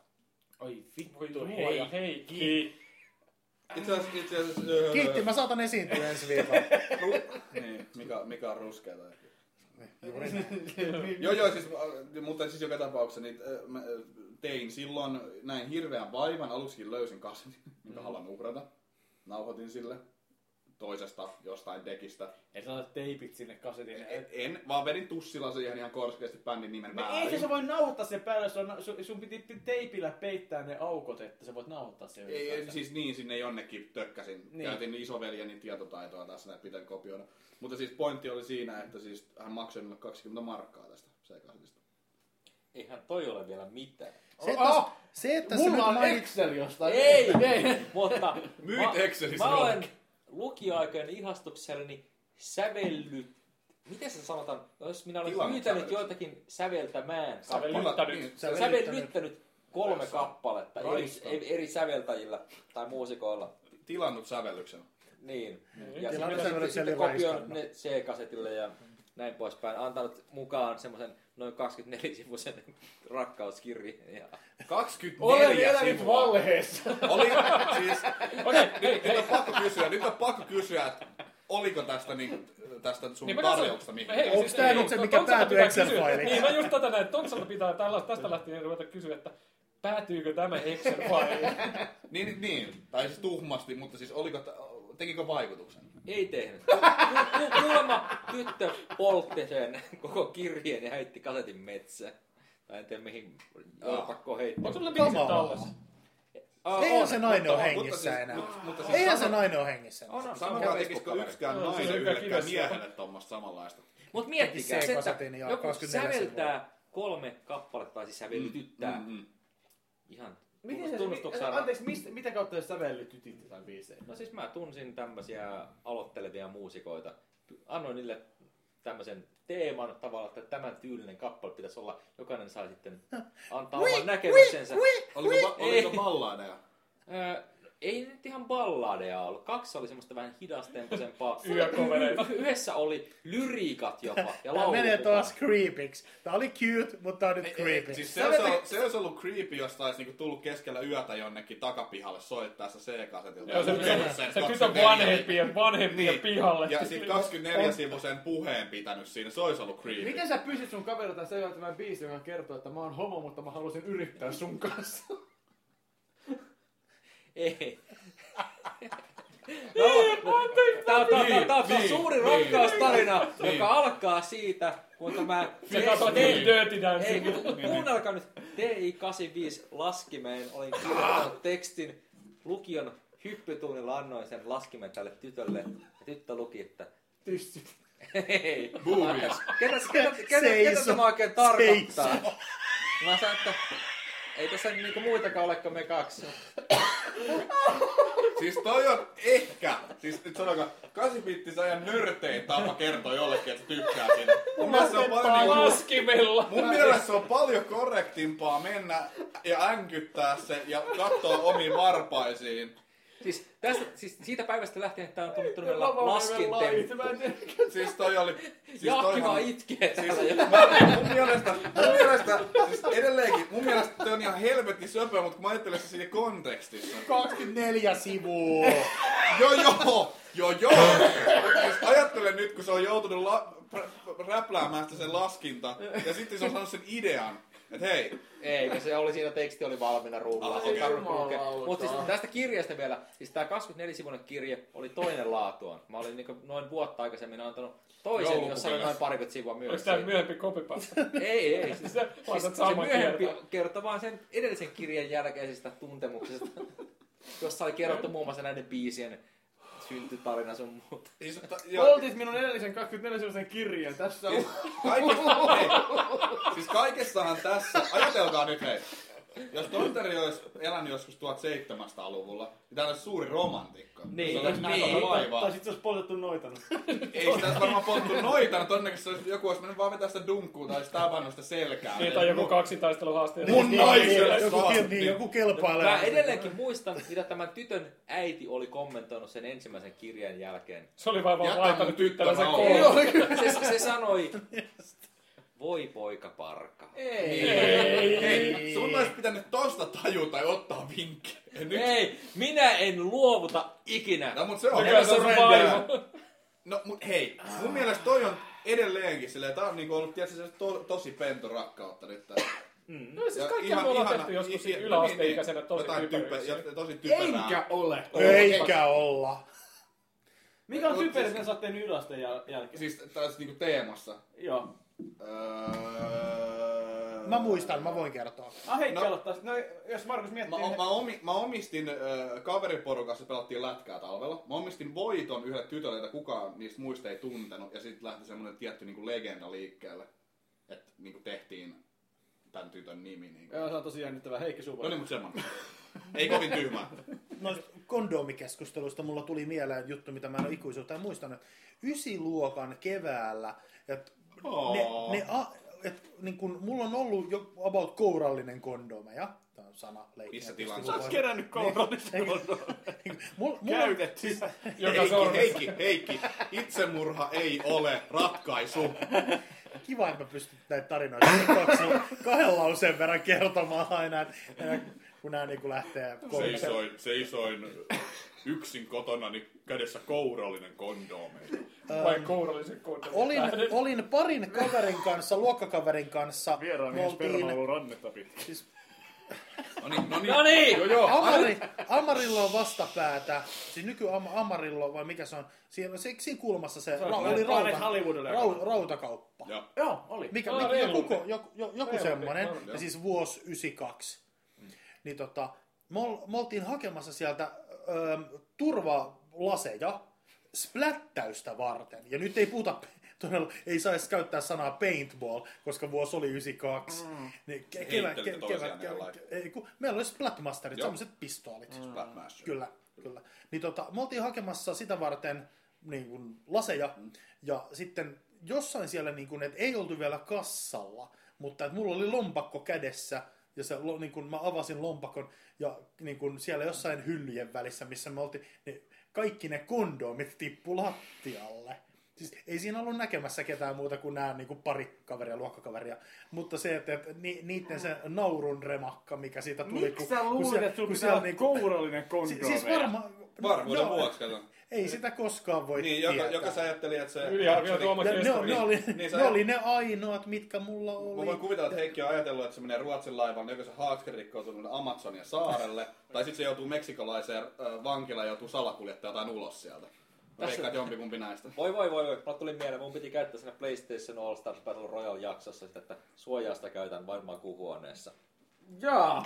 Speaker 1: Oi
Speaker 7: Voi
Speaker 1: vittu, hei.
Speaker 7: luoja, Heikki.
Speaker 6: Itse asiassa... Itse asiassa öö,
Speaker 2: Kiitti, mä saatan esiintyä ensi viikolla.
Speaker 6: ru- niin, mikä, mikä on ruskeata.
Speaker 2: Juuri näin.
Speaker 6: Joo, joo, siis, äh, mutta siis joka tapauksessa niin, äh, mä äh, tein silloin näin hirveän vaivan. Aluksikin löysin kasetin,
Speaker 1: Mm.
Speaker 6: minkä haluan uhrata. Nauhoitin sille toisesta jostain dekistä.
Speaker 1: Ei sä laitat teipit sinne kasetin.
Speaker 6: En, en vaan vedin tussilla siihen ihan korskeasti bändin nimen
Speaker 1: No
Speaker 6: päälle.
Speaker 1: ei se sä voi nauhoittaa sen päälle, sun, sun, sun piti pi- teipillä peittää ne aukot, että sä voit nauhoittaa sen.
Speaker 6: Ei, ei,
Speaker 1: ylipäätään.
Speaker 6: siis niin, sinne jonnekin tökkäsin.
Speaker 1: Niin.
Speaker 6: Niin. Käytin isoveljeni tietotaitoa tässä, näitä pitää kopioida. Mutta siis pointti oli siinä, että siis hän maksoi minulle 20 markkaa tästä sekasetista.
Speaker 4: Eihän toi ole vielä mitään.
Speaker 2: Se,
Speaker 6: Oh,
Speaker 2: että, se, että sä nyt
Speaker 1: Mulla on
Speaker 2: mainit...
Speaker 1: Excel jostain.
Speaker 4: Ei, ei, mutta
Speaker 6: Myyt
Speaker 4: mä-
Speaker 6: Excelissä
Speaker 4: Mä olen
Speaker 6: jollekin.
Speaker 4: lukioaikojen ihastuksellani sävellyt. Miten se sanotaan, jos minä olen
Speaker 6: Tilannut
Speaker 4: pyytänyt
Speaker 6: sävellyksen.
Speaker 4: joitakin säveltämään
Speaker 7: Sävellyttänyt.
Speaker 4: kappaletta.
Speaker 2: Sä
Speaker 4: Sävellyttänyt kolme
Speaker 6: Jossain.
Speaker 4: kappaletta
Speaker 6: Raiskaan.
Speaker 4: eri, eri säveltäjillä tai muusikoilla.
Speaker 6: Tilannut sävellyksen.
Speaker 4: Niin.
Speaker 7: Niin.
Speaker 4: Ja
Speaker 2: Tilannut
Speaker 4: sitten-
Speaker 2: sävellyksellä
Speaker 4: sitten
Speaker 2: oli
Speaker 4: kopioinut
Speaker 2: raiskannut.
Speaker 4: ne C-kasetille ja näin poispäin. Antanut mukaan semmoisen noin 24-sivuisen rakkauskirjeen. Ja...
Speaker 6: 24
Speaker 1: elänyt
Speaker 6: sivua.
Speaker 1: valheessa.
Speaker 6: Oli, siis,
Speaker 7: Okei, hei,
Speaker 6: nyt, nyt
Speaker 7: hei.
Speaker 6: on pakko kysyä, nyt on pakko kysyä, että oliko tästä, niin, tästä sun
Speaker 7: Niin mä katson-
Speaker 6: tarjouksesta mihin?
Speaker 7: hei,
Speaker 2: Onks
Speaker 7: siis
Speaker 2: tää
Speaker 7: ei,
Speaker 2: nyt se,
Speaker 7: no,
Speaker 2: mikä
Speaker 7: Tontsalta
Speaker 2: päätyy
Speaker 7: pitää
Speaker 2: Excel-failiin?
Speaker 7: kysyä- Niin, mä just tätä näin. Tontsalta pitää tällä, tästä lähtien ruveta kysyä, että päätyykö tämä Excel-failiin?
Speaker 6: Niin, niin, tai siis tuhmasti, mutta siis oliko, t- tekikö vaikutuksen?
Speaker 4: Ei tehnyt. Kuulemma tyttö poltti sen koko kirjeen ja heitti kasetin metsään. Tai en tiedä mihin pakko heittää.
Speaker 7: Onko sulla biisit
Speaker 2: Kamalaa.
Speaker 7: tallessa?
Speaker 4: Ah,
Speaker 2: Eihän
Speaker 4: on.
Speaker 2: se nainen ole
Speaker 6: mutta
Speaker 2: hengissä
Speaker 6: siis-
Speaker 2: enää.
Speaker 6: mut- mutta siis
Speaker 2: Eihän se
Speaker 6: sano-
Speaker 2: nainen ole hengissä. enää.
Speaker 4: On, on.
Speaker 6: Sanokaa, tekisikö yksikään
Speaker 7: No, se no. on Mm,
Speaker 6: nainen
Speaker 7: kyllä
Speaker 6: yhdellekään
Speaker 7: kivessä.
Speaker 6: miehelle tuommoista samanlaista.
Speaker 4: Mutta miettikää
Speaker 2: Se
Speaker 4: se, että
Speaker 2: kasetin ja
Speaker 4: joku
Speaker 2: 24
Speaker 4: säveltää kolme kappaletta, tai siis sävellytyttää. Mm, mm,
Speaker 6: Mm-mm.
Speaker 4: Ihan
Speaker 1: Miten se,
Speaker 4: tunnustuksena.
Speaker 1: anteeksi, mistä, mitä kautta sä sävellyt tytit jotain biisejä?
Speaker 4: No siis mä tunsin tämmöisiä aloittelevia muusikoita. Annoin niille tämmöisen teeman tavalla, että tämän tyylinen kappale pitäisi olla. Jokainen saa sitten antaa oman näkemyksensä.
Speaker 6: Oliko, va-
Speaker 4: Ei.
Speaker 6: oliko balladeja?
Speaker 4: Öö, ei nyt ihan balladeja ollut. Kaksi oli semmoista vähän hidastempoisempaa.
Speaker 7: Yökovereita.
Speaker 4: Y- Yhdessä oli lyriikat jopa ja
Speaker 2: Tää
Speaker 4: laulu.
Speaker 2: menee taas creepiksi. Tää oli cute, mutta tää on nyt creepy.
Speaker 6: Siis se olisi, ollut, se olisi ollut creepy, jos taisi niinku tullut keskellä yötä jonnekin takapihalle soittaessa C-kasetilta.
Speaker 7: Joo, se,
Speaker 6: Lukenut
Speaker 7: se,
Speaker 6: sen
Speaker 7: se kyse
Speaker 6: 24
Speaker 7: vanhempien, vanhempien
Speaker 6: Niin.
Speaker 7: pihalle.
Speaker 6: Ja sit 24-sivuisen puheen pitänyt siinä, se olisi ollut creepy.
Speaker 1: Miten sä pysyt sun kaverilta säveltämään biisin, joka kertoo, että mä oon homo, mutta mä haluaisin yrittää sun kanssa?
Speaker 4: Ei. No, Tämä on, tää on, tää on, tää on
Speaker 6: Niin,
Speaker 4: suuri
Speaker 6: niin,
Speaker 4: rakkaustarina,
Speaker 6: niin.
Speaker 4: joka alkaa siitä, kuinka mä...
Speaker 7: Se katsoi niin Dirty
Speaker 4: Ei,
Speaker 7: Dancing.
Speaker 6: niin,
Speaker 4: kun- kuunnelkaa nyt. TI-85 laskimeen olin kirjoittanut tekstin lukion hyppytunnilla annoin sen laskimen tälle tytölle. Ja tyttö luki, että
Speaker 1: Tissit.
Speaker 4: hei,
Speaker 6: Boobies.
Speaker 4: ketä, ketä, ketä, ketä
Speaker 2: Seiso.
Speaker 4: tämä oikein tarkoittaa? Mä sanoin, että ei tässä niinku muitakaan ole kuin me kaksi.
Speaker 6: Siis toi on ehkä, siis nyt sanokaa, kasipittisen ajan nörtein tapa kertoa jollekin, että tykkää siitä. Mun mielestä se on paljon niinku-
Speaker 7: Laskimella.
Speaker 6: Mun mielestä se on paljon korrektimpaa mennä ja änkyttää se ja katsoa omiin varpaisiin.
Speaker 4: Siis, tästä, siis siitä päivästä lähtien tämä on tullut
Speaker 1: Mä
Speaker 4: todella
Speaker 1: vaan
Speaker 4: laskintemppu.
Speaker 1: lait, mä en tiedä.
Speaker 6: Siis toi oli... Siis
Speaker 4: Jaakki
Speaker 6: toihan-
Speaker 4: vaan itkee
Speaker 6: Siis,
Speaker 4: täällä. jo.
Speaker 6: mä, mun mielestä, mun mielestä, siis edelleenkin, mun mielestä toi on ihan helvetin söpö, mutta kun mä ajattelen sitä siinä kontekstissa.
Speaker 2: 24 sivua.
Speaker 6: Joo joo, joo joo. Siis ajattelen nyt, kun se on joutunut la- rä- räpläämään sitä sen laskinta, ja sitten se on saanut sen idean, että hei,
Speaker 4: Ei, se oli siinä teksti oli valmiina ruudulla.
Speaker 6: Ah,
Speaker 4: se ei
Speaker 6: okei.
Speaker 4: tarvinnut
Speaker 1: Jumalauta.
Speaker 4: lukea. Mut siis tästä kirjasta vielä, siis tää 24-sivuinen kirje oli toinen laatuaan. Mä olin niinku noin vuotta aikaisemmin antanut toisen, jossa oli
Speaker 6: Joulupukille.
Speaker 4: noin parikymmentä sivua
Speaker 7: Onko
Speaker 4: myös.
Speaker 7: tämä myöhempi kopipasta?
Speaker 4: Ei, ei. Siis,
Speaker 7: Sä
Speaker 4: siis
Speaker 7: laitat
Speaker 4: se
Speaker 7: saman
Speaker 4: myöhempi
Speaker 7: kertaan.
Speaker 4: kertoo vaan sen edellisen kirjan jälkeisestä tuntemuksesta, jossa oli kerrottu muun muassa näiden biisien syntytarina sun muuta.
Speaker 6: siis, ta- siis
Speaker 1: Mä Oltiin minun edellisen 24 sellaisen kirjeen. Tässä on...
Speaker 6: Kaikessa, hei, siis kaikessahan tässä, ajatelkaa nyt hei, jos Tonteri olisi elänyt joskus 1700-luvulla, niin tämä olisi suuri romantikko.
Speaker 4: Niin,
Speaker 6: se olisi
Speaker 4: niin.
Speaker 6: niin. vaivaa.
Speaker 1: Tai sit se olisi poltettu noitanut.
Speaker 6: Ei sitä olisi varmaan polttu noita, no todennäköisesti olisi- joku olisi mennyt vaan vetää sitä dunkkuun tai sitä avannut sitä selkää.
Speaker 7: Niin, tai joku kaksitaisteluhaaste.
Speaker 6: Mun naiselle
Speaker 2: joku,
Speaker 6: saa.
Speaker 2: kel- niin, joku kelpailee.
Speaker 4: Mä edelleenkin muistan, mitä tämän tytön äiti oli kommentoinut sen ensimmäisen kirjan jälkeen.
Speaker 7: Se oli vaan vaan
Speaker 6: Jätä mun
Speaker 7: laittanut tyttävänsä
Speaker 6: tyttö
Speaker 7: kouluun.
Speaker 4: se, se sanoi, voi poika parka. Niin.
Speaker 1: Ei.
Speaker 6: Hei, sun olisi pitänyt tosta tajuta ja ottaa vinkki. Ja Nyt,
Speaker 4: Ei, minä en luovuta ikinä.
Speaker 6: No mut se on.
Speaker 7: Mikä se on
Speaker 6: Friendly.
Speaker 7: vaimo?
Speaker 6: No mut hei, mun mielestä toi on edelleenkin silleen, tää on niinku ollut tietysti se to, tosi pento rakkautta nyt tää.
Speaker 7: No siis kaikkia me ollaan tehty
Speaker 4: Niin,
Speaker 7: joskus siinä
Speaker 6: niin,
Speaker 7: yläasteikäisenä tosi typeryksiä.
Speaker 6: typerää. Tosi typerää.
Speaker 1: Enkä ole.
Speaker 2: Eikä olla.
Speaker 1: Mikä on
Speaker 6: Mut
Speaker 1: typerä,
Speaker 6: siis-
Speaker 1: että sä oot tehnyt yläasteen jäl- jälkeen?
Speaker 6: Siis tässä niinku teemassa.
Speaker 1: Joo.
Speaker 6: Öö...
Speaker 2: Mä muistan, mä voin kertoa.
Speaker 1: Ah hei,
Speaker 6: No.
Speaker 1: no. aloittaa. sit. No, jos Markus
Speaker 6: Mä,
Speaker 1: miettii...
Speaker 6: o-
Speaker 1: niin-
Speaker 6: mä, omi, mä omistin äh, kaveriporukassa, pelattiin lätkää talvella. Mä omistin voiton yhdelle tytölle, jota kukaan niistä muista ei tuntenut. Ja sitten lähti semmonen tietty niinku legenda liikkeelle. Että niinku tehtiin tämän tytön nimi. Niinku.
Speaker 1: Joo, se on tosi jännittävää. Heikki
Speaker 6: No niin,
Speaker 1: Suvonen.
Speaker 6: mut semmonen. ei kovin tyhmää.
Speaker 2: Noista kondomikeskusteluista mulla tuli mieleen juttu, mitä mä en ole ikuisuutta muistanut. Ysiluokan keväällä. Ja t- ne,
Speaker 6: Oo.
Speaker 2: ne a, et, niin kun, mulla on ollut jo about kourallinen kondomeja. Tämä on sana leikki.
Speaker 6: Missä tilanteessa?
Speaker 2: Sä
Speaker 6: Sä oot
Speaker 1: kerännyt kourallisen
Speaker 2: Mulla, mulla on, siis,
Speaker 7: Joka
Speaker 6: Heikki,
Speaker 7: sormessa.
Speaker 6: Heikki, Heikki, itsemurha ei ole ratkaisu.
Speaker 2: kiva, että mä pystyn näitä tarinoita kaksi, kahden lauseen verran kertomaan aina, että- että kun nämä niin lähtee kolmelle-
Speaker 6: Seisoin, seisoin yksin kotona, niin kädessä kourallinen kondomi.
Speaker 7: Vai kourallisen kondomin.
Speaker 2: Olin,
Speaker 7: tähden.
Speaker 2: olin parin kaverin kanssa, luokkakaverin kanssa.
Speaker 8: Vieraan
Speaker 2: me
Speaker 8: mies perma on
Speaker 2: oltiin,
Speaker 8: ollut rannetta pitkin.
Speaker 2: siis
Speaker 6: No niin, no niin.
Speaker 4: No niin!
Speaker 6: Joo, joo.
Speaker 2: Amari, Amarilla on vastapäätä, siis nyky Amarilla vai mikä se on, siinä, se, siinä kulmassa se ra, oli
Speaker 8: Mä olen
Speaker 2: rauta,
Speaker 8: Hollywoodille.
Speaker 2: rau, rautakauppa.
Speaker 6: Ja
Speaker 8: Joo, oli.
Speaker 2: Mikä,
Speaker 7: Aa,
Speaker 2: mikä joku,
Speaker 7: reilumpi.
Speaker 2: joku, joku, joku
Speaker 7: Reilumpi,
Speaker 2: semmonen,
Speaker 7: varmasti.
Speaker 2: ja siis vuosi 92. Niin tota, me, ol, me oltiin hakemassa sieltä ö, turvalaseja splattäystä varten. Ja nyt ei puhuta, todella, ei saisi käyttää sanaa paintball, koska vuosi oli 92. Mm. Niin ke, kevä, ke,
Speaker 6: Heittelitte
Speaker 2: kevä,
Speaker 6: toisiaan jollain.
Speaker 2: ke, ei, kun, meillä oli splatmasterit,
Speaker 6: Joo.
Speaker 2: semmoiset pistoolit. Mm.
Speaker 6: siis Batmaster.
Speaker 2: Kyllä, kyllä. Niin tota, me oltiin hakemassa sitä varten niin kuin, laseja, mm. ja sitten jossain siellä, niin kuin, että ei oltu vielä kassalla, mutta että mulla oli lompakko kädessä, ja se, lo- niin kuin, mä avasin lompakon, ja niin kuin, siellä jossain hyllyjen välissä, missä me oltiin, niin kaikki ne kondomit tippu lattialle. Siis ei siinä ollut näkemässä ketään muuta kuin nämä niin kuin pari kaveria, luokkakaveria. Mutta se, että, että ni, niiden se naurun remakka, mikä siitä tuli.
Speaker 8: Miksi sä luulit, että sulla pitää
Speaker 2: siellä niin niinku-
Speaker 8: olla
Speaker 1: niinku-
Speaker 8: kourallinen
Speaker 2: Si-
Speaker 8: kondomeja?
Speaker 2: siis varma...
Speaker 6: Varmuuden
Speaker 2: no,
Speaker 6: vuoksi, kato.
Speaker 2: Ei sitä koskaan voi
Speaker 6: Niin, joka,
Speaker 2: tietää.
Speaker 6: joka sä ajatteli, että se...
Speaker 7: Yliarvioi tuo oma
Speaker 2: ja ne,
Speaker 7: kestoni.
Speaker 2: ne, oli,
Speaker 6: Niin sä-
Speaker 2: ne oli ne ainoat, mitkä mulla oli.
Speaker 6: Mä voin kuvitella, että Heikki on ajatellut, että se menee Ruotsin laivaan, niin joko se Haaksker rikkoutuu tuonne Amazonian saarelle, tai sitten se joutuu meksikolaiseen äh, vankilaan ja joutuu salakuljettaa jotain ulos sieltä. Mä veikkaan, että jompikumpi näistä.
Speaker 4: Voi voi voi, voi. mulla tuli mieleen, mun piti käyttää siinä PlayStation All Stars Battle Royale jaksossa sitä, että suojausta käytän vain makuuhuoneessa.
Speaker 8: Jaa.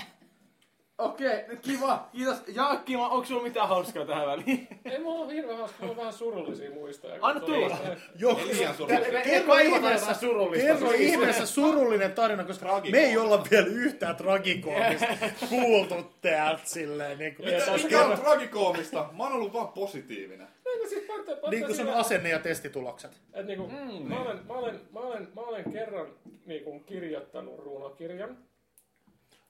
Speaker 8: Okei, kiva. Kiitos. Jaakki, mä- onko sulla mitään hauskaa tähän väliin?
Speaker 7: Ei mulla ole hirveän hauska, mulla on vähän surullisia muistoja.
Speaker 8: Anna tulla.
Speaker 2: Joku,
Speaker 6: Ei liian
Speaker 2: Tä-
Speaker 6: surullista.
Speaker 2: kerro
Speaker 8: Ei, ei,
Speaker 2: ihmeessä,
Speaker 8: ei, surullista.
Speaker 2: kerro ihmeessä surullinen tarina, koska me ei olla vielä yhtään tragikoomista kuultu täältä silleen. Niin kuin,
Speaker 6: Mikä on tragikoomista? Mä oon ollut vaan positiivinen.
Speaker 7: no siis
Speaker 2: niin kuin sun asenne ja testitulokset.
Speaker 7: Et niinku, mm, mä, olen, mä, olen, mä, olen, mä olen kerran niinku kirjoittanut runokirjan.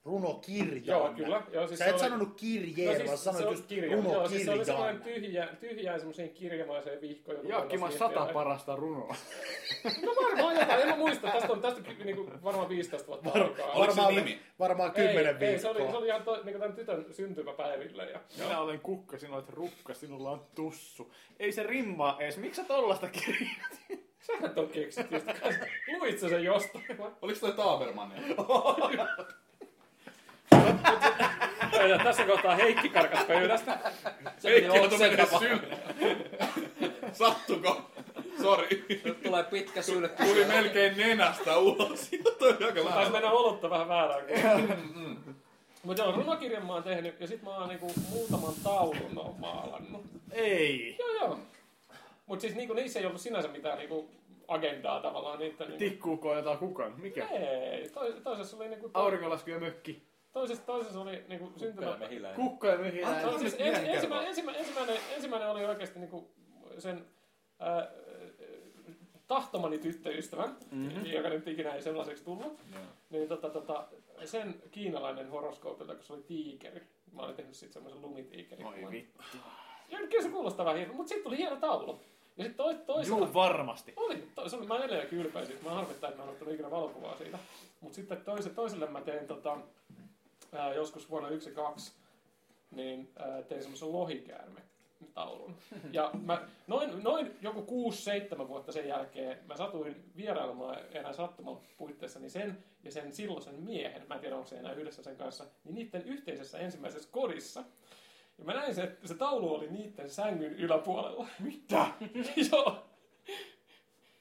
Speaker 2: Runokirjan.
Speaker 7: Joo, kyllä. Joo, siis
Speaker 2: Sä
Speaker 7: se
Speaker 2: et
Speaker 7: oli-
Speaker 2: sanonut kirjeen,
Speaker 7: No
Speaker 2: vaan
Speaker 7: siis, se
Speaker 2: sanoit
Speaker 7: on
Speaker 2: just
Speaker 7: kirja. Joo, siis se oli sellainen
Speaker 2: runokirjan.
Speaker 7: tyhjä, tyhjään semmoiseen kirjamaiseen vihkoon. joka
Speaker 8: Jaakki, mä oon
Speaker 7: siirtyi
Speaker 8: sata
Speaker 7: aina-
Speaker 8: parasta runoa.
Speaker 7: No varmaan jotain, en mä muista. Tästä on tästä niinku, varmaan 15 vuotta aikaa.
Speaker 6: Oliko Siis se
Speaker 2: Varmaan,
Speaker 6: nimi?
Speaker 2: varmaan
Speaker 7: Ei,
Speaker 2: kymmenen
Speaker 7: Ei, se oli, se
Speaker 2: viikkoa.
Speaker 7: oli ihan to, niinku tämän tytön syntymäpäivillä. Ja...
Speaker 8: Minä olen kukka, sinä olet rukka, sinulla on tussu. Ei se rimmaa ees. Miksi sä tollasta kirjoitit?
Speaker 7: Sähän ton keksit just kanssa. Luit sä sen jostain vai?
Speaker 6: Oliko toi Taabermania?
Speaker 7: Ja tässä kohtaa Heikki karkas pöydästä.
Speaker 4: Se meni
Speaker 6: Heikki on
Speaker 4: otsenka
Speaker 6: mennyt
Speaker 4: vaan.
Speaker 6: sylle. Sattuko? Sori.
Speaker 4: Nyt tulee pitkä sylkky.
Speaker 6: Tuli melkein nenästä ulos. Toi on aika
Speaker 7: Taisi
Speaker 6: lähellä.
Speaker 7: mennä olutta vähän väärään. kohtaan. Mutta joo, runokirjan mä oon tehnyt ja sit mä oon niinku muutaman taulun mä oon maalannut.
Speaker 8: Ei.
Speaker 7: Joo No joo. Mut siis niinku niissä ei ollut sinänsä mitään niinku agendaa tavallaan niitä niinku.
Speaker 8: Tikkuuko jotain kukaan? Mikä?
Speaker 7: Ei, tois- toisessa oli niinku,
Speaker 8: Aurinkolasku ja mökki.
Speaker 7: toisessa, toisessa oli niinku syntymä,
Speaker 4: mehiläinen.
Speaker 8: Kukka ja möhiläinen.
Speaker 7: No, siis
Speaker 6: Minä en
Speaker 7: ens,
Speaker 6: kerro.
Speaker 7: ensimmäinen, ensimmäinen, ensimmäinen, ensimmäinen oli oikeasti niinku sen ää, ää, tahtomani tyttöystävän, mm-hmm. joka nyt ikinä ei sellaiseksi tullut. Niin tota, tota, sen kiinalainen horoskoopilta, kun se oli tiikeri. Mä olin tehnyt sitten semmoisen lumitiikerin.
Speaker 8: Oi vittu.
Speaker 7: Ja kyllä se kuulostaa vähän hirveä, mutta sitten tuli hieno taulu. Ja sitten tois, toisena...
Speaker 8: Juu, varmasti.
Speaker 7: Oli, to, se oli, mä edelleen kylpeä siitä. Mä harmittaa, että mä en ottanut ikinä valokuvaa siitä. Mutta sitten toise, toiselle mä tein tota, ää, joskus vuonna 1-2, niin ää, tein semmoisen lohikäärme taulun. Ja mä, noin, noin joku 6-7 vuotta sen jälkeen mä satuin vierailemaan enää sattuman puitteissa niin sen ja sen silloisen miehen, mä en tiedä onko se enää yhdessä sen kanssa, niin niiden yhteisessä ensimmäisessä kodissa. Ja mä näin, se, että se taulu oli niiden sängyn yläpuolella. Mitä? Joo.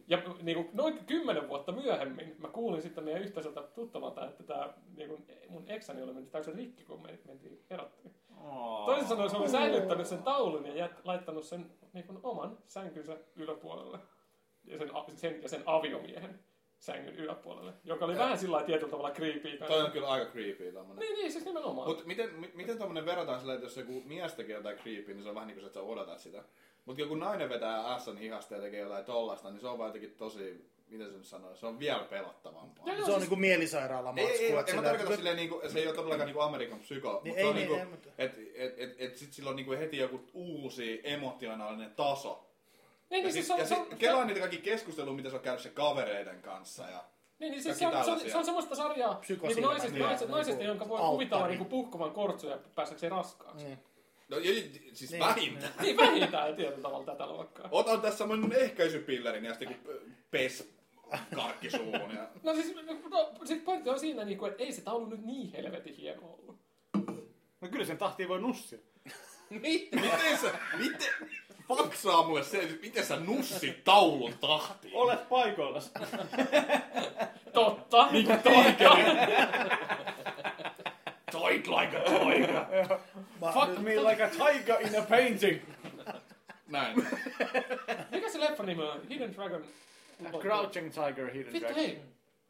Speaker 7: Ja niin kuin, noin kymmenen vuotta myöhemmin mä kuulin sitten meidän yhteiseltä tuttavalta, että tämä niin kuin, mun eksäni oli mennyt täysin rikki, kun me mentiin erottiin. Toisin sanoen se oli säilyttänyt sen taulun ja jät, laittanut sen niin kuin, oman sänkynsä yläpuolelle. Ja sen, a- sen, ja sen aviomiehen sängyn yläpuolelle, joka oli vähän sillä lailla tietyllä tavalla creepy.
Speaker 6: Toi on kyllä aika creepy tommonen.
Speaker 7: Niin, niin, siis nimenomaan.
Speaker 6: Mut miten, mi- miten tommonen verrataan sillä, että jos joku mies tekee jotain creepy, niin se on vähän niinku se, että sä odotat sitä. Mut joku nainen vetää ässän hihasta ja tekee jotain tollasta, niin se on vaan jotenkin tosi miten se nyt sanoo, se on vielä pelottavampaa.
Speaker 2: Se
Speaker 7: siis-
Speaker 2: on niinku mielisairaala
Speaker 6: Ei, ei, ei,
Speaker 2: matsku.
Speaker 6: en mä tarkoita silleen, niinku, se ei ole todellakaan niinku Amerikan psyko, mutta
Speaker 2: ei,
Speaker 6: se on
Speaker 2: niin,
Speaker 6: niinku,
Speaker 2: ei, mutta-
Speaker 6: et, et, et, et sit sillä on niinku heti joku uusi emotionaalinen taso.
Speaker 7: Niin,
Speaker 6: Ja
Speaker 7: niin,
Speaker 6: siis,
Speaker 7: siis se on,
Speaker 6: ja
Speaker 7: se
Speaker 6: sit
Speaker 7: on,
Speaker 6: kelaa niitä kaikki keskusteluja, mitä sä oot käynyt sen kavereiden kanssa. Ja...
Speaker 7: niin, niin, siis
Speaker 6: kaikki
Speaker 7: se, on, se, on,
Speaker 6: tällaisia.
Speaker 7: se on semmoista sarjaa niin
Speaker 2: Psykosilmä,
Speaker 7: kuin naisista,
Speaker 2: niin,
Speaker 7: naisista,
Speaker 2: niin,
Speaker 7: naisista,
Speaker 2: niin,
Speaker 7: jonka voi
Speaker 2: alttari.
Speaker 7: kuvitella niin kuin puhkuvan kortsuja päästäkseen raskaaksi.
Speaker 2: Niin.
Speaker 6: No, ei,
Speaker 2: Niin.
Speaker 6: siis niin. vähintään.
Speaker 7: Niin vähintään tietyllä tavalla tätä luokkaa.
Speaker 6: Otan tässä semmonen ehkäisypillerin ja sitten kun pes karkki suuhun. Ja...
Speaker 7: No siis no, sit pointti on siinä, niinku, että ei se taulu nyt niin helvetin hieno ollut.
Speaker 1: No kyllä sen tahtiin voi nussia.
Speaker 6: Miten sä, miten, faksaa mulle se, miten sä nussit taulun tahtiin?
Speaker 1: Olet paikoillas.
Speaker 7: Totta. Niin kuin toikin.
Speaker 6: Toit like a toiga.
Speaker 2: Mä,
Speaker 1: Fuck me like a tiger in a painting.
Speaker 6: Näin.
Speaker 7: Mikä se leffan nimi on? Hidden Dragon.
Speaker 1: Crouching tiger, hidden
Speaker 7: Vittu
Speaker 1: dragon.
Speaker 7: hei.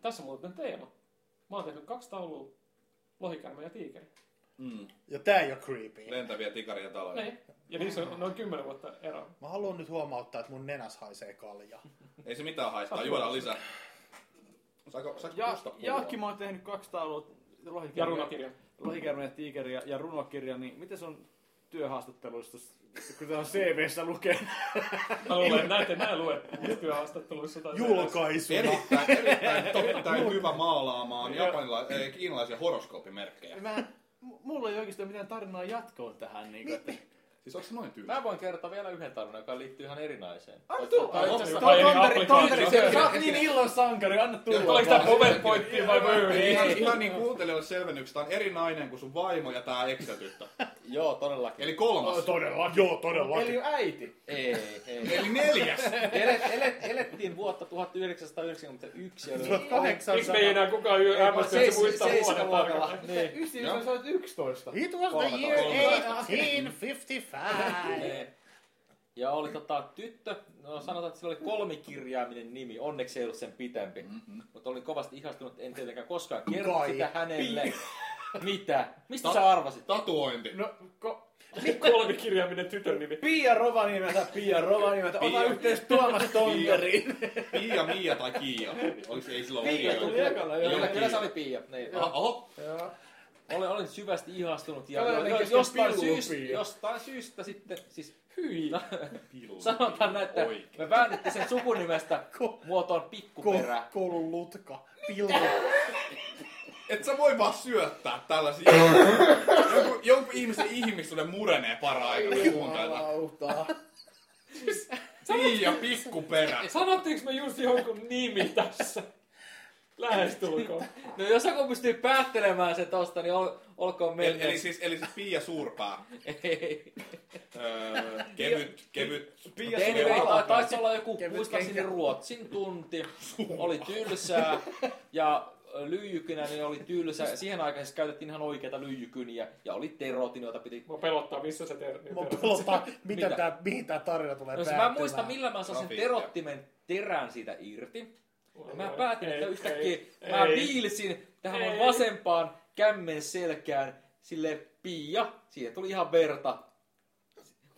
Speaker 7: Tässä on muuten teema. Mä oon tehnyt kaksi taulua. Lohikäärme ja tiikeri.
Speaker 2: Ja tää ei oo creepy.
Speaker 6: Lentäviä tikaria taloja.
Speaker 7: Niin. Ja niissä on noin kymmenen vuotta eroa.
Speaker 2: Mä haluan nyt huomauttaa, että mun nenäs haisee kalja.
Speaker 6: Ei se mitään haistaa, juodaan lisää. Saako, saako
Speaker 1: Ja,
Speaker 6: musta pulloa?
Speaker 1: Jaakki, mä oon tehnyt kaksi taulua.
Speaker 7: Ja
Speaker 1: Lohikärmeä,
Speaker 7: runokirja.
Speaker 1: lohikärmeä ja tiikeriä ja runokirja, niin miten se on työhaastatteluista, kun tää on CVssä lukee?
Speaker 7: Mä luulen, että näette nää lue työhaastatteluissa. tai näissä.
Speaker 2: Julkaisuna.
Speaker 6: Erittäin, erittäin, erittäin hyvä maalaamaan japanila- ei, kiinalaisia horoskoopimerkkejä.
Speaker 1: Mä, m- mulla ei oikeastaan mitään tarinaa jatkoa tähän. Niin kuin, että...
Speaker 6: Siis onko se noin tyylä?
Speaker 4: Mä voin kertoa vielä yhden tarinan, joka liittyy ihan erinäiseen.
Speaker 1: Anna tulla!
Speaker 7: Tai itse asiassa-
Speaker 1: Toi
Speaker 7: Ai,
Speaker 1: Tonteri,
Speaker 7: applikaatio.
Speaker 1: Tonteri, se- sä oot niin illon sankari, anna tulla.
Speaker 7: Oliko tää PowerPointia vai
Speaker 6: Ei, ihan,
Speaker 7: Wordia?
Speaker 6: ihan niin kuuntelijoille selvennyksi, tää on eri nainen kuin sun vaimo ja tää eksätyttö.
Speaker 4: Joo, todellakin.
Speaker 6: Eli kolmas.
Speaker 2: Todella. Joo, todellakin.
Speaker 1: Eli äiti.
Speaker 4: Ei, ei.
Speaker 6: Eli neljäs.
Speaker 4: Elet, elet, elettiin vuotta 1991. Eli...
Speaker 7: Miksi me ei
Speaker 2: 1800.
Speaker 7: enää kukaan yö hämmästy, että se muistaa vuoden
Speaker 4: vuodella.
Speaker 7: tarkalleen?
Speaker 4: Niin.
Speaker 1: Yksi, jos sä olet 11.
Speaker 2: It was the year 1855.
Speaker 4: niin. Ja oli tota, tyttö, no sanotaan, että sillä oli kolmikirjaaminen nimi, onneksi ei ollut sen pitempi. Mm-hmm. Mutta olin kovasti ihastunut, en tietenkään koskaan kerro
Speaker 2: Kai.
Speaker 4: sitä hänelle. Mitä? Mistä sä arvasit?
Speaker 6: Tatuointi.
Speaker 1: No, ko-
Speaker 7: Kolmikirjaaminen tytön nimi.
Speaker 1: Pia Rovaniemeltä, Pia Rovaniemeltä, ota
Speaker 6: Pia.
Speaker 1: yhteys Tuomas Tonteriin.
Speaker 6: Pia, Mia tai Kiia. Oliko ei silloin
Speaker 4: Pia
Speaker 6: Kiia?
Speaker 4: tuli ekana,
Speaker 6: Kyllä,
Speaker 4: joo. Kyllä,
Speaker 6: Kiia.
Speaker 4: kyllä se oli Pia. Niin.
Speaker 6: Oho,
Speaker 4: Olen, olen syvästi ihastunut ja
Speaker 1: Tämä
Speaker 4: jo,
Speaker 1: oli
Speaker 4: jo,
Speaker 1: kesken
Speaker 4: jostain,
Speaker 1: pillu,
Speaker 4: syystä,
Speaker 1: Pia.
Speaker 4: jostain syystä sitten, siis
Speaker 7: Hyi.
Speaker 6: Pillu.
Speaker 4: sanotaan näin, että
Speaker 6: Oikein.
Speaker 4: me väännettiin sen sukunimestä
Speaker 2: Ko-
Speaker 4: muotoon pikkuperä.
Speaker 2: Ko- koulun lutka. Pillu.
Speaker 6: Et sä voi vaan syöttää tällaisia. jonkun, jonkun ihmisen ihmissuhde murenee paraikaa, kun kuuntelee.
Speaker 2: Jumalauta.
Speaker 6: Pia, pikkuperä.
Speaker 7: Sanottiinko me just jonkun nimi tässä? Lähestulkoon.
Speaker 4: No jos joku pystyy päättelemään sen tosta, niin ol, olkoon
Speaker 6: Eli,
Speaker 4: mennyt.
Speaker 6: eli, siis, eli siis Pia Suurpää.
Speaker 4: Ei.
Speaker 6: Öö, kevyt, kevyt.
Speaker 1: Pia
Speaker 4: Anyway,
Speaker 1: Suvi
Speaker 4: tai-
Speaker 1: Alapää.
Speaker 4: taisi olla joku, muistaakseni Ruotsin tunti, oli tylsää ja lyijykynä niin oli tylsä. Siihen aikaan siis käytettiin ihan oikeita lyijykyniä ja oli terotin, joita piti...
Speaker 7: Mua pelottaa, missä se termi
Speaker 2: Mä
Speaker 7: on.
Speaker 2: pelottaa, mitä
Speaker 4: Mitä?
Speaker 2: tää, mihin tää tarina tulee
Speaker 4: No, siis mä en
Speaker 2: päättymään.
Speaker 4: muista, millä mä saan sen
Speaker 6: Trafiikkia.
Speaker 4: terottimen terän siitä irti. Ja mä
Speaker 7: Ei,
Speaker 4: päätin, että
Speaker 7: ei,
Speaker 4: yhtäkkiä
Speaker 7: ei,
Speaker 4: mä
Speaker 7: ei.
Speaker 4: viilsin tähän mun
Speaker 7: Ei.
Speaker 4: vasempaan kämmen selkään sille Pia. Siihen tuli ihan verta.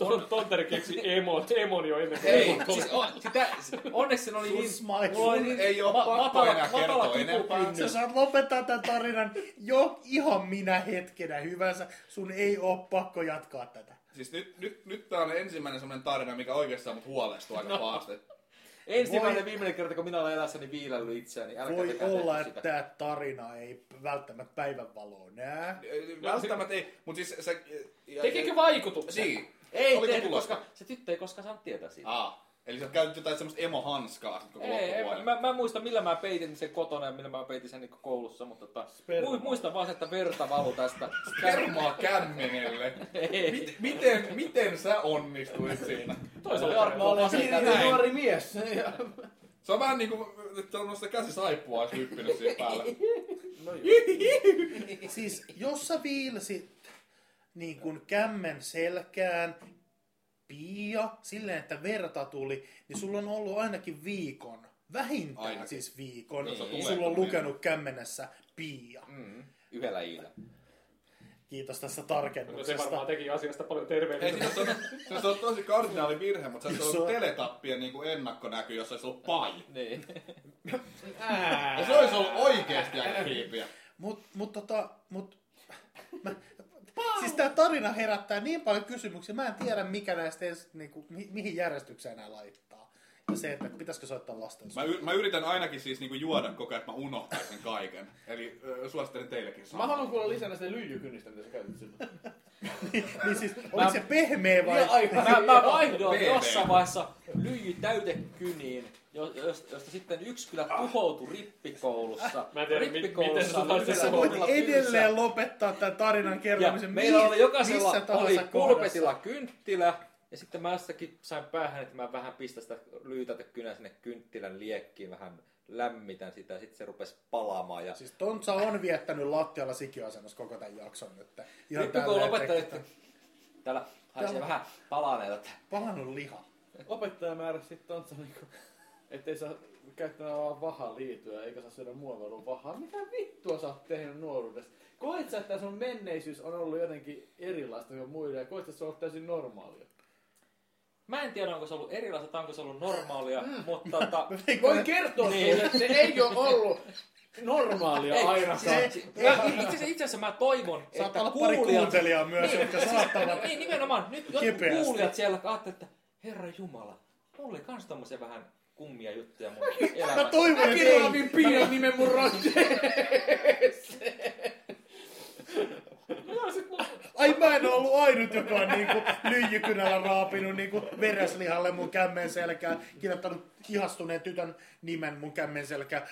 Speaker 7: Ton- Tonteri keksi emot, emon jo ennen kuin
Speaker 4: Niin. Ei,
Speaker 7: emot oli.
Speaker 4: siis on, sitä, onneksi se oli
Speaker 2: Sun
Speaker 4: niin,
Speaker 2: smile.
Speaker 4: mulla oli
Speaker 2: Sun
Speaker 4: niin
Speaker 6: ei oo pakko enää kertoa enempää.
Speaker 2: Sä
Speaker 4: kipukynnys.
Speaker 2: saat lopettaa tämän tarinan jo ihan minä hetkenä hyvänsä. Sun ei oo pakko jatkaa tätä.
Speaker 6: Siis nyt, nyt, nyt tää on ensimmäinen semmonen tarina, mikä oikeastaan mut huolestuu
Speaker 4: No.
Speaker 6: aika pahasti.
Speaker 4: Ensimmäinen
Speaker 2: Voi-
Speaker 4: ja viimeinen kerta, kun minä olen elässäni viilellyt itseäni. Älkää
Speaker 2: Voi
Speaker 4: tekää tehkö
Speaker 2: olla,
Speaker 4: sitä.
Speaker 2: että tämä tarina ei välttämättä päivänvaloa näe.
Speaker 6: Välttämättä ei, mut siis se... ja-
Speaker 7: Tekikö vaikutuksen?
Speaker 6: Niin.
Speaker 4: Ei
Speaker 6: Oliko Ah,
Speaker 4: tehnyt,
Speaker 6: tulosta?
Speaker 4: koska se tyttö ei koskaan saanut tietää siitä.
Speaker 6: Aa, eli sä oot käynyt jotain semmoista emohanskaa sit koko
Speaker 4: Ei, ei,
Speaker 6: loppuvuoden.
Speaker 4: mä, mä en muista millä mä peitin sen kotona ja millä mä peitin sen niin koulussa, mutta tota,
Speaker 1: Spermaa.
Speaker 4: mu- muistan vaan sen, että verta valu tästä.
Speaker 6: Kermaa kämmenelle.
Speaker 4: Ei.
Speaker 6: Mit, miten, miten sä onnistuit siinä?
Speaker 4: Oli
Speaker 7: Toisaalta
Speaker 4: Jarkko
Speaker 7: terveellä.
Speaker 4: vasen käsi.
Speaker 6: Näin.
Speaker 1: Niin, Nuori mies. Ja-
Speaker 6: Se on vähän niinku, että on noista käsisaippua olisi hyppinyt siihen päälle.
Speaker 2: Siis, jos sä viilsit niin kuin kämmen selkään, pia, silleen, että verta tuli, niin sulla on ollut ainakin viikon. Vähintään
Speaker 6: Ainakin.
Speaker 2: siis viikon.
Speaker 6: Jos on
Speaker 2: Sulla on
Speaker 6: tulehtunut,
Speaker 2: lukenut kämmenessä pia.
Speaker 4: Mm, yhdellä iillä.
Speaker 2: Kiitos tästä
Speaker 7: No se
Speaker 2: tarkennuksesta.
Speaker 7: varmaan teki asiasta paljon
Speaker 6: Ei,
Speaker 7: terveellisemmin.
Speaker 6: siis on, siis on tosi kardinaali virhe, mutta se
Speaker 2: Jos
Speaker 6: olisi
Speaker 2: on-
Speaker 6: ollut teletappien niin kuin ennakkonäky, jos olisi ollut pai.
Speaker 4: Niin.
Speaker 6: Ja se olisi ollut oikeasti aika kriipiä.
Speaker 2: Mut, mut tota, mut... Mä, siis tää tarina herättää niin paljon kysymyksiä. Mä en tiedä, mikä näistä edes, niinku, mi- mihin järjestykseen nämä laittaa. Ja se, että pitäisikö soittaa lasten
Speaker 6: Mä, y- mä yritän ainakin siis niinku juoda koko ajan, että mä unohtaisin kaiken. Eli ö, suosittelen teillekin
Speaker 1: Mä
Speaker 6: samaa.
Speaker 1: haluan kuulla lisää näistä lyijykynnistä, mitä sä käytit silloin.
Speaker 2: Niin siis, oliko se pehmeä vai?
Speaker 4: Mä, mä vaihdoin
Speaker 6: VV.
Speaker 4: jossain vaiheessa lyijy täytekyniin, jo- josta, josta sitten yksi kyllä tuhoutui rippikoulussa.
Speaker 7: Mä en tiedä, mi- miten se
Speaker 4: oli
Speaker 7: saatiin
Speaker 4: kyllä
Speaker 2: Sä voit
Speaker 4: todella
Speaker 2: edelleen lopettaa tämän tarinan
Speaker 4: Ja
Speaker 2: kertomisen
Speaker 4: meillä
Speaker 2: mi-
Speaker 4: oli jokaisella
Speaker 2: missä tahansa
Speaker 4: oli
Speaker 2: kohdassa.
Speaker 4: pulpetilla kynttilä. Ja sitten mä jostakin sain päähän, että mä vähän pistän sitä lyytätä kynää sinne kynttilän liekkiin, vähän lämmitän sitä ja sitten se rupesi palaamaan. Ja
Speaker 2: Siis Tontsa on viettänyt lattialla sikiasennossa koko tämän jakson nyt. Ihan
Speaker 4: rippikoulun
Speaker 2: tälleen
Speaker 4: opettaja,
Speaker 2: tekee-
Speaker 4: että täällä haisee
Speaker 2: Täällä-
Speaker 4: vähän palaneelta. että
Speaker 2: Palannut liha.
Speaker 1: Opettaja määräsi sitten Antsa niinku, ettei saa käyttämään vaan vahaliityä, eikä saa syödä muovailua vahaa. Mitä vittua sä oot tehnyt nuoruudessa? Koet sä, että sun menneisyys on ollut jotenkin erilaista kuin muille ja koet sä, että se on ollut täysin normaalia?
Speaker 4: Mä en tiedä, onko se ollut erilaista tai onko se ollut normaalia,
Speaker 2: Mm.
Speaker 4: mutta... tota,
Speaker 1: Voin kertoa
Speaker 4: Niin.
Speaker 1: sulle, että se ei ole ollut normaalia
Speaker 4: Ei,
Speaker 1: ainakaan.
Speaker 4: siis- siis- mä- Itse asiassa- itse asiassa mä toivon, että
Speaker 2: Saattaa olla pari
Speaker 4: kuulijat...
Speaker 2: kuuntelijaa myös, jotka saattavat
Speaker 4: Niin, nimenomaan. Nyt jotkut
Speaker 2: Kipeästi.
Speaker 4: kuulijat siellä ajattelee, että herra Jumala, mulla oli kans tommosia vähän kummia juttuja mun elämässä.
Speaker 2: Mä toivon, että
Speaker 1: Mäkin
Speaker 2: ei.
Speaker 1: raavin pienen nimen mun rotteen.
Speaker 4: siis-
Speaker 2: Ai mä en ollut ainut, joka on niinku lyijykynällä raapinut niinku vereslihalle mun kämmen selkään, kirjoittanut ihastuneen tytön nimen mun kämmen selkään,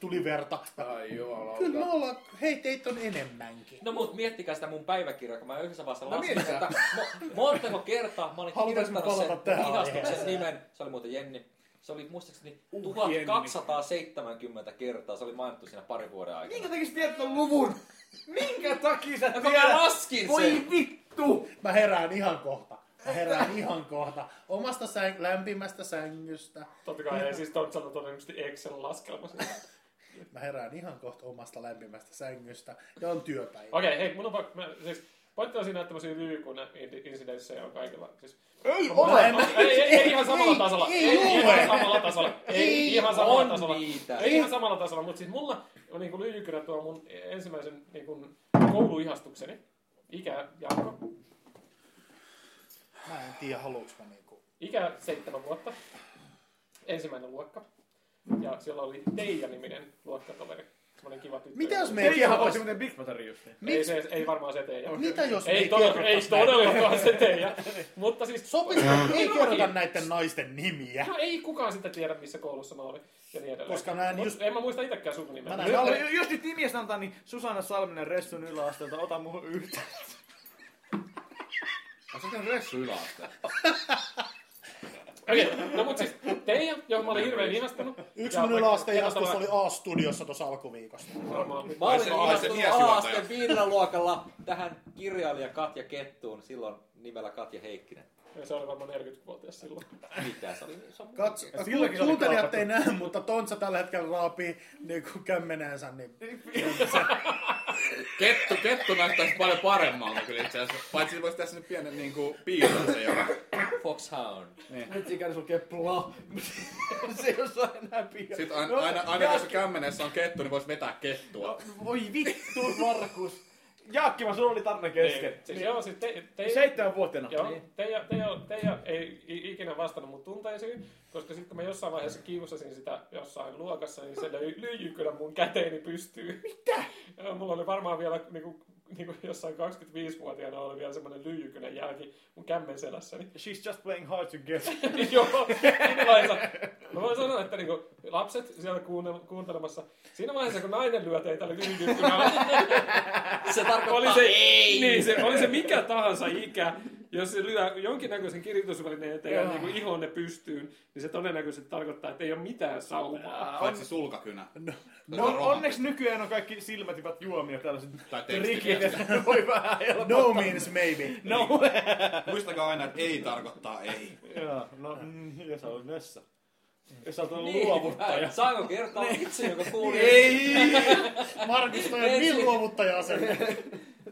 Speaker 2: tuli verta.
Speaker 1: Ai jumalauta.
Speaker 2: Kyllä me ollaan, hei teitä on enemmänkin.
Speaker 4: No mut miettikää sitä mun päiväkirjaa, kun mä yhdessä vaiheessa
Speaker 1: No
Speaker 4: laskin,
Speaker 1: mietitään.
Speaker 4: että mo- montako kertaa mä olin
Speaker 2: Halutaisin
Speaker 4: kirjoittanut sen
Speaker 2: palata tähän
Speaker 4: ihastuksen
Speaker 2: aiheeseen. Uh,
Speaker 4: nimen. Se oli muuten Jenni. Se oli muistaakseni
Speaker 1: Jenni.
Speaker 4: 1270 kertaa. Se oli mainittu siinä pari vuoden aikana.
Speaker 1: Minkä takia sä tiedät ton luvun? Minkä takia sä
Speaker 4: Ja kun mä
Speaker 1: tiedät?
Speaker 4: laskin sen!
Speaker 1: Voi vittu!
Speaker 2: Mä herään ihan kohta. Mä herään ihan kohta. Omasta säng- lämpimästä sängystä.
Speaker 7: Totta kai ei siis Tontsalta todennäköisesti Excel-laskelmassa.
Speaker 2: Mä herään ihan kohta omasta lämpimästä sängystä. Ja on työpäivä.
Speaker 7: Okei, hei, mun on pakko, mä, siis pointti on siinä, että tämmöisiä lyykun insidenssejä on kaikilla. Siis,
Speaker 2: Ei
Speaker 7: Ei,
Speaker 2: ole! Mä-
Speaker 7: ei, ei, ihan samalla
Speaker 2: ei,
Speaker 7: tasolla.
Speaker 2: ei
Speaker 7: ihan
Speaker 2: ole.
Speaker 7: samalla tasolla. Ei
Speaker 2: Ei, niin.
Speaker 7: ihan samalla
Speaker 4: on
Speaker 7: tasolla.
Speaker 4: niitä.
Speaker 7: Ei ihan samalla tasolla, mutta siis mulla on niin lyijykynä tuo mun ensimmäisen niin kuin, kouluihastukseni. Ikä, Jaakko,
Speaker 2: Mä en tiedä, haluuks mä niinku.
Speaker 7: ikä seitsemän vuotta, ensimmäinen luokka. Ja siellä oli Teija-niminen luokkatoveri. Semmoinen kiva tyttö.
Speaker 2: Mitä jos me ei
Speaker 1: Teijahan
Speaker 2: kieltäis-
Speaker 1: olisi muuten Big Brother just.
Speaker 7: Ei,
Speaker 2: Miksi?
Speaker 7: se, ei varmaan se Teija.
Speaker 2: Mitä jos me
Speaker 7: Ei,
Speaker 2: ei
Speaker 7: todella, ei
Speaker 2: kerrottaisi näitä?
Speaker 7: todellakaan se Teija. Mutta siis...
Speaker 2: Sopisiko, ei
Speaker 7: Todellakin.
Speaker 2: kerrota näiden naisten nimiä?
Speaker 7: No ei kukaan sitä tiedä, missä koulussa mä olin ja niin edelleen.
Speaker 2: Koska mä en
Speaker 7: Mut
Speaker 2: just-
Speaker 7: En mä muista itsekään sukunimeä.
Speaker 2: Mä
Speaker 7: Mä
Speaker 2: näin-
Speaker 1: Jos-
Speaker 2: olen-
Speaker 1: No, Jos nyt nimiä sanotaan, niin Susanna Salminen Ressun yläasteelta, ota muuhun yhtä.
Speaker 6: Onko se ressu yläaste?
Speaker 7: Okei, no mut siis Teija, johon mä olin hirveän ihastunut.
Speaker 2: Yksi
Speaker 7: ja
Speaker 2: mun
Speaker 7: vaikka-
Speaker 2: yläasteen
Speaker 7: kerrotaan
Speaker 2: ihastus oli A-studiossa tuossa alkuviikosta.
Speaker 7: varmaan-
Speaker 4: Mä
Speaker 6: Ai
Speaker 4: olin
Speaker 6: se- ai se
Speaker 4: ihastunut
Speaker 6: miesjuontaja.
Speaker 4: A-asteen viidellä luokalla tähän kirjailija Katja Kettuun, silloin nimellä Katja Heikkinen.
Speaker 7: Se oli varmaan 40-vuotias silloin.
Speaker 4: Mitä se oli? Se on
Speaker 2: Kats,
Speaker 1: Ja silläkin
Speaker 2: ku-
Speaker 1: oli
Speaker 2: äh, kuuntelijat
Speaker 1: kaapattu.
Speaker 2: ei näe, mutta Tontsa tällä hetkellä raapii niinku kämmenäänsä, niin
Speaker 6: Kettu, kettu näyttäisi paljon paremmalta kyllä itse asiassa. Paitsi voisi tässä nyt pienen niinku piirron se joka.
Speaker 4: Foxhound.
Speaker 1: Nyt siinä käydä sulkee pla. Se ei osaa enää No, piirtää.
Speaker 6: Sitten aina, aina, aina jos kämmenessä on kettu, niin voisi vetää kettua.
Speaker 1: No, Voi vittu, Markus. Jaakki, mä sulla oli tarina kesken.
Speaker 7: Niin, Siis joo, siis te, te,
Speaker 1: Seitsemänvuotiaana.
Speaker 7: Joo, Teija, Teija, Teija ei i- ikinä vastannut mun tunteisiin, koska sitten kun mä jossain vaiheessa kiusasin sitä jossain luokassa, niin se löi, lyijyi kyllä mun käteeni pystyyn. Mitä? Ja mulla oli varmaan vielä niinku, niinku jossain 25-vuotiaana oli vielä semmoinen lyijykynän jälki mun kämmen selässäni.
Speaker 1: She's just playing hard to get.
Speaker 6: No,
Speaker 7: Joo, siinä vaiheessa. Mä voin sanoa, että niinku, lapset siellä kuunne- kuuntelemassa, siinä vaiheessa kun nainen lyö teitä lyijykynällä,
Speaker 4: Se tarkoittaa
Speaker 7: oli se,
Speaker 4: ei!
Speaker 7: Niin, se, oli se mikä tahansa ikä, jos se lyö jonkinnäköisen kirjoitusvälineen eteen ja niin kuin ihonne pystyyn, niin se todennäköisesti tarkoittaa, että ei ole mitään saumaa.
Speaker 6: Paitsi sulkakynä.
Speaker 1: No, onneksi nykyään on kaikki silmätipat juomia tällaiset
Speaker 6: Tai tekstiviestit.
Speaker 1: trikit, että voi vähän helpottaa.
Speaker 2: no means maybe.
Speaker 1: No.
Speaker 6: Muistakaa aina, että ei tarkoittaa ei.
Speaker 1: Joo, no, mm, ja sä olit nössä. Ja sä oot ollut
Speaker 4: Niin,
Speaker 1: luovuttaja.
Speaker 4: äh, Saanko kertoa itse, joka kuuli?
Speaker 2: Markus, toi on niin luovuttaja asenne.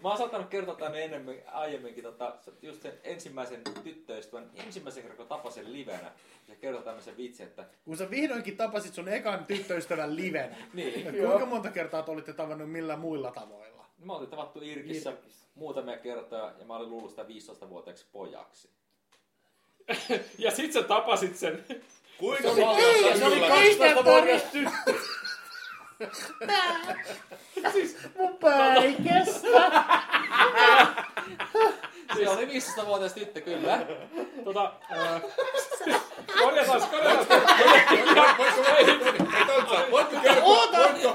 Speaker 4: Mä oon saattanut kertoa tämän enemmän, aiemminkin, tota, just sen ensimmäisen tyttöystävän, ensimmäisen kerran kun tapasin livenä, ja kertoi tämmöisen vitsin, että
Speaker 2: Kun sä vihdoinkin tapasit sun ekan tyttöystävän livenä,
Speaker 4: niin,
Speaker 2: ja kuinka monta kertaa te olitte tavannut millä muilla tavoilla?
Speaker 4: me oltiin tavattu Irkissä, muutamia kertoja, ja mä olin luullut sitä 15-vuotiaaksi pojaksi.
Speaker 7: Ja sit sä tapasit sen.
Speaker 6: Kuinka paljon sä
Speaker 2: se oli
Speaker 6: kyllä-
Speaker 2: kaikista vuotias tyttö. siis mun pää ei kestä.
Speaker 4: Se oli 15-vuotias tyttö, kyllä.
Speaker 7: Tota, ää, korjataan, korjataan.
Speaker 6: Voitko voitko- voitko kertoa, voitko, voitko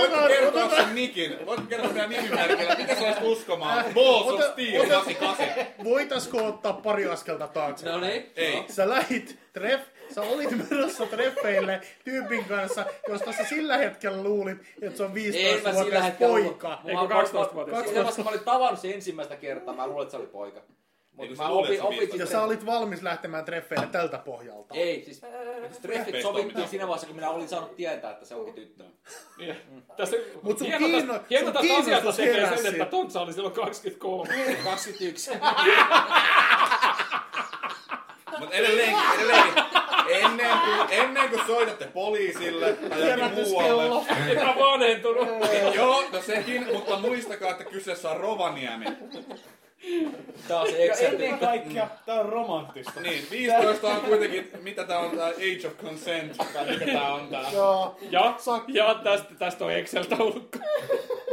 Speaker 2: Otetaan,
Speaker 6: kertoa
Speaker 2: otetaan, Äh.
Speaker 6: sen nikin? Voitko kertoa sen nimimerkillä? Mitä sä olisit uskomaan? Boss of
Speaker 2: Ota-
Speaker 6: Steel
Speaker 2: ota-
Speaker 6: 88.
Speaker 2: voitaisko ottaa pari askelta taakse?
Speaker 4: No niin.
Speaker 6: Ei.
Speaker 2: Sä lähit treff, sä olit menossa treffeille tyypin kanssa, josta sä sillä hetkellä luulit, että se on
Speaker 4: En mä sillä
Speaker 2: 15-vuotias
Speaker 4: hetkellä
Speaker 2: poika.
Speaker 7: Ei, kun 12-vuotias.
Speaker 4: Siinä vasta mä olin tavannut sen ensimmäistä kertaa, mä luulin, että se oli poika.
Speaker 6: Niin, kun
Speaker 4: Mutta
Speaker 6: sä
Speaker 4: mä
Speaker 6: luulet,
Speaker 4: opin,
Speaker 6: että se
Speaker 4: opin
Speaker 6: viisi-
Speaker 2: Ja
Speaker 4: sitten...
Speaker 2: sä olit valmis lähtemään treffeille tältä pohjalta.
Speaker 4: Ei, siis treffit
Speaker 6: Treffeistä on
Speaker 4: sovittiin
Speaker 6: mitään.
Speaker 4: siinä vaiheessa, kun minä olin saanut tietää, että se onkin tyttö.
Speaker 7: Niin. Tässä
Speaker 2: Mut sun
Speaker 7: hieno tästä-
Speaker 2: kiinno-
Speaker 7: hieno
Speaker 2: sun
Speaker 7: tästä asiasta
Speaker 2: kiinnostus
Speaker 7: tekee
Speaker 2: heräsi.
Speaker 7: sen, että Tontsa oli silloin 23.
Speaker 4: 21.
Speaker 6: Mutta edelleenkin, edelleenkin. Ennen kuin, ennen kuin soitatte poliisille tai jokin muualle.
Speaker 7: En mä vanhentunut.
Speaker 6: Joo, no sekin, mutta muistakaa, että kyseessä on Rovaniemi.
Speaker 4: Tää on se
Speaker 8: Ennen
Speaker 4: Excel.
Speaker 8: kaikkea, tää on romanttista.
Speaker 6: Niin, 15 on kuitenkin, mitä tää on, tää Age of Consent, tai mikä tää on tää.
Speaker 2: Joo.
Speaker 7: Ja, ja tästä, tästä on Excel-taulukko.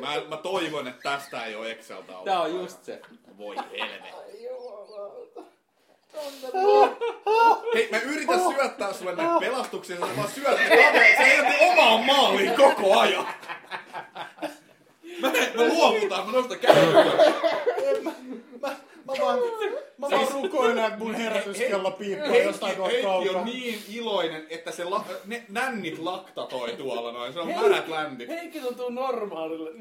Speaker 6: Mä, mä toivon, että tästä ei oo Excel-taulukkoa.
Speaker 4: Tää on just se.
Speaker 6: Voi helvetti. Hei, mä yritän syöttää sulle näitä pelastuksia, sä vaan syöt ne kaverit. Sä jätät omaan maaliin koko ajan. Mä, mä luovutan, mä nostan käden
Speaker 2: Mä vaan, mä vaan rukoilen, että mun herätyskello piippaa jostain kohtaa
Speaker 6: Siis Heikki
Speaker 2: kaukaa.
Speaker 6: on niin iloinen, että se la, ne nännit laktatoi tuolla noin. Se on märät ländit.
Speaker 8: Heikki tuntuu normaalille.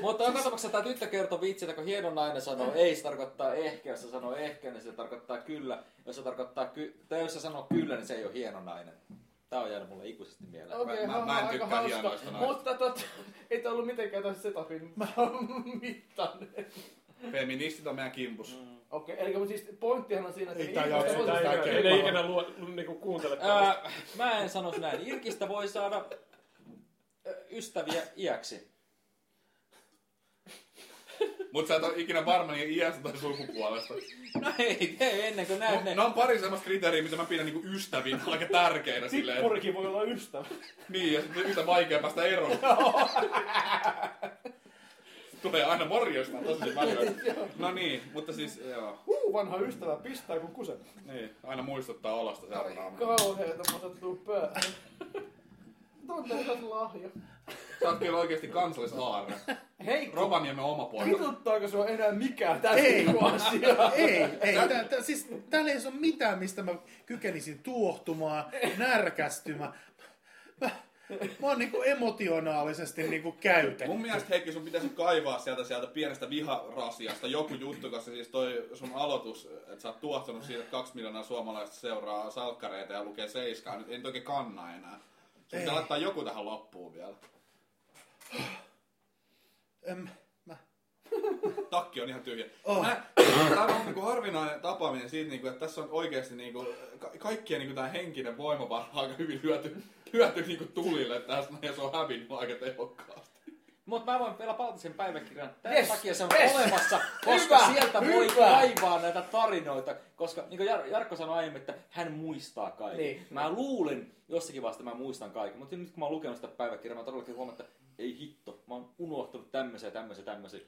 Speaker 4: Mutta joka tapauksessa tämä tyttö kertoo vitsin, että kun hieno nainen sanoo ei, se tarkoittaa ehkä. Jos se sanoo ehkä, niin se tarkoittaa kyllä. Jos se tarkoittaa ky- tai jos se sanoo kyllä, niin se ei ole hieno nainen. Tää on jäänyt mulle ikuisesti mieleen.
Speaker 8: Okei,
Speaker 6: mä- mä en
Speaker 8: aika
Speaker 6: tykkää
Speaker 8: hauska.
Speaker 6: hienoista naisista.
Speaker 8: Mutta tot, ei tää ollut mitenkään tämän setupin mittainen.
Speaker 6: Feministit on meidän kimpus.
Speaker 8: Okei, eli mutta siis pointtihan on siinä, että...
Speaker 2: Ei
Speaker 8: ne
Speaker 2: tää
Speaker 8: ihmiset
Speaker 2: jaksa,
Speaker 8: voi-
Speaker 2: tää ei-
Speaker 7: En ei ikinä luo, niinku kuuntele tällaista.
Speaker 4: Ää, mä en sano näin. Irkistä voi saada ö, ystäviä iäksi.
Speaker 6: Mut sä et oo ikinä varma niin iästä tai sukupuolesta.
Speaker 4: No ei tee ennen kuin näet ne.
Speaker 6: No, on pari semmoista kriteeriä, mitä mä pidän niinku ystävinä aika tärkeinä silleen. että-
Speaker 8: Purikin voi olla ystävä.
Speaker 6: Niin, ja sitten yhtä vaikea päästä eroon. Tulee aina morjesta, tosi välillä. No niin, mutta siis joo.
Speaker 8: Huu, vanha ystävä pistää kun kuse.
Speaker 6: Niin, aina muistuttaa olosta seuraavaa.
Speaker 8: Kauheeta, mä sattuu päähän. Tonne on lahja.
Speaker 6: Sä oot kyllä oikeesti kansallisaarre.
Speaker 8: Hei,
Speaker 6: Rovaniemen oma poika.
Speaker 8: Vituttaako sua enää mikään tässä
Speaker 2: Ei.
Speaker 8: niinku asiaa?
Speaker 2: Ei, ei. Tää, tää, siis, täällä ei ole mitään, mistä mä kykenisin tuohtumaan, närkästymään. Mä, mä oon niinku emotionaalisesti niinku käytetty.
Speaker 6: Mun mielestä Heikki sun pitäisi kaivaa sieltä sieltä pienestä viharasiasta joku juttu, koska siis toi sun aloitus, että sä oot tuottanut siitä, että kaksi miljoonaa suomalaista seuraa salkkareita ja lukee seiskaa, nyt ei nyt oikein kanna enää. Sun pitää laittaa joku tähän loppuun vielä.
Speaker 2: Öm, mä,
Speaker 6: takki on ihan tyhjä.
Speaker 2: Oh.
Speaker 6: Oh. Tämä on niinku harvinainen tapaaminen siitä, niinku, että tässä on oikeasti niinku, ka- kaikkien niinku, tämä henkinen voimavara on aika hyvin hyöty, hyöty niinku, tulille tässä ja se on hävinnyt aika tehokkaasti.
Speaker 4: Mutta mä voin vielä palata sen päiväkirjan. Tämän
Speaker 8: Yes,
Speaker 4: takia se on
Speaker 8: yes.
Speaker 4: olemassa, koska
Speaker 8: Hyvä,
Speaker 4: sieltä voi
Speaker 8: hyvä.
Speaker 4: kaivaa näitä tarinoita. Koska niin kuin Jar- Jarkko sanoi aiemmin, että hän muistaa kaiken.
Speaker 8: Niin.
Speaker 4: Mä luulen jossakin vaiheessa, että mä muistan kaiken. Mutta nyt kun mä oon lukenut sitä päiväkirjaa, mä todellakin huomaan, että ei hitto, mä oon unohtanut tämmöisiä, tämmöisiä, tämmöisiä.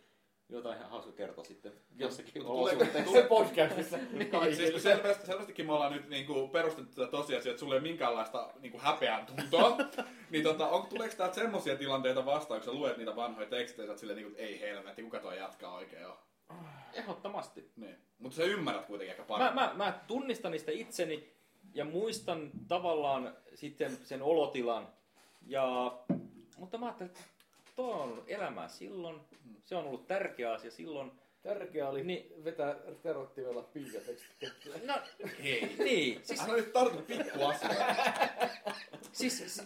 Speaker 4: Jotain ihan hauska kertoa sitten jossakin olosuhteessa.
Speaker 8: Se podcastissa.
Speaker 4: Niin.
Speaker 6: Siis, kun selvästi, selvästikin me ollaan nyt niinku, perustettu tätä tosiasiaa, että sulle ei ole minkäänlaista niinku, häpeän tuntoa. niin tota, on, tuleeko täältä semmoisia tilanteita vastaan, kun sä luet niitä vanhoja tekstejä, sä oot silleen, niinku, että ei helvetti, kuka toi jatkaa oikein on.
Speaker 4: Ehdottomasti.
Speaker 6: Niin. Mutta sä ymmärrät kuitenkin ehkä
Speaker 4: Mä,
Speaker 6: paremmin.
Speaker 4: mä, mä tunnistan niistä itseni ja muistan tavallaan sitten sen olotilan. Ja, mutta mä ajattelin, että tuo on ollut elämää silloin. Se on ollut tärkeä asia silloin.
Speaker 8: Tärkeää oli
Speaker 4: Niin.
Speaker 8: vetää terottimella piiatekstiä.
Speaker 4: No,
Speaker 6: Hei.
Speaker 4: niin. Siis,
Speaker 6: Hän oli tarttunut pikku asiaa.
Speaker 4: siis,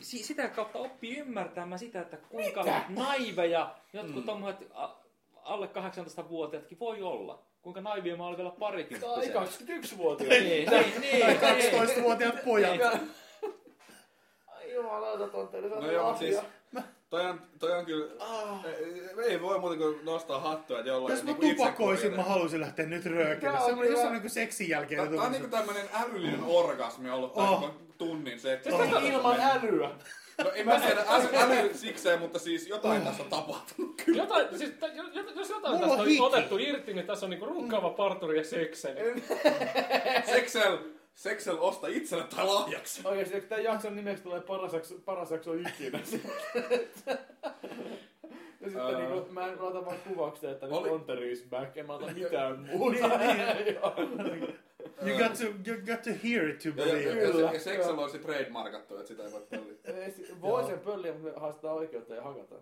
Speaker 4: siis sitä kautta oppii ymmärtämään sitä, että kuinka naiveja jotkut mm. tommoset a- alle 18-vuotiaatkin voi olla. Kuinka naivia mä olen vielä parikin.
Speaker 1: Tai 21-vuotias.
Speaker 4: Niin, niin, niin, niin.
Speaker 2: 12-vuotiaat pojat.
Speaker 1: Ai jumalauta, tontteri, se
Speaker 6: No joo, mut No siis toi on, toi on kyllä, eh, ei voi muuta kuin nostaa hattua, että jollain
Speaker 2: Ah. Jos mä
Speaker 6: niinku
Speaker 2: tupakoisin,
Speaker 6: itsekurille.
Speaker 2: mä haluaisin lähteä nyt röökille.
Speaker 1: Tää on
Speaker 2: Semmoinen
Speaker 1: kyllä-
Speaker 2: jossain niinku seksin jälkeen.
Speaker 6: Tää tää on
Speaker 2: tuntuu-
Speaker 6: niinku tämmönen älyllinen
Speaker 2: Ah.
Speaker 6: orgasmi ollut tää
Speaker 2: Oh.
Speaker 6: kun tunnin se. että-
Speaker 1: Tästä on ilman älyä.
Speaker 6: No en mä tiedä äly, äly sikseen, mutta siis jotain
Speaker 2: Ah.
Speaker 6: tässä on tapahtunut.
Speaker 7: Jotain, siis, tä- jo- jo- jos jotain
Speaker 2: Mulla
Speaker 7: tästä
Speaker 2: on
Speaker 7: on
Speaker 2: hiki.
Speaker 7: otettu irti, niin tässä on niinku runkkaava parturi ja sekseli.
Speaker 6: Seksel, seksel osta itselle tai lahjaksi.
Speaker 1: Oikeesti, jos tämän jakson nimeksi tulee paras jakso, paras jakso ikinä. Ja sitten
Speaker 6: Ää.
Speaker 1: niinku, mä en mä otan vaan kuvauksia, että nyt
Speaker 6: Oli- Niin,
Speaker 1: Tontteri is back, en mä ota mitään muuta.
Speaker 2: You got to, you got to hear it to
Speaker 6: Ja, ja,
Speaker 2: believe.
Speaker 6: ja,
Speaker 2: it.
Speaker 6: se-
Speaker 1: Kyllä,
Speaker 6: ja seksel on se trademarkattu, että sitä ei voi pölliä.
Speaker 1: Ei si- Voi sen pölliä, mutta me haastetaan oikeutta ja hakataan.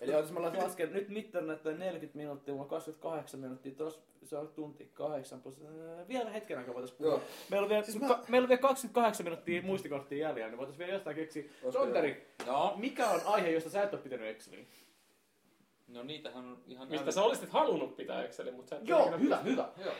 Speaker 1: Eli jos mä lasken, nyt mittarin näyttää 40 minuuttia, mulla on 28 minuuttia, tos se on tunti 8 plus, äh, vielä hetken aikaa voitais puhua.
Speaker 6: Joo.
Speaker 1: Meillä on, vielä,
Speaker 2: Siis
Speaker 1: siis
Speaker 2: mä-
Speaker 1: ka- meillä on vielä 28 minuuttia muistikorttia jäljellä, niin voitais vielä jostain keksiä. Sonteri,
Speaker 4: No,
Speaker 1: mikä on aihe, josta sä et ole pitänyt Exceliä?
Speaker 4: no niitähän on ihan...
Speaker 7: Mistä sä olisit halunnut pitää Excelin, mutta sä et ikinä-
Speaker 1: hyvä.
Speaker 4: Joo.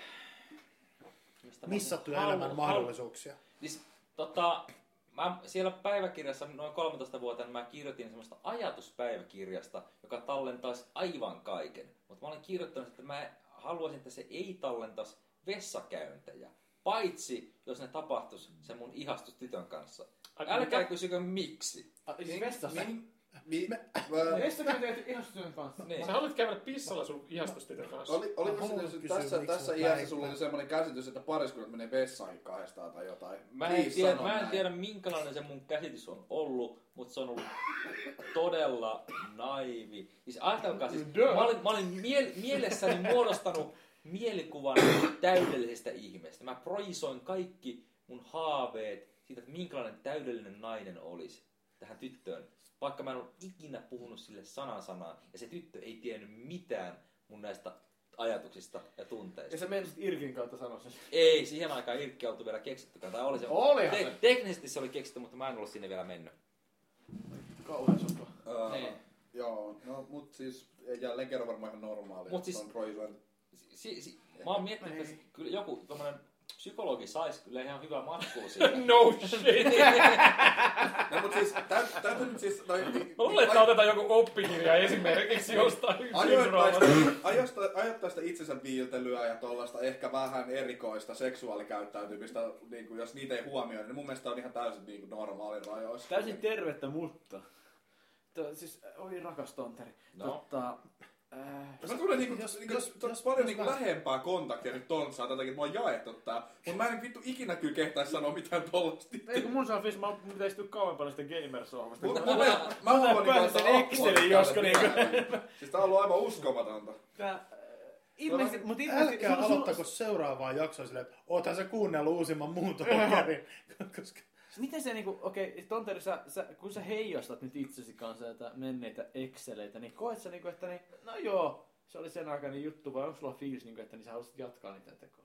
Speaker 4: Mistä mä-
Speaker 2: Missattuja
Speaker 4: Halu-
Speaker 2: elämän
Speaker 4: halu-
Speaker 2: mahdollisuuksia.
Speaker 4: Siis, tota, mä siellä päiväkirjassa noin 13-vuotiaana mä kirjoitin semmoista ajatuspäiväkirjasta, joka tallentaisi aivan kaiken. Mutta mä olin kirjoittanut, että mä haluaisin, että se ei tallentaisi vessakäyntejä. Paitsi, jos ne tapahtuisi sen mun ihastus tytön kanssa.
Speaker 7: Ai,
Speaker 4: Älkää
Speaker 7: mikä?
Speaker 4: kysykö miksi.
Speaker 1: Ah, Siis vessassa.
Speaker 6: Mi,
Speaker 1: Vessassa kun teet ihan työn kanssa.
Speaker 4: Niin.
Speaker 7: Sä haluat käydä pissalla sun ihastustytön kanssa.
Speaker 6: oli, oli
Speaker 2: Mä haluan
Speaker 6: se,
Speaker 2: kysyä,
Speaker 6: tässä,
Speaker 2: miksi
Speaker 6: tässä
Speaker 2: mä
Speaker 6: iässä
Speaker 2: näin.
Speaker 6: sulla oli semmoinen käsitys, että pariskunnat menee vessaankin kahdestaan tai jotain.
Speaker 4: Mä en,
Speaker 6: Please,
Speaker 4: tiedä,
Speaker 6: Niin, sano
Speaker 4: mä en
Speaker 6: näin.
Speaker 4: tiedä, minkälainen se mun käsitys on ollut, mutta se on ollut todella naivi. Siis ajatelkaa siis, mä olin, mä olin miel, mielessäni muodostanut mielikuvan täydellisestä ihmeestä. Mä projisoin kaikki mun haaveet siitä, että minkälainen täydellinen nainen olisi tähän tyttöön. Vaikka mä en ole ikinä puhunut sille sanan sanaa, ja se tyttö ei tiennyt mitään mun näistä ajatuksista ja tunteista.
Speaker 1: Ja sä menisit Irkin kautta sanoa sen.
Speaker 4: Ei, siihen aikaan Irkki oltu vielä keksittykään. Tai oli se.
Speaker 1: Olihan
Speaker 4: te-
Speaker 1: se.
Speaker 4: Teknisesti se oli keksitty, mutta mä en ollut sinne vielä mennyt.
Speaker 1: Kauhean sopa.
Speaker 6: Öö,
Speaker 4: Niin.
Speaker 6: Joo, no mut siis jälleen kerran varmaan ihan normaali.
Speaker 4: Mut
Speaker 6: Mut
Speaker 4: siis-
Speaker 6: siis... On projisointi.
Speaker 4: Si, si, mä oon miettinyt, että kyllä joku tommonen psykologi saisi kyllä ihan hyvää matkua siitä.
Speaker 7: No shit!
Speaker 6: No mut siis, tä- täytyy nyt siis... Toi,
Speaker 7: Mä luulen, että otetaan joku oppikirja esimerkiksi jostain
Speaker 6: Ajoittaista,
Speaker 7: syndroomasta.
Speaker 6: ajoista- ajoittaista itsensä viiltelyä ja tuollaista ehkä vähän erikoista seksuaalikäyttäytymistä, niin kuin jos niitä ei huomioi, niin mun mielestä on ihan täysin niin kuin normaalin rajoissa.
Speaker 1: Täysin tervettä, mutta... Tö, siis, äh, oi rakas tonteri.
Speaker 4: No.
Speaker 1: Totta, äh,
Speaker 6: Jos mä tulen niinku,
Speaker 2: Jos-
Speaker 6: jos, niinku,
Speaker 2: jos-
Speaker 6: jos,
Speaker 2: jos-
Speaker 6: jos, paljon
Speaker 2: jos
Speaker 6: niinku
Speaker 2: mä-
Speaker 6: lähempää kontaktia nyt tontsaa tätäkin, että mä oon jaettu tää. Mut mä en vittu ikinä kyllä kehtaisi sanoa mitään tollasta.
Speaker 1: ei kun mun saa fiis, mä oon pitäis tyy kauempana sitä gamer-sohvasta.
Speaker 6: Mut- mut- Mä haluan niinku
Speaker 1: pääsen
Speaker 6: antaa
Speaker 1: Excelin,
Speaker 6: aplodit
Speaker 1: josko
Speaker 6: tälle
Speaker 1: niinku-
Speaker 6: tilanteelle. Siis tää on ollut aivan uskomatonta.
Speaker 1: Tää... äh, Ilmeisesti, mut ilmeisesti...
Speaker 2: Älkää
Speaker 1: sulla- sulla-
Speaker 2: aloittako seuraavaa jaksoa silleen, että oothan sä kuunnellut uusimman muuntopokerin. Koska
Speaker 1: Miten se niinku, okei, Tonteri, sä, sä, kun sä heijastat nyt itsesi kanssa näitä menneitä exceleitä, niin koet sä niinku, että niin, no joo, se oli sen aikainen juttu, vai onko sulla fiilis, niinku, että niin sä haluaisit jatkaa niitä tekoa?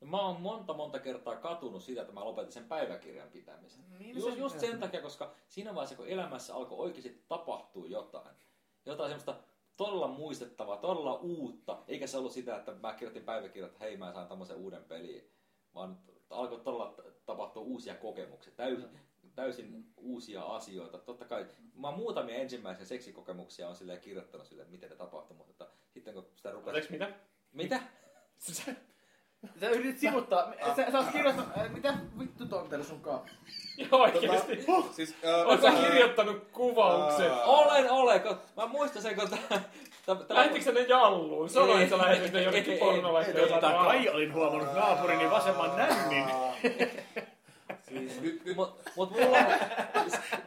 Speaker 4: Ja Mä oon monta monta kertaa katunut sitä, että mä lopetin sen päiväkirjan pitämisen.
Speaker 1: Niin,
Speaker 4: just,
Speaker 1: se-
Speaker 4: just sen takia, koska siinä vaiheessa, kun elämässä alkoi oikeasti tapahtua jotain, jotain semmoista todella muistettavaa, todella uutta, eikä se ollut sitä, että mä kirjoitin päiväkirjat, että hei mä saan tämmöisen uuden pelin, vaan alkoi todella t- tapahtua uusia kokemuksia, täysin, täysin uusia asioita. Totta kai mä oon muutamia ensimmäisiä seksikokemuksia on silleen kirjoittanut sille, miten ne tapahtui, mutta että sitten kun sitä rupesi...
Speaker 7: Anteeksi, mitä?
Speaker 4: Mitä?
Speaker 1: Sä yritit sivuttaa, sä, sä oot kirjoittanut, äh, mitä vittu Tonteri sunkaan?
Speaker 7: Joo, oikeesti.
Speaker 6: Tota, siis, ää,
Speaker 7: Oletko
Speaker 6: ää,
Speaker 7: kirjoittanut kuvauksen?
Speaker 6: Ää.
Speaker 4: Olen, olen. kun- Mä muistan sen, kun... tää- tää- tää-
Speaker 7: Lähetikö sä ne jalluun? Sanoit sä lähetit ne jonnekin
Speaker 4: Ei,
Speaker 7: pornolähteen.
Speaker 1: Kai olin huomannut naapurini vasemman nännin.
Speaker 6: Nyt, nyt
Speaker 4: Mut, mut mulla on...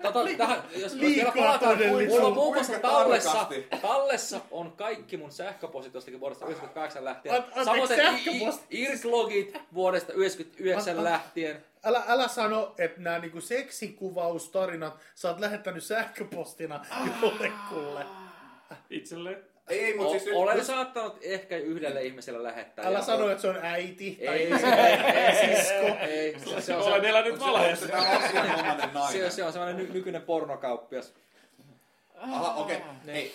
Speaker 4: Tota, tähän, jos jos vielä
Speaker 2: liikaa
Speaker 4: palataan,
Speaker 2: todellisuus.
Speaker 4: mulla on muun muassa
Speaker 6: Kuinka
Speaker 4: tallessa,
Speaker 6: tarkasti?
Speaker 4: tallessa on kaikki mun sähköpostit jostakin vuodesta 98 lähtien.
Speaker 2: An- anteeksi, sähköposti?
Speaker 4: irklogit vuodesta 99
Speaker 2: An- an-
Speaker 4: lähtien.
Speaker 2: Älä, älä sano, että nämä niinku seksikuvaustarinat sä oot lähettänyt sähköpostina jollekulle.
Speaker 7: Itselleen.
Speaker 6: Ei, mutta
Speaker 4: O-
Speaker 6: siis nyt...
Speaker 4: olen saattanut ehkä yhdelle ihmiselle lähettää.
Speaker 2: Älä
Speaker 4: ja-
Speaker 2: sano, että se on äiti tai siis-
Speaker 4: Ei,
Speaker 2: isä.
Speaker 4: se- ei, ei, ei, se- se on se-
Speaker 7: Olen
Speaker 6: siis
Speaker 7: elänyt valheessa.
Speaker 6: Tämä on asianomainen
Speaker 4: se-
Speaker 6: nainen.
Speaker 4: se on sellainen ny- nykyinen pornokauppias.
Speaker 6: Aha, okei. Okay. Hei,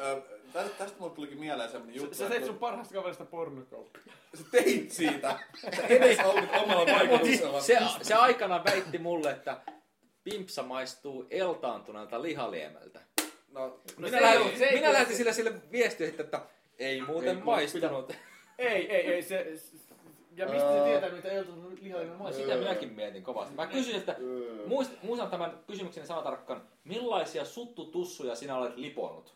Speaker 6: ö, Tästä, tästä mulle tulikin mieleen semmonen juttu.
Speaker 1: Sä
Speaker 6: että
Speaker 1: teit sun parhaasta kaverista pornokauppaa.
Speaker 6: sä teit siitä. Sä edes ollut omalla vaikutuksella.
Speaker 4: siis Se, se aikana väitti mulle, että pimpsa maistuu eltaantuneelta lihaliemeltä.
Speaker 6: No,
Speaker 4: minä lähetin, minä lähetin sillä sille viestiä sitten, että ei muuten
Speaker 6: Ei,
Speaker 4: maistunut.
Speaker 1: Ei, ei, ei, se... s- Ja mistä se
Speaker 6: Ää.
Speaker 1: tietää, mitä Elton lihainen
Speaker 4: No,
Speaker 1: maistuu?
Speaker 4: sitä minäkin mietin kovasti. Mä kysyin, että muist- muistan tämän kysymyksen sanatarkkaan. Millaisia suttutussuja sinä olet liponut?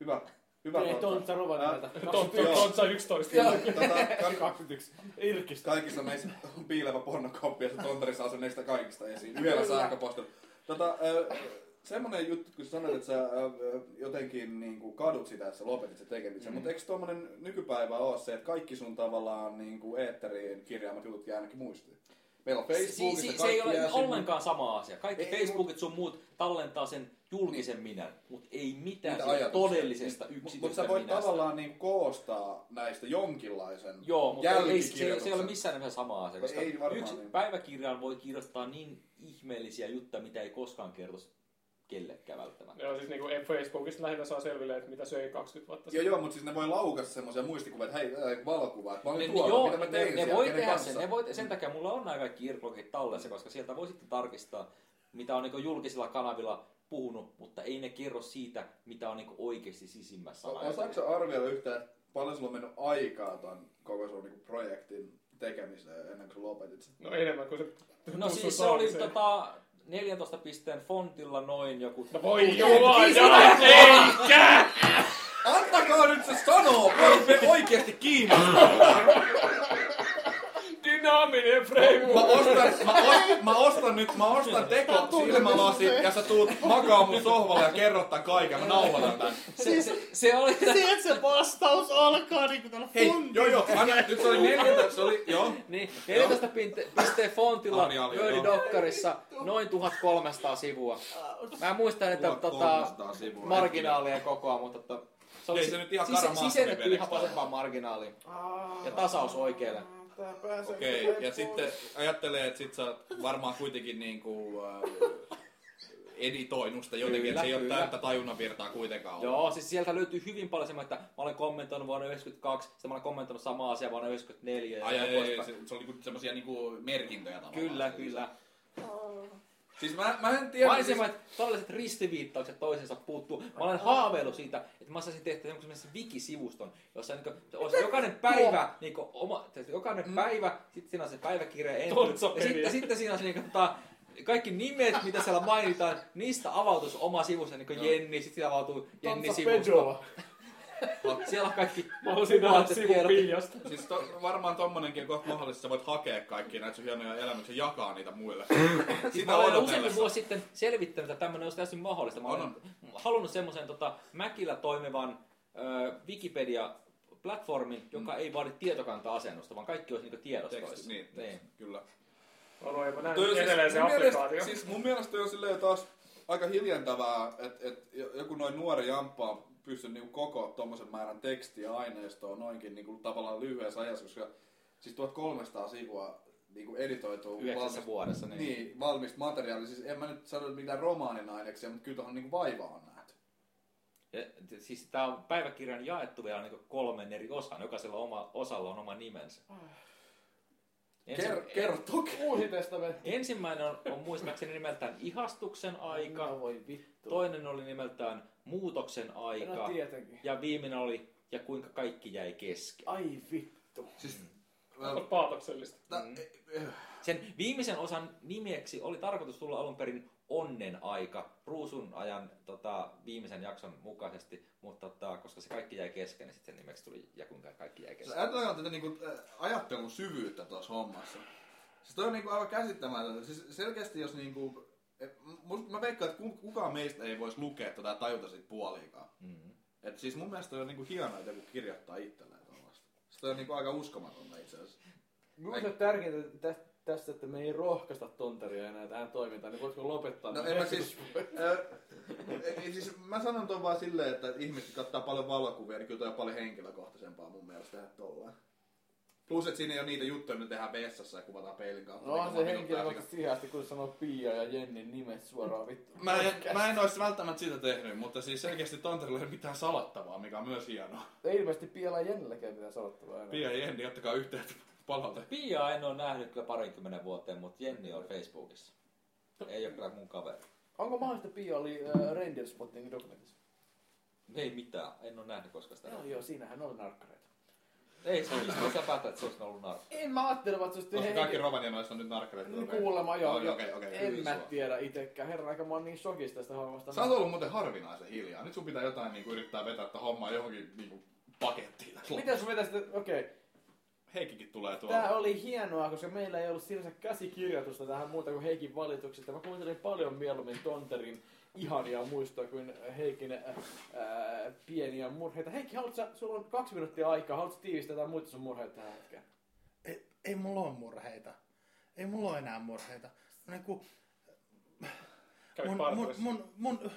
Speaker 6: hyvä. Hyvä
Speaker 1: Ei,
Speaker 6: totta.
Speaker 1: Tontsa Rovaniemeltä.
Speaker 4: No,
Speaker 7: Tontsa
Speaker 6: Joo.
Speaker 7: tontsa 11.
Speaker 6: Tota, ka-
Speaker 1: 21. Irkistä.
Speaker 6: Kaikissa meissä on piilevä pornokauppi ja se tontari saa sen näistä kaikista esiin. Yhdellä sähköpostilla. Tota, ö, semmonen juttu, kun sä sanoit, että sä ö, ö, jotenkin niin kuin kadut sitä, että sä lopetit sen tekemisen.
Speaker 4: Mm.
Speaker 6: Mutta eikö tuommoinen nykypäivä ole se, että kaikki sun tavallaan niin kuin eetteriin kirjaamat jutut jää ainakin muistiin? Meillä on
Speaker 4: Si- si-
Speaker 6: Facebookissa
Speaker 4: si- se
Speaker 6: kaikki
Speaker 4: ei ole
Speaker 6: jää sinne.
Speaker 4: ollenkaan sama asia. Kaikki
Speaker 6: Ei,
Speaker 4: Facebookit sun muut tallentaa sen julkisen minän, mutta ei mitään
Speaker 6: Niitä
Speaker 4: siitä
Speaker 6: ajatuksia.
Speaker 4: todellisesta
Speaker 6: Mutta
Speaker 4: yksityisestä
Speaker 6: sä voit
Speaker 4: minästä.
Speaker 6: tavallaan niin koostaa näistä jonkinlaisen
Speaker 4: Joo, mutta ei- ei, se, ei- se ei ole
Speaker 6: jälkikirjoituksen.
Speaker 4: missään nimessä sama asia, koska
Speaker 6: Ei varmaan
Speaker 4: yksi
Speaker 6: niin.
Speaker 4: päiväkirjaan voi kirjoittaa niin ihmeellisiä juttuja, mitä ei koskaan kertoisi kellekään välttämättä.
Speaker 7: Joo, siis niinku Facebookista lähinnä saa selville, että mitä söi 20 vuotta
Speaker 6: Joo,
Speaker 7: sitten.
Speaker 6: joo, mutta siis ne voi laukassa semmoisia muistikuvia, että hei, äh, valokuva, että mä olin
Speaker 4: Ne,
Speaker 6: tuolla,
Speaker 4: joo,
Speaker 6: mitä mä tein
Speaker 4: ne,
Speaker 6: siellä,
Speaker 4: ne voi
Speaker 6: kenen
Speaker 4: tehdä
Speaker 6: kanssa.
Speaker 4: sen, ne voi, te- sen takia mulla on nämä kaikki irblogit tallessa, koska sieltä voi sitten tarkistaa, mitä on niin julkisilla kanavilla puhunut, mutta ei ne kerro siitä, mitä on niin oikeasti sisimmässä.
Speaker 6: O-
Speaker 4: ajatellut.
Speaker 6: Osaatko sä arvioida yhtään, että paljon sulla on mennyt aikaa ton koko sun niinku projektin tekemiseen ennen kuin sä lopetit sen?
Speaker 7: No enemmän kuin se
Speaker 4: No
Speaker 7: tussu
Speaker 4: siis se
Speaker 7: saa niin
Speaker 4: oli
Speaker 7: sen.
Speaker 4: tota 14 pisteen fontilla noin joku.
Speaker 7: No voi jumala, eikä!
Speaker 6: Antakaa nyt se sanoo, voi me oikeesti kiinnostaa.
Speaker 7: Dynaaminen framework!
Speaker 6: Mä ostan, mä, ostan, mä ostan nyt, mä ostan teko silmälasit ja sä tuut makaa mun sohvalle ja kerrot tän kaiken, mä nauhoitan tän.
Speaker 4: Se, se, se oli...
Speaker 2: Se, että se vastaus alkaa niinku tällä
Speaker 6: Hei,
Speaker 2: fun.
Speaker 6: joo joo, anna, nyt se oli neljäntä, se oli, joo.
Speaker 4: Niin, 14 pinte- pisteen fontilla
Speaker 6: Ari, Ari,
Speaker 4: Wordin
Speaker 6: joo.
Speaker 4: dokkarissa noin 1300 sivua. Mä muistan, että tota,
Speaker 6: 1300 sivua.
Speaker 4: marginaalien kokoa, mutta tota, se oli
Speaker 6: Ei se nyt ihan karmaasti
Speaker 4: sisennetty ihan
Speaker 6: vedekstä.
Speaker 4: vasempaan marginaaliin. Ja tasaus oikealle.
Speaker 6: Okei, ja sitten ajattelee, että sit sä oot varmaan kuitenkin niinku, äh, editoinut sitä jotenkin,
Speaker 4: Kyllä,
Speaker 6: että se ei ole
Speaker 4: kyllä.
Speaker 6: täyttä tajunnanvirtaa kuitenkaan ollut.
Speaker 4: Joo, siis sieltä löytyy hyvin paljon semmoinen, että mä olen kommentoinut vuonna 92, sitten mä olen kommentoinut samaa asiaa vuonna 94 ja
Speaker 6: Ai,
Speaker 4: näin
Speaker 6: ai, ai,
Speaker 4: poispäin.
Speaker 6: se, se oli niinku semmosia niinku merkintöjä tavallaan.
Speaker 4: Kyllä, kyllä.
Speaker 6: Siis mä, mä en tiedä, siis,
Speaker 4: Maisemat, tällaiset ristiviittaukset toisensa puuttuu. Mä olen haaveillut siitä, että mä saisin tehdä jonkun semmoisen wikisivuston, jossa niin olisi jokainen päivä, niin oma, siis jokainen päivä, sitten siinä on se päiväkirja ja entry, ja
Speaker 7: Tortsapeliä.
Speaker 4: sitten, sitten siinä on se, niin tota, kaikki nimet, mitä siellä mainitaan, niistä avautuisi oma sivussa, niin kuin Jenni, sitten siellä avautuu Jenni-sivusto. Siellä on kaikki
Speaker 7: Mä haluaisin nähdä
Speaker 4: vaatetiedot.
Speaker 7: sivun piljasta.
Speaker 6: siis to, varmaan tommonenkin on kohta mahdollista, sä voit hakea kaikkia näitä sun hienoja elämyksiä ja jakaa niitä muille.
Speaker 4: Siis
Speaker 6: Sitä
Speaker 4: mä olen
Speaker 6: odotellessa.
Speaker 4: useampi vuosi sitten selvittänyt, että tämmöinen olisi täysin mahdollista. Mä olen
Speaker 6: On,
Speaker 4: halunnut semmoisen tota, Mäkillä toimivan ö, Wikipedia-platformin, joka ei vaadi tietokanta-asennusta, vaan kaikki olisi niinku tiedostoissa.
Speaker 6: Mm. Teksti, niin,
Speaker 4: niin.
Speaker 6: teksti, kyllä.
Speaker 7: Alo, mä
Speaker 6: Toi on
Speaker 7: näen
Speaker 6: siis-
Speaker 7: edelleen se
Speaker 6: mun mielestä-
Speaker 7: applikaatio.
Speaker 6: Siis mun mielestä toi on silleen taas aika hiljentävää, että et jo- joku noin nuori jamppa on pystynyt niinku koko tommosen määrän tekstiä aineistoa noinkin niinku tavallaan lyhyessä ajassa, koska siis 1300 sivua niinku editoituu
Speaker 4: Yhdeksässä vuodessa. Niin.
Speaker 6: niin. niin, valmista materiaalia. Siis en mä nyt sano mitään romaanin aineksia, mutta kyllä tuohon niinku vaivaa on nähty.
Speaker 4: Ja, t- siis tämä on päiväkirjan jaettu vielä niinku kolmeen eri osaan. Jokaisella oma, osalla on oma nimensä. Ensi,
Speaker 6: Ah. Ker, kerro toki.
Speaker 1: Uusi testamentti.
Speaker 4: ensimmäinen on, on muistaakseni nimeltään ihastuksen aika.
Speaker 1: No voi vittu.
Speaker 4: Toinen oli nimeltään muutoksen aika.
Speaker 1: No tietenkin.
Speaker 4: Ja viimeinen oli, ja kuinka kaikki jäi kesken.
Speaker 1: Ai vittu.
Speaker 6: Siis,
Speaker 4: Mm.
Speaker 7: Onko paatoksellista?
Speaker 6: tä,
Speaker 4: eh, Sen viimeisen osan nimeksi oli tarkoitus tulla alun perin onnen aika, ruusun ajan tota, viimeisen jakson mukaisesti, mutta tota, koska se kaikki jäi kesken, niin sitten sen nimeksi tuli ja kuinka kaikki jäi
Speaker 6: Sä
Speaker 4: kesken.
Speaker 6: Ajatellaan tätä niinku, äh, ajattelun syvyyttä tuossa hommassa. Siis toi on niinku aivan käsittämätöntä. Siis selkeästi jos niinku... et must- Mä veikkaan, että ku- kukaan meistä ei voisi lukea tätä ja tajuta siitä puoliikaan.
Speaker 4: Mm-hmm.
Speaker 6: Et siis mun mielestä toi on niinku hienoa, että joku kirjoittaa itselleen tuollaista. Se toi on niinku aika uskomatonta itse asiassa.
Speaker 1: Minusta se on tärkeintä tä- tässä, että me ei rohkaista tonteria enää tähän toimintaan, niin voitko lopettaa?
Speaker 6: No
Speaker 1: ne
Speaker 6: en mä siis... Äh, ei, siis mä sanon ton vaan silleen, että ihmiset kattaa paljon valokuvia, niin kyllä toi on paljon henkilökohtaisempaa mun mielestä tehdä tollaan. Plus, että siinä ei ole niitä juttuja, mitä tehdään vessassa ja kuvataan peilin kautta.
Speaker 1: No on
Speaker 6: Niin,
Speaker 1: se
Speaker 6: kun mä
Speaker 1: henkilökohtaisesti siihen asti, kun sanoo Pia ja Jennin nimet suoraan vittu.
Speaker 6: Mä en, mä en olisi välttämättä sitä tehnyt, mutta siis selkeästi Tanterilla ei ole mitään salattavaa, mikä on myös hienoa.
Speaker 1: Ei ilmeisesti Pialla ja Jennilläkään mitään sanottavaa enää.
Speaker 6: Pia ja Jenni, ottakaa yhteyttä palaute.
Speaker 4: Pia en ole nähnyt kyllä parinkymmenen vuoteen, mutta Jenni on Facebookissa. Ei ole kyllä mun kaveri.
Speaker 1: Onko mahdollista, että Pia oli äh, Reindeer Spottingin dokumentissa?
Speaker 4: Ei mitään, en ole nähnyt koskaan sitä.
Speaker 1: Joo, joo, siinähän oli narkkareita.
Speaker 4: Ei se olisi, sä päätät, että se olisi ollut narkka.
Speaker 1: En mä ajattele, että se olisi
Speaker 6: Koska
Speaker 1: tehnyt
Speaker 6: kaikki romanianaiset on nyt narkkareita.
Speaker 1: No kuulemma joo,
Speaker 6: Okei,
Speaker 1: joo.
Speaker 6: okei, okei.
Speaker 1: en
Speaker 6: hyvin
Speaker 1: mä
Speaker 6: sua.
Speaker 1: tiedä itekään. Herra aika mä oon niin shokissa tästä hommasta.
Speaker 6: Sä oot ollut muuten harvinaisen hiljaa. Nyt sun pitää jotain niin yrittää vetää tätä hommaa johonkin niin kuin, pakettiin. tässä loppuun.
Speaker 1: Miten sun vetäisi, okei.
Speaker 6: Heikikin tulee tuolla.
Speaker 1: Tää oli hienoa, koska meillä ei ollut sinänsä käsikirjoitusta tähän muuta kuin Heikin valituksesta. Mä kuuntelin paljon mieluummin Tonterin ihania muistoja kuin Heikin äh, äh, pieniä murheita. Heikki, haluatko sä, sulla on kaksi minuuttia aikaa, haluatko tiivistää jotain muita sun murheita tähän hetkeen?
Speaker 2: Ei, ei mulla ole murheita. Ei mulla ole enää murheita. Niin kuin,
Speaker 7: Kävit
Speaker 2: mun, mun,
Speaker 7: parturissa.
Speaker 2: mun, mun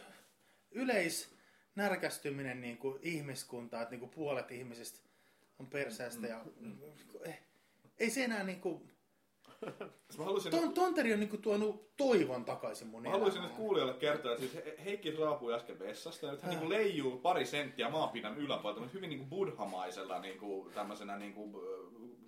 Speaker 2: yleisnärkästyminen niin kuin ihmiskuntaa, että niin kuin puolet ihmisistä on perseestä ja
Speaker 6: Mm,
Speaker 2: ei, ei se enää niin kuin,
Speaker 6: Mä haluaisin,
Speaker 2: ton, Tonteri on niin kuin tuonut toivon takaisin mun
Speaker 6: mä haluaisin nyt
Speaker 2: elämään.
Speaker 6: kuulijoille kertoa, että siis He- Heikki raapui äsken vessasta ja nyt hän
Speaker 1: Äh.
Speaker 6: niin leijuu pari senttiä maapinnan yläpuolelta, mutta hyvin niin kuin buddhamaisella niin kuin, tämmöisenä niin kuin,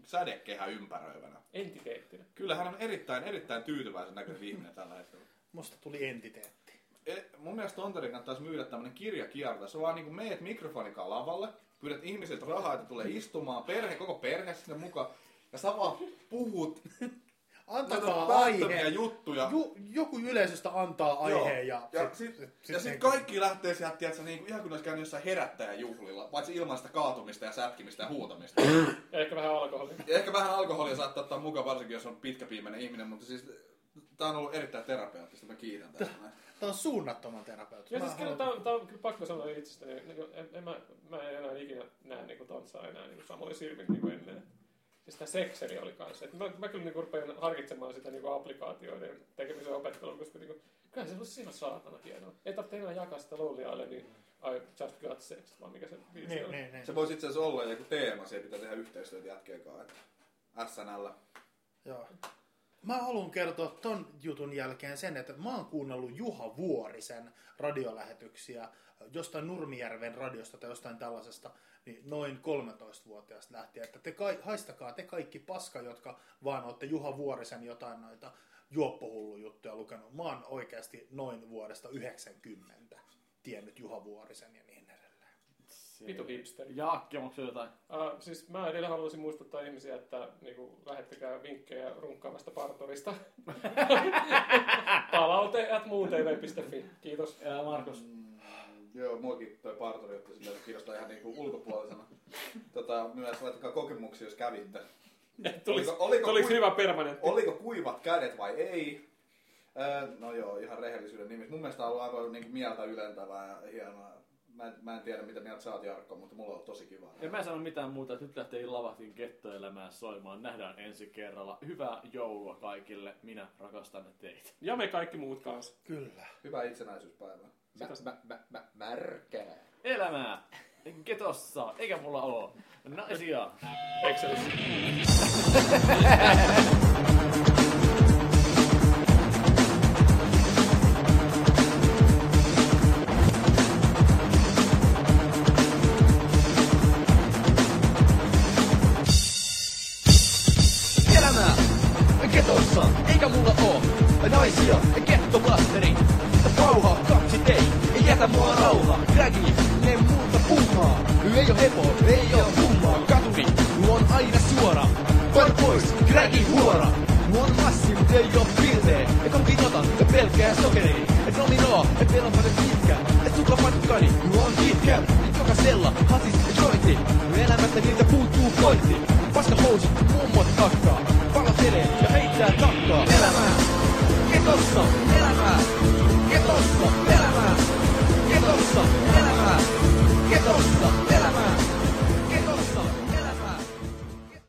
Speaker 6: sädekehän ympäröivänä.
Speaker 7: Entiteettinä.
Speaker 6: Kyllä hän on erittäin, erittäin tyytyväisen näköinen ihminen tällä hetkellä.
Speaker 2: Musta tuli entiteetti.
Speaker 6: E- mun mielestä Tonteri kannattaisi myydä tämmönen kirjakierto. Se vaan niinku meet mikrofonikaan lavalle, pyydät ihmisiltä rahaa, että tulee istumaan, perhe, koko perhe sinne mukaan. Ja sä vaan puhut
Speaker 2: Antakaa
Speaker 6: näitä päättömiä
Speaker 2: aihe.
Speaker 6: juttuja.
Speaker 2: Ju, joku yleisöstä antaa aiheen
Speaker 6: Joo.
Speaker 2: ja,
Speaker 6: ja sit, sit, ja sit
Speaker 2: niin kuin-
Speaker 6: kaikki lähtee sieltä, tiedätkö, niinku, ihan kuin olisi käynyt jossain herättäjäjuhlilla, paitsi ilman sitä kaatumista ja sätkimistä ja huutamista.
Speaker 7: Ja ehkä vähän alkoholia.
Speaker 6: ja ehkä vähän alkoholia saattaa ottaa mukaan, varsinkin jos on pitkäpiimäinen ihminen, mutta siis tää on ollut erittäin terapeuttista, mä kiitän tästä. näin.
Speaker 2: Tää on suunnattoman terapeutti.
Speaker 7: Ja
Speaker 2: Mä
Speaker 7: siis kyllä
Speaker 2: haluan-
Speaker 7: tää on, tää on kyllä pakko sanoa itsestäni. Niin kuin, en, en, mä, mä en enää ikinä näe niin kuin tanssaa enää niin kuin samoin silmin niin kuin ennen. Ja sitä sekseli oli kanssa. Et mä, mä kyllä niin rupean harkitsemaan sitä niin kuin applikaatioiden tekemisen opettelua, koska niin kuin, kyllä se on siinä saatana hienoa. Ei tarvitse enää jakaa sitä lolliaille, niin I just got sex, vaan mikä se biisi
Speaker 2: Niin,
Speaker 7: oli.
Speaker 2: niin, niin.
Speaker 6: Se voisi itse asiassa olla joku teema, siellä pitää tehdä yhteistyötä jätkeen kanssa. että SNL.
Speaker 2: Joo. Mä haluan kertoa ton jutun jälkeen sen, että mä oon kuunnellut Juha Vuorisen radiolähetyksiä jostain Nurmijärven radiosta tai jostain tällaisesta niin noin 13-vuotiaasta lähtien, että te kai, haistakaa te kaikki paska, jotka vaan olette Juha Vuorisen jotain noita juoppohullujuttuja lukenut. Mä oon oikeasti noin vuodesta 90 tiennyt Juha Vuorisen ja niin edelleen.
Speaker 7: Vitu hipster.
Speaker 1: Jaakki, onko se jotain?
Speaker 7: Äh, siis mä edelleen haluaisin muistuttaa ihmisiä, että niinku, lähettäkää vinkkejä runkkaavasta partorista. Palaute at muuntv.fi. Kiitos.
Speaker 1: Ää, Markus.
Speaker 6: Mm, Joo, muakin toi parturi otti sille kiinnostaa ihan niinku ulkopuolisena. Tota, myös laittakaa kokemuksia, jos kävitte.
Speaker 7: Tulis,
Speaker 6: Oliko- oliko
Speaker 7: tulis
Speaker 6: kuin-
Speaker 7: hyvä permanentti?
Speaker 6: Oliko kuivat kädet vai ei? Öö, no joo, ihan rehellisyyden nimissä. Mun mielestä on ollut aivan niinku mieltä ylentävää ja hienoa. Mä en, mä en tiedä, mitä mieltä sä oot Jarkko, mutta mulla on ollut tosi kivaa.
Speaker 1: En mä sano mitään muuta, että nyt lähtee Lavahtin kettoelämään soimaan. Nähdään ensi kerralla. Hyvää joulua kaikille. Minä rakastan teitä.
Speaker 7: Ja me kaikki muut kanssa.
Speaker 2: Kyllä.
Speaker 6: Hyvää itsenäisyyspäivää.
Speaker 4: Mä, mä, mä, mä, märkää.
Speaker 1: elämää ketossa, eikä mulla oo No, naisia.
Speaker 7: Excelissä.
Speaker 10: elämää Ketossa, eikä mulla oo naisia, kettoblasteri Rauha, kaksi tei, ei jätä mua rauha Dragi, ne muuta puuhaa Ei oo hepo, ei oo kummaa Katuri, nuo on aina suora Vai pois, dragi huora Nuo on massi, mut ei oo piltee Ja kaikki otan, ja pelkää sokeri Et nominoo, et vielä on paljon pitkä Et suka matkani, nuo on pitkä Jokaisella, hasis ja jointi Elämästä niiltä puuttuu pointti Paska housut, mummot takkaa Palotelee ja heittää takkaa Elämää, ketossa, elämää Ketossa, elämää Ketossa, elämää Ketossa,